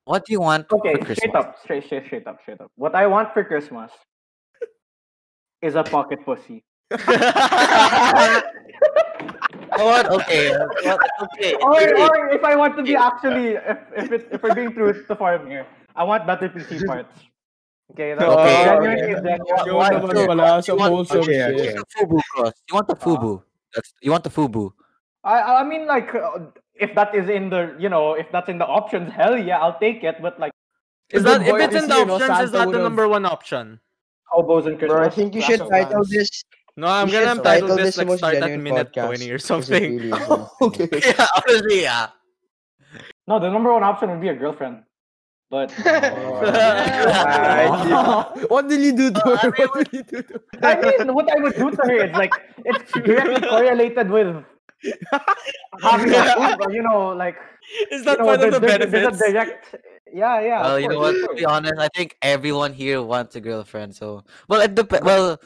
[SPEAKER 1] What do you want
[SPEAKER 8] Okay,
[SPEAKER 1] for
[SPEAKER 8] straight
[SPEAKER 1] Christmas?
[SPEAKER 8] up, straight, straight, straight up, straight up. What I want for Christmas is a pocket pussy.
[SPEAKER 1] You know what? Okay. uh, what- Okay.
[SPEAKER 8] or,
[SPEAKER 1] okay.
[SPEAKER 8] or if I want to be actually, if if, it, if we're being truth to form here, I want better PC parts. Okay, that's
[SPEAKER 1] Okay.
[SPEAKER 8] genuinely that-
[SPEAKER 1] You want the
[SPEAKER 8] what-
[SPEAKER 3] pala sa
[SPEAKER 1] You want-
[SPEAKER 3] wholesome
[SPEAKER 1] okay, okay.
[SPEAKER 3] shit.
[SPEAKER 1] You want the Fubu cross. You want the Fubu. That's, you want the Fubu.
[SPEAKER 8] I I mean like uh, if that is in the you know if that's in the options, hell yeah, I'll take it. But like
[SPEAKER 7] Is that
[SPEAKER 3] Good
[SPEAKER 7] if
[SPEAKER 3] boy
[SPEAKER 7] it's
[SPEAKER 3] this
[SPEAKER 7] in the
[SPEAKER 3] year, no?
[SPEAKER 7] options? Is that
[SPEAKER 3] Santa
[SPEAKER 7] the
[SPEAKER 3] would've-
[SPEAKER 7] number one option?
[SPEAKER 8] hobos and
[SPEAKER 6] Bro, I
[SPEAKER 8] Christmas.
[SPEAKER 6] think you
[SPEAKER 3] Clash
[SPEAKER 6] should
[SPEAKER 3] of
[SPEAKER 6] title
[SPEAKER 3] Clans.
[SPEAKER 6] this
[SPEAKER 2] No, I'm
[SPEAKER 6] We
[SPEAKER 2] gonna
[SPEAKER 6] should
[SPEAKER 2] title
[SPEAKER 6] title
[SPEAKER 2] this
[SPEAKER 6] this the
[SPEAKER 2] like
[SPEAKER 6] most
[SPEAKER 2] start at
[SPEAKER 6] genuine
[SPEAKER 2] minute
[SPEAKER 6] podcast.
[SPEAKER 2] twenty or
[SPEAKER 6] This is
[SPEAKER 2] (laughs) something.
[SPEAKER 3] (laughs)
[SPEAKER 6] really
[SPEAKER 8] (laughs)
[SPEAKER 6] isn't.
[SPEAKER 3] okay.
[SPEAKER 1] yeah, honestly, yeah.
[SPEAKER 8] No, the number one option would be a girlfriend. But
[SPEAKER 3] (laughs) what did you do to her? What did you do to
[SPEAKER 8] Oh, I mean, what I would do to her is like it's directly correlated with
[SPEAKER 3] (laughs)
[SPEAKER 8] having a food, or, you know, like
[SPEAKER 2] Is
[SPEAKER 8] you
[SPEAKER 2] that
[SPEAKER 8] know,
[SPEAKER 2] part of
[SPEAKER 8] there-
[SPEAKER 2] the
[SPEAKER 8] there- there's
[SPEAKER 2] benefits?
[SPEAKER 8] a direct, yeah, yeah.
[SPEAKER 1] Well,
[SPEAKER 8] of
[SPEAKER 1] you know what?
[SPEAKER 8] course,
[SPEAKER 1] To be
[SPEAKER 8] sure.
[SPEAKER 1] honest, I think everyone here wants a girlfriend. So, well, it depends. Well,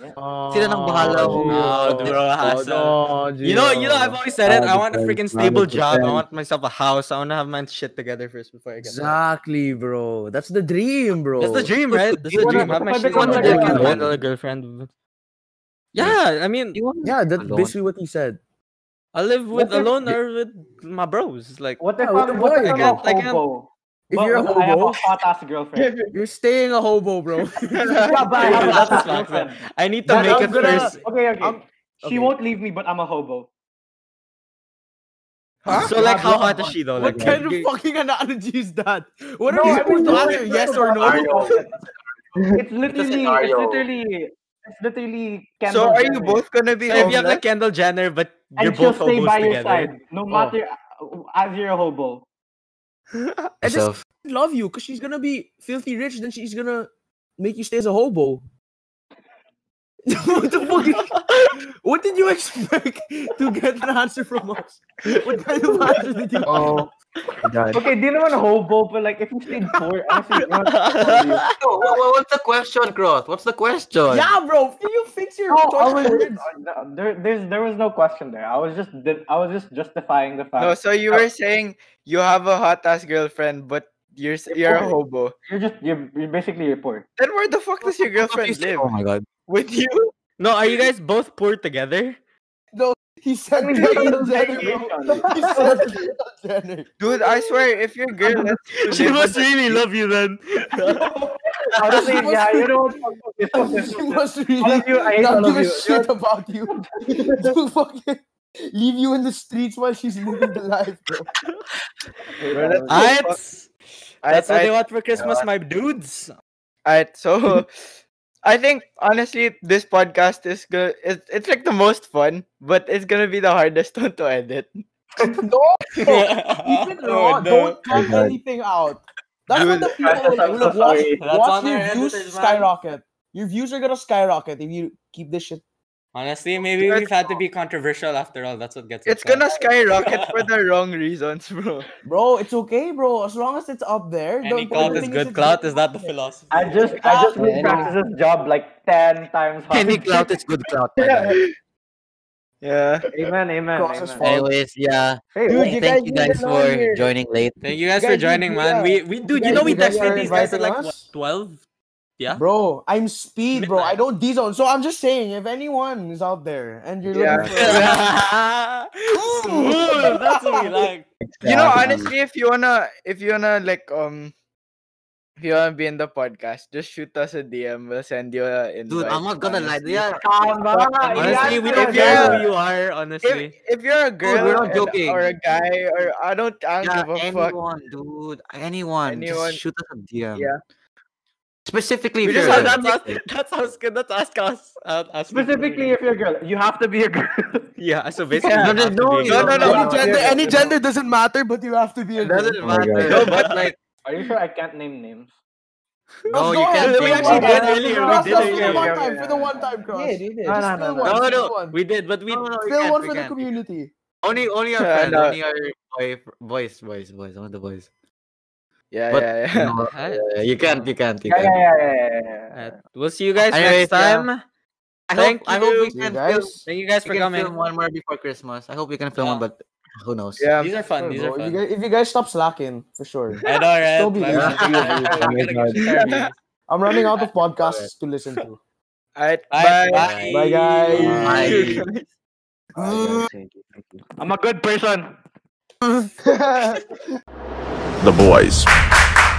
[SPEAKER 1] sila nang bahala. uh,
[SPEAKER 3] Oh,
[SPEAKER 2] No,
[SPEAKER 3] Gio.
[SPEAKER 2] bro, hassle.
[SPEAKER 3] Oh,
[SPEAKER 2] You know, you know, I've always said it. I want a freaking
[SPEAKER 11] 100%,
[SPEAKER 2] stable job. I
[SPEAKER 11] 100%.
[SPEAKER 2] want myself a house. I want to have my shit together first before I get married.
[SPEAKER 3] Exactly, bro. That's the dream, bro.
[SPEAKER 2] That's the dream, right? That's the
[SPEAKER 8] Wanna-
[SPEAKER 2] dream. Have my
[SPEAKER 8] wanna
[SPEAKER 2] shit
[SPEAKER 8] become
[SPEAKER 2] together.
[SPEAKER 8] like a
[SPEAKER 2] Get
[SPEAKER 8] girlfriend.
[SPEAKER 2] handle a girlfriend. Yeah, I mean,
[SPEAKER 3] Yeah, that's
[SPEAKER 1] Alone.
[SPEAKER 3] basically what he said.
[SPEAKER 2] I live with
[SPEAKER 8] What if-
[SPEAKER 2] alone or with my bros. Like,
[SPEAKER 8] What
[SPEAKER 3] Yeah,
[SPEAKER 8] if I'm,
[SPEAKER 3] what
[SPEAKER 8] what
[SPEAKER 3] if
[SPEAKER 8] if
[SPEAKER 2] I
[SPEAKER 8] I'm a
[SPEAKER 2] can't- I can't-
[SPEAKER 8] hobo?
[SPEAKER 3] um, If
[SPEAKER 8] What
[SPEAKER 3] you're a
[SPEAKER 8] if I have
[SPEAKER 3] hobo,
[SPEAKER 8] a hot ass
[SPEAKER 3] (laughs)
[SPEAKER 8] girlfriend.
[SPEAKER 3] you're staying a hobo,
[SPEAKER 8] (laughs)
[SPEAKER 3] bro. (laughs)
[SPEAKER 8] yeah, but I have a
[SPEAKER 2] That's a
[SPEAKER 8] hot ass
[SPEAKER 2] fact,
[SPEAKER 8] girlfriend.
[SPEAKER 2] I need to
[SPEAKER 8] But
[SPEAKER 2] make
[SPEAKER 8] I'm
[SPEAKER 2] it
[SPEAKER 8] gonna-
[SPEAKER 2] first.
[SPEAKER 8] Okay, okay.
[SPEAKER 3] I'm- Um,
[SPEAKER 8] she
[SPEAKER 3] okay.
[SPEAKER 8] won't leave me, but I'm a hobo.
[SPEAKER 2] So, like, how hot is she though?
[SPEAKER 3] What
[SPEAKER 2] Like,
[SPEAKER 3] kind of
[SPEAKER 2] you-
[SPEAKER 3] fucking analogy is that? What
[SPEAKER 8] No,
[SPEAKER 3] are you
[SPEAKER 8] I
[SPEAKER 3] supposed to
[SPEAKER 8] mean,
[SPEAKER 3] answer? Yes or no?
[SPEAKER 11] Mario.
[SPEAKER 8] It's literally, it's
[SPEAKER 11] scenario.
[SPEAKER 8] literally, it's literally.
[SPEAKER 4] So
[SPEAKER 8] Kendall
[SPEAKER 4] are you
[SPEAKER 8] Jenner.
[SPEAKER 4] both gonna be
[SPEAKER 2] So if you have
[SPEAKER 4] homeless?
[SPEAKER 2] like Kendall Jenner, but you're
[SPEAKER 8] And she'll
[SPEAKER 2] both
[SPEAKER 8] stay
[SPEAKER 2] hobos
[SPEAKER 8] by your
[SPEAKER 2] together. Oh.
[SPEAKER 8] side, no matter uh, as you're a hobo.
[SPEAKER 3] (laughs) I just (laughs)
[SPEAKER 1] yourself.
[SPEAKER 3] love you because she's gonna be filthy rich, then she's gonna make you stay as a hobo. (laughs) what the fuck? is- (laughs) what did you expect to get an answer from us? What kind of answer did you?
[SPEAKER 11] Oh, God.
[SPEAKER 8] Okay, di naman hobo, but like if you stayed poor, honestly, you
[SPEAKER 3] (laughs)
[SPEAKER 8] know,
[SPEAKER 1] Yo, wha- wha- what's the question, Cross? What's the question?
[SPEAKER 3] Yeah, bro. Can you fix your
[SPEAKER 8] No, I
[SPEAKER 3] choice
[SPEAKER 8] was
[SPEAKER 3] of
[SPEAKER 8] just,
[SPEAKER 3] words?
[SPEAKER 8] uh, no, there, there's, there was no question there. I was just, di- I was just justifying the fact.
[SPEAKER 4] No, so you were saying you have a hot ass girlfriend, but you're s- you're a hobo.
[SPEAKER 8] You're just, you're, you're basically you're poor.
[SPEAKER 4] Then where the fuck does your girlfriend live?
[SPEAKER 1] Oh my god.
[SPEAKER 4] With
[SPEAKER 3] (laughs)
[SPEAKER 4] you?
[SPEAKER 2] No, are you guys both poor together?
[SPEAKER 3] (laughs) He said
[SPEAKER 8] I mean,
[SPEAKER 3] Kendall
[SPEAKER 8] that's
[SPEAKER 3] Jenner.
[SPEAKER 8] (laughs) segregation.
[SPEAKER 3] bro. He said (laughs) Kendall Jenner.
[SPEAKER 4] Dude, I swear, if your girl lets
[SPEAKER 3] (laughs)
[SPEAKER 4] you
[SPEAKER 2] She
[SPEAKER 4] live
[SPEAKER 2] must
[SPEAKER 4] with-
[SPEAKER 2] really love you then.
[SPEAKER 3] She
[SPEAKER 8] Honestly, yeah,
[SPEAKER 3] was-
[SPEAKER 8] you know, what? This was-
[SPEAKER 3] (laughs)
[SPEAKER 8] this
[SPEAKER 3] She
[SPEAKER 8] was-
[SPEAKER 3] must really
[SPEAKER 8] of you, I hate
[SPEAKER 3] not
[SPEAKER 8] all of
[SPEAKER 3] give a
[SPEAKER 8] you.
[SPEAKER 3] shit about you. (laughs) to fucking leave you in the streets while she's living the life, bro.
[SPEAKER 2] Alright.
[SPEAKER 4] I-
[SPEAKER 2] That's what
[SPEAKER 4] I-
[SPEAKER 2] they want for Christmas, my dudes. (laughs)
[SPEAKER 1] (laughs)
[SPEAKER 4] Alright, so I think honestly this podcast is good. It's it's like the most fun, but it's gonna be the hardest (laughs) one to edit.
[SPEAKER 2] (laughs)
[SPEAKER 3] No, keep it raw.
[SPEAKER 2] Oh, no.
[SPEAKER 3] Don't cut
[SPEAKER 11] God.
[SPEAKER 3] anything out. That's what the people will do.
[SPEAKER 8] That's- I'm so
[SPEAKER 3] Look, watch,
[SPEAKER 8] sorry.
[SPEAKER 2] That's
[SPEAKER 3] watch
[SPEAKER 2] on
[SPEAKER 3] your
[SPEAKER 2] our
[SPEAKER 3] views
[SPEAKER 2] editors, man.
[SPEAKER 3] skyrocket. Your views are gonna skyrocket if you keep this shit.
[SPEAKER 2] Honestly, maybe
[SPEAKER 4] That's-
[SPEAKER 2] we've had to be controversial after all. That's what gets us
[SPEAKER 4] It's gonna
[SPEAKER 2] out.
[SPEAKER 4] skyrocket
[SPEAKER 1] (laughs)
[SPEAKER 4] for the wrong reasons, bro.
[SPEAKER 3] Bro, it's okay, bro. As long as it's up there. the
[SPEAKER 2] Any
[SPEAKER 3] important
[SPEAKER 2] clout is
[SPEAKER 3] thing
[SPEAKER 2] good
[SPEAKER 3] it's
[SPEAKER 2] clout. Is
[SPEAKER 3] getting
[SPEAKER 2] that the
[SPEAKER 3] up there.
[SPEAKER 2] philosophy?
[SPEAKER 8] I just, I just practice this job like ten times harder.
[SPEAKER 1] Any clout is good clout. my guy.
[SPEAKER 4] Yeah.
[SPEAKER 8] Amen, amen.
[SPEAKER 3] Crosses
[SPEAKER 8] amen.
[SPEAKER 3] fault.
[SPEAKER 1] Anyways, yeah.
[SPEAKER 8] Hey,
[SPEAKER 3] Dude,
[SPEAKER 8] wait,
[SPEAKER 3] you guys
[SPEAKER 1] Thank you
[SPEAKER 3] need to
[SPEAKER 1] guys
[SPEAKER 3] know
[SPEAKER 1] for
[SPEAKER 3] here.
[SPEAKER 1] joining late.
[SPEAKER 2] Thank you guys
[SPEAKER 3] You
[SPEAKER 2] for
[SPEAKER 3] guys need-
[SPEAKER 2] joining, man.
[SPEAKER 3] yeah.
[SPEAKER 2] We we dude, you
[SPEAKER 3] guys-
[SPEAKER 2] know we
[SPEAKER 3] you guys
[SPEAKER 2] texted
[SPEAKER 3] are
[SPEAKER 2] these guys at
[SPEAKER 3] inviting
[SPEAKER 2] like what,
[SPEAKER 3] us?
[SPEAKER 2] 12? Yeah.
[SPEAKER 3] Bro, I'm speed, bro. I
[SPEAKER 2] Midnight.
[SPEAKER 3] don't D-zone. So I'm just saying, if anyone is out there and you're
[SPEAKER 4] Yeah.
[SPEAKER 3] looking for...
[SPEAKER 2] Smooth, Oh, that's what we like.
[SPEAKER 4] You know,
[SPEAKER 11] Yeah.
[SPEAKER 4] honestly, if you wanna if you wanna like um if you wanna be in the podcast, just shoot us a DM. We'll send you a invite.
[SPEAKER 1] Dude, I'm not gonna lie.
[SPEAKER 4] honestly.
[SPEAKER 1] Yeah,
[SPEAKER 2] Honestly, we
[SPEAKER 4] yeah,
[SPEAKER 2] don't
[SPEAKER 4] yeah.
[SPEAKER 2] care who you are, honestly.
[SPEAKER 4] If, if you're a girl
[SPEAKER 1] we're not
[SPEAKER 4] and-
[SPEAKER 1] joking.
[SPEAKER 4] or a guy or I don't I don't
[SPEAKER 1] yeah
[SPEAKER 4] give a fuck.
[SPEAKER 1] anyone, dude. Anyone.
[SPEAKER 4] Anyone.
[SPEAKER 1] Just shoot us a DM.
[SPEAKER 4] Yeah.
[SPEAKER 1] Specifically,
[SPEAKER 2] We
[SPEAKER 1] if
[SPEAKER 2] just
[SPEAKER 1] you're-
[SPEAKER 2] had that last, that's us that's ask us. Uh, ask me.
[SPEAKER 8] specifically, if you're a girl, you have to be a girl.
[SPEAKER 2] Yeah, so basically
[SPEAKER 4] Yeah.
[SPEAKER 2] you have to be-
[SPEAKER 4] No, no, no,
[SPEAKER 3] any
[SPEAKER 4] no.
[SPEAKER 3] gender,
[SPEAKER 8] yeah,
[SPEAKER 3] any
[SPEAKER 8] yeah.
[SPEAKER 3] gender doesn't matter, but you have to be a
[SPEAKER 1] It
[SPEAKER 3] girl.
[SPEAKER 1] doesn't
[SPEAKER 11] Oh my
[SPEAKER 1] matter.
[SPEAKER 11] God.
[SPEAKER 1] but
[SPEAKER 3] (laughs)
[SPEAKER 1] like,
[SPEAKER 8] Are you sure I can't name names?
[SPEAKER 1] no,
[SPEAKER 3] Go
[SPEAKER 1] you
[SPEAKER 3] ahead.
[SPEAKER 1] can't.
[SPEAKER 2] We
[SPEAKER 1] say
[SPEAKER 2] actually
[SPEAKER 1] that.
[SPEAKER 2] did earlier, we
[SPEAKER 3] Cross,
[SPEAKER 2] did
[SPEAKER 3] cross,
[SPEAKER 2] earlier.
[SPEAKER 3] For the one
[SPEAKER 8] Yeah,
[SPEAKER 3] time,
[SPEAKER 8] yeah,
[SPEAKER 3] for the
[SPEAKER 8] yeah.
[SPEAKER 3] one time, cross.
[SPEAKER 6] Yeah, you did.
[SPEAKER 8] No, no,
[SPEAKER 3] Just
[SPEAKER 8] no,
[SPEAKER 3] fill
[SPEAKER 8] no.
[SPEAKER 3] one,
[SPEAKER 1] No,
[SPEAKER 3] fill
[SPEAKER 1] no,
[SPEAKER 3] one.
[SPEAKER 2] We did, but we
[SPEAKER 1] No, no, no, we
[SPEAKER 3] Fill
[SPEAKER 1] can't,
[SPEAKER 3] one
[SPEAKER 1] we
[SPEAKER 3] for the
[SPEAKER 1] can't.
[SPEAKER 3] community.
[SPEAKER 1] Only, only our
[SPEAKER 4] Yeah,
[SPEAKER 1] friends,
[SPEAKER 4] no.
[SPEAKER 1] only our boy, boys, boys, boys, only the boys.
[SPEAKER 4] Yeah,
[SPEAKER 1] But-
[SPEAKER 4] yeah, yeah.
[SPEAKER 1] No, uh, you can't, you can't, you
[SPEAKER 8] Yeah, yeah,
[SPEAKER 1] can't.
[SPEAKER 8] yeah, yeah, yeah, yeah.
[SPEAKER 2] Uh, we'll see you guys
[SPEAKER 1] Anyways,
[SPEAKER 2] next time.
[SPEAKER 1] I
[SPEAKER 2] Thank
[SPEAKER 1] hope, I hope we
[SPEAKER 3] you.
[SPEAKER 1] can
[SPEAKER 3] Guys,
[SPEAKER 1] film,
[SPEAKER 2] Thank you guys
[SPEAKER 1] we
[SPEAKER 2] for
[SPEAKER 1] can film
[SPEAKER 2] coming.
[SPEAKER 1] one more before Christmas. I hope we can film one,
[SPEAKER 2] Yeah.
[SPEAKER 1] but who knows?
[SPEAKER 4] Yeah.
[SPEAKER 2] These are fun. These are
[SPEAKER 3] Bro, if, you
[SPEAKER 2] fun.
[SPEAKER 3] guys, if you guys stop slacking, for sure.
[SPEAKER 2] I know, right?
[SPEAKER 3] Still be
[SPEAKER 2] Like,
[SPEAKER 3] lazy.
[SPEAKER 2] we gotta give shit our
[SPEAKER 3] I'm running out of podcasts to listen to.
[SPEAKER 4] Alright,
[SPEAKER 2] Bye.
[SPEAKER 4] bye.
[SPEAKER 3] Bye, guys.
[SPEAKER 4] (laughs)
[SPEAKER 1] Bye.
[SPEAKER 3] (laughs)
[SPEAKER 8] I'm a good person.
[SPEAKER 11] The boys.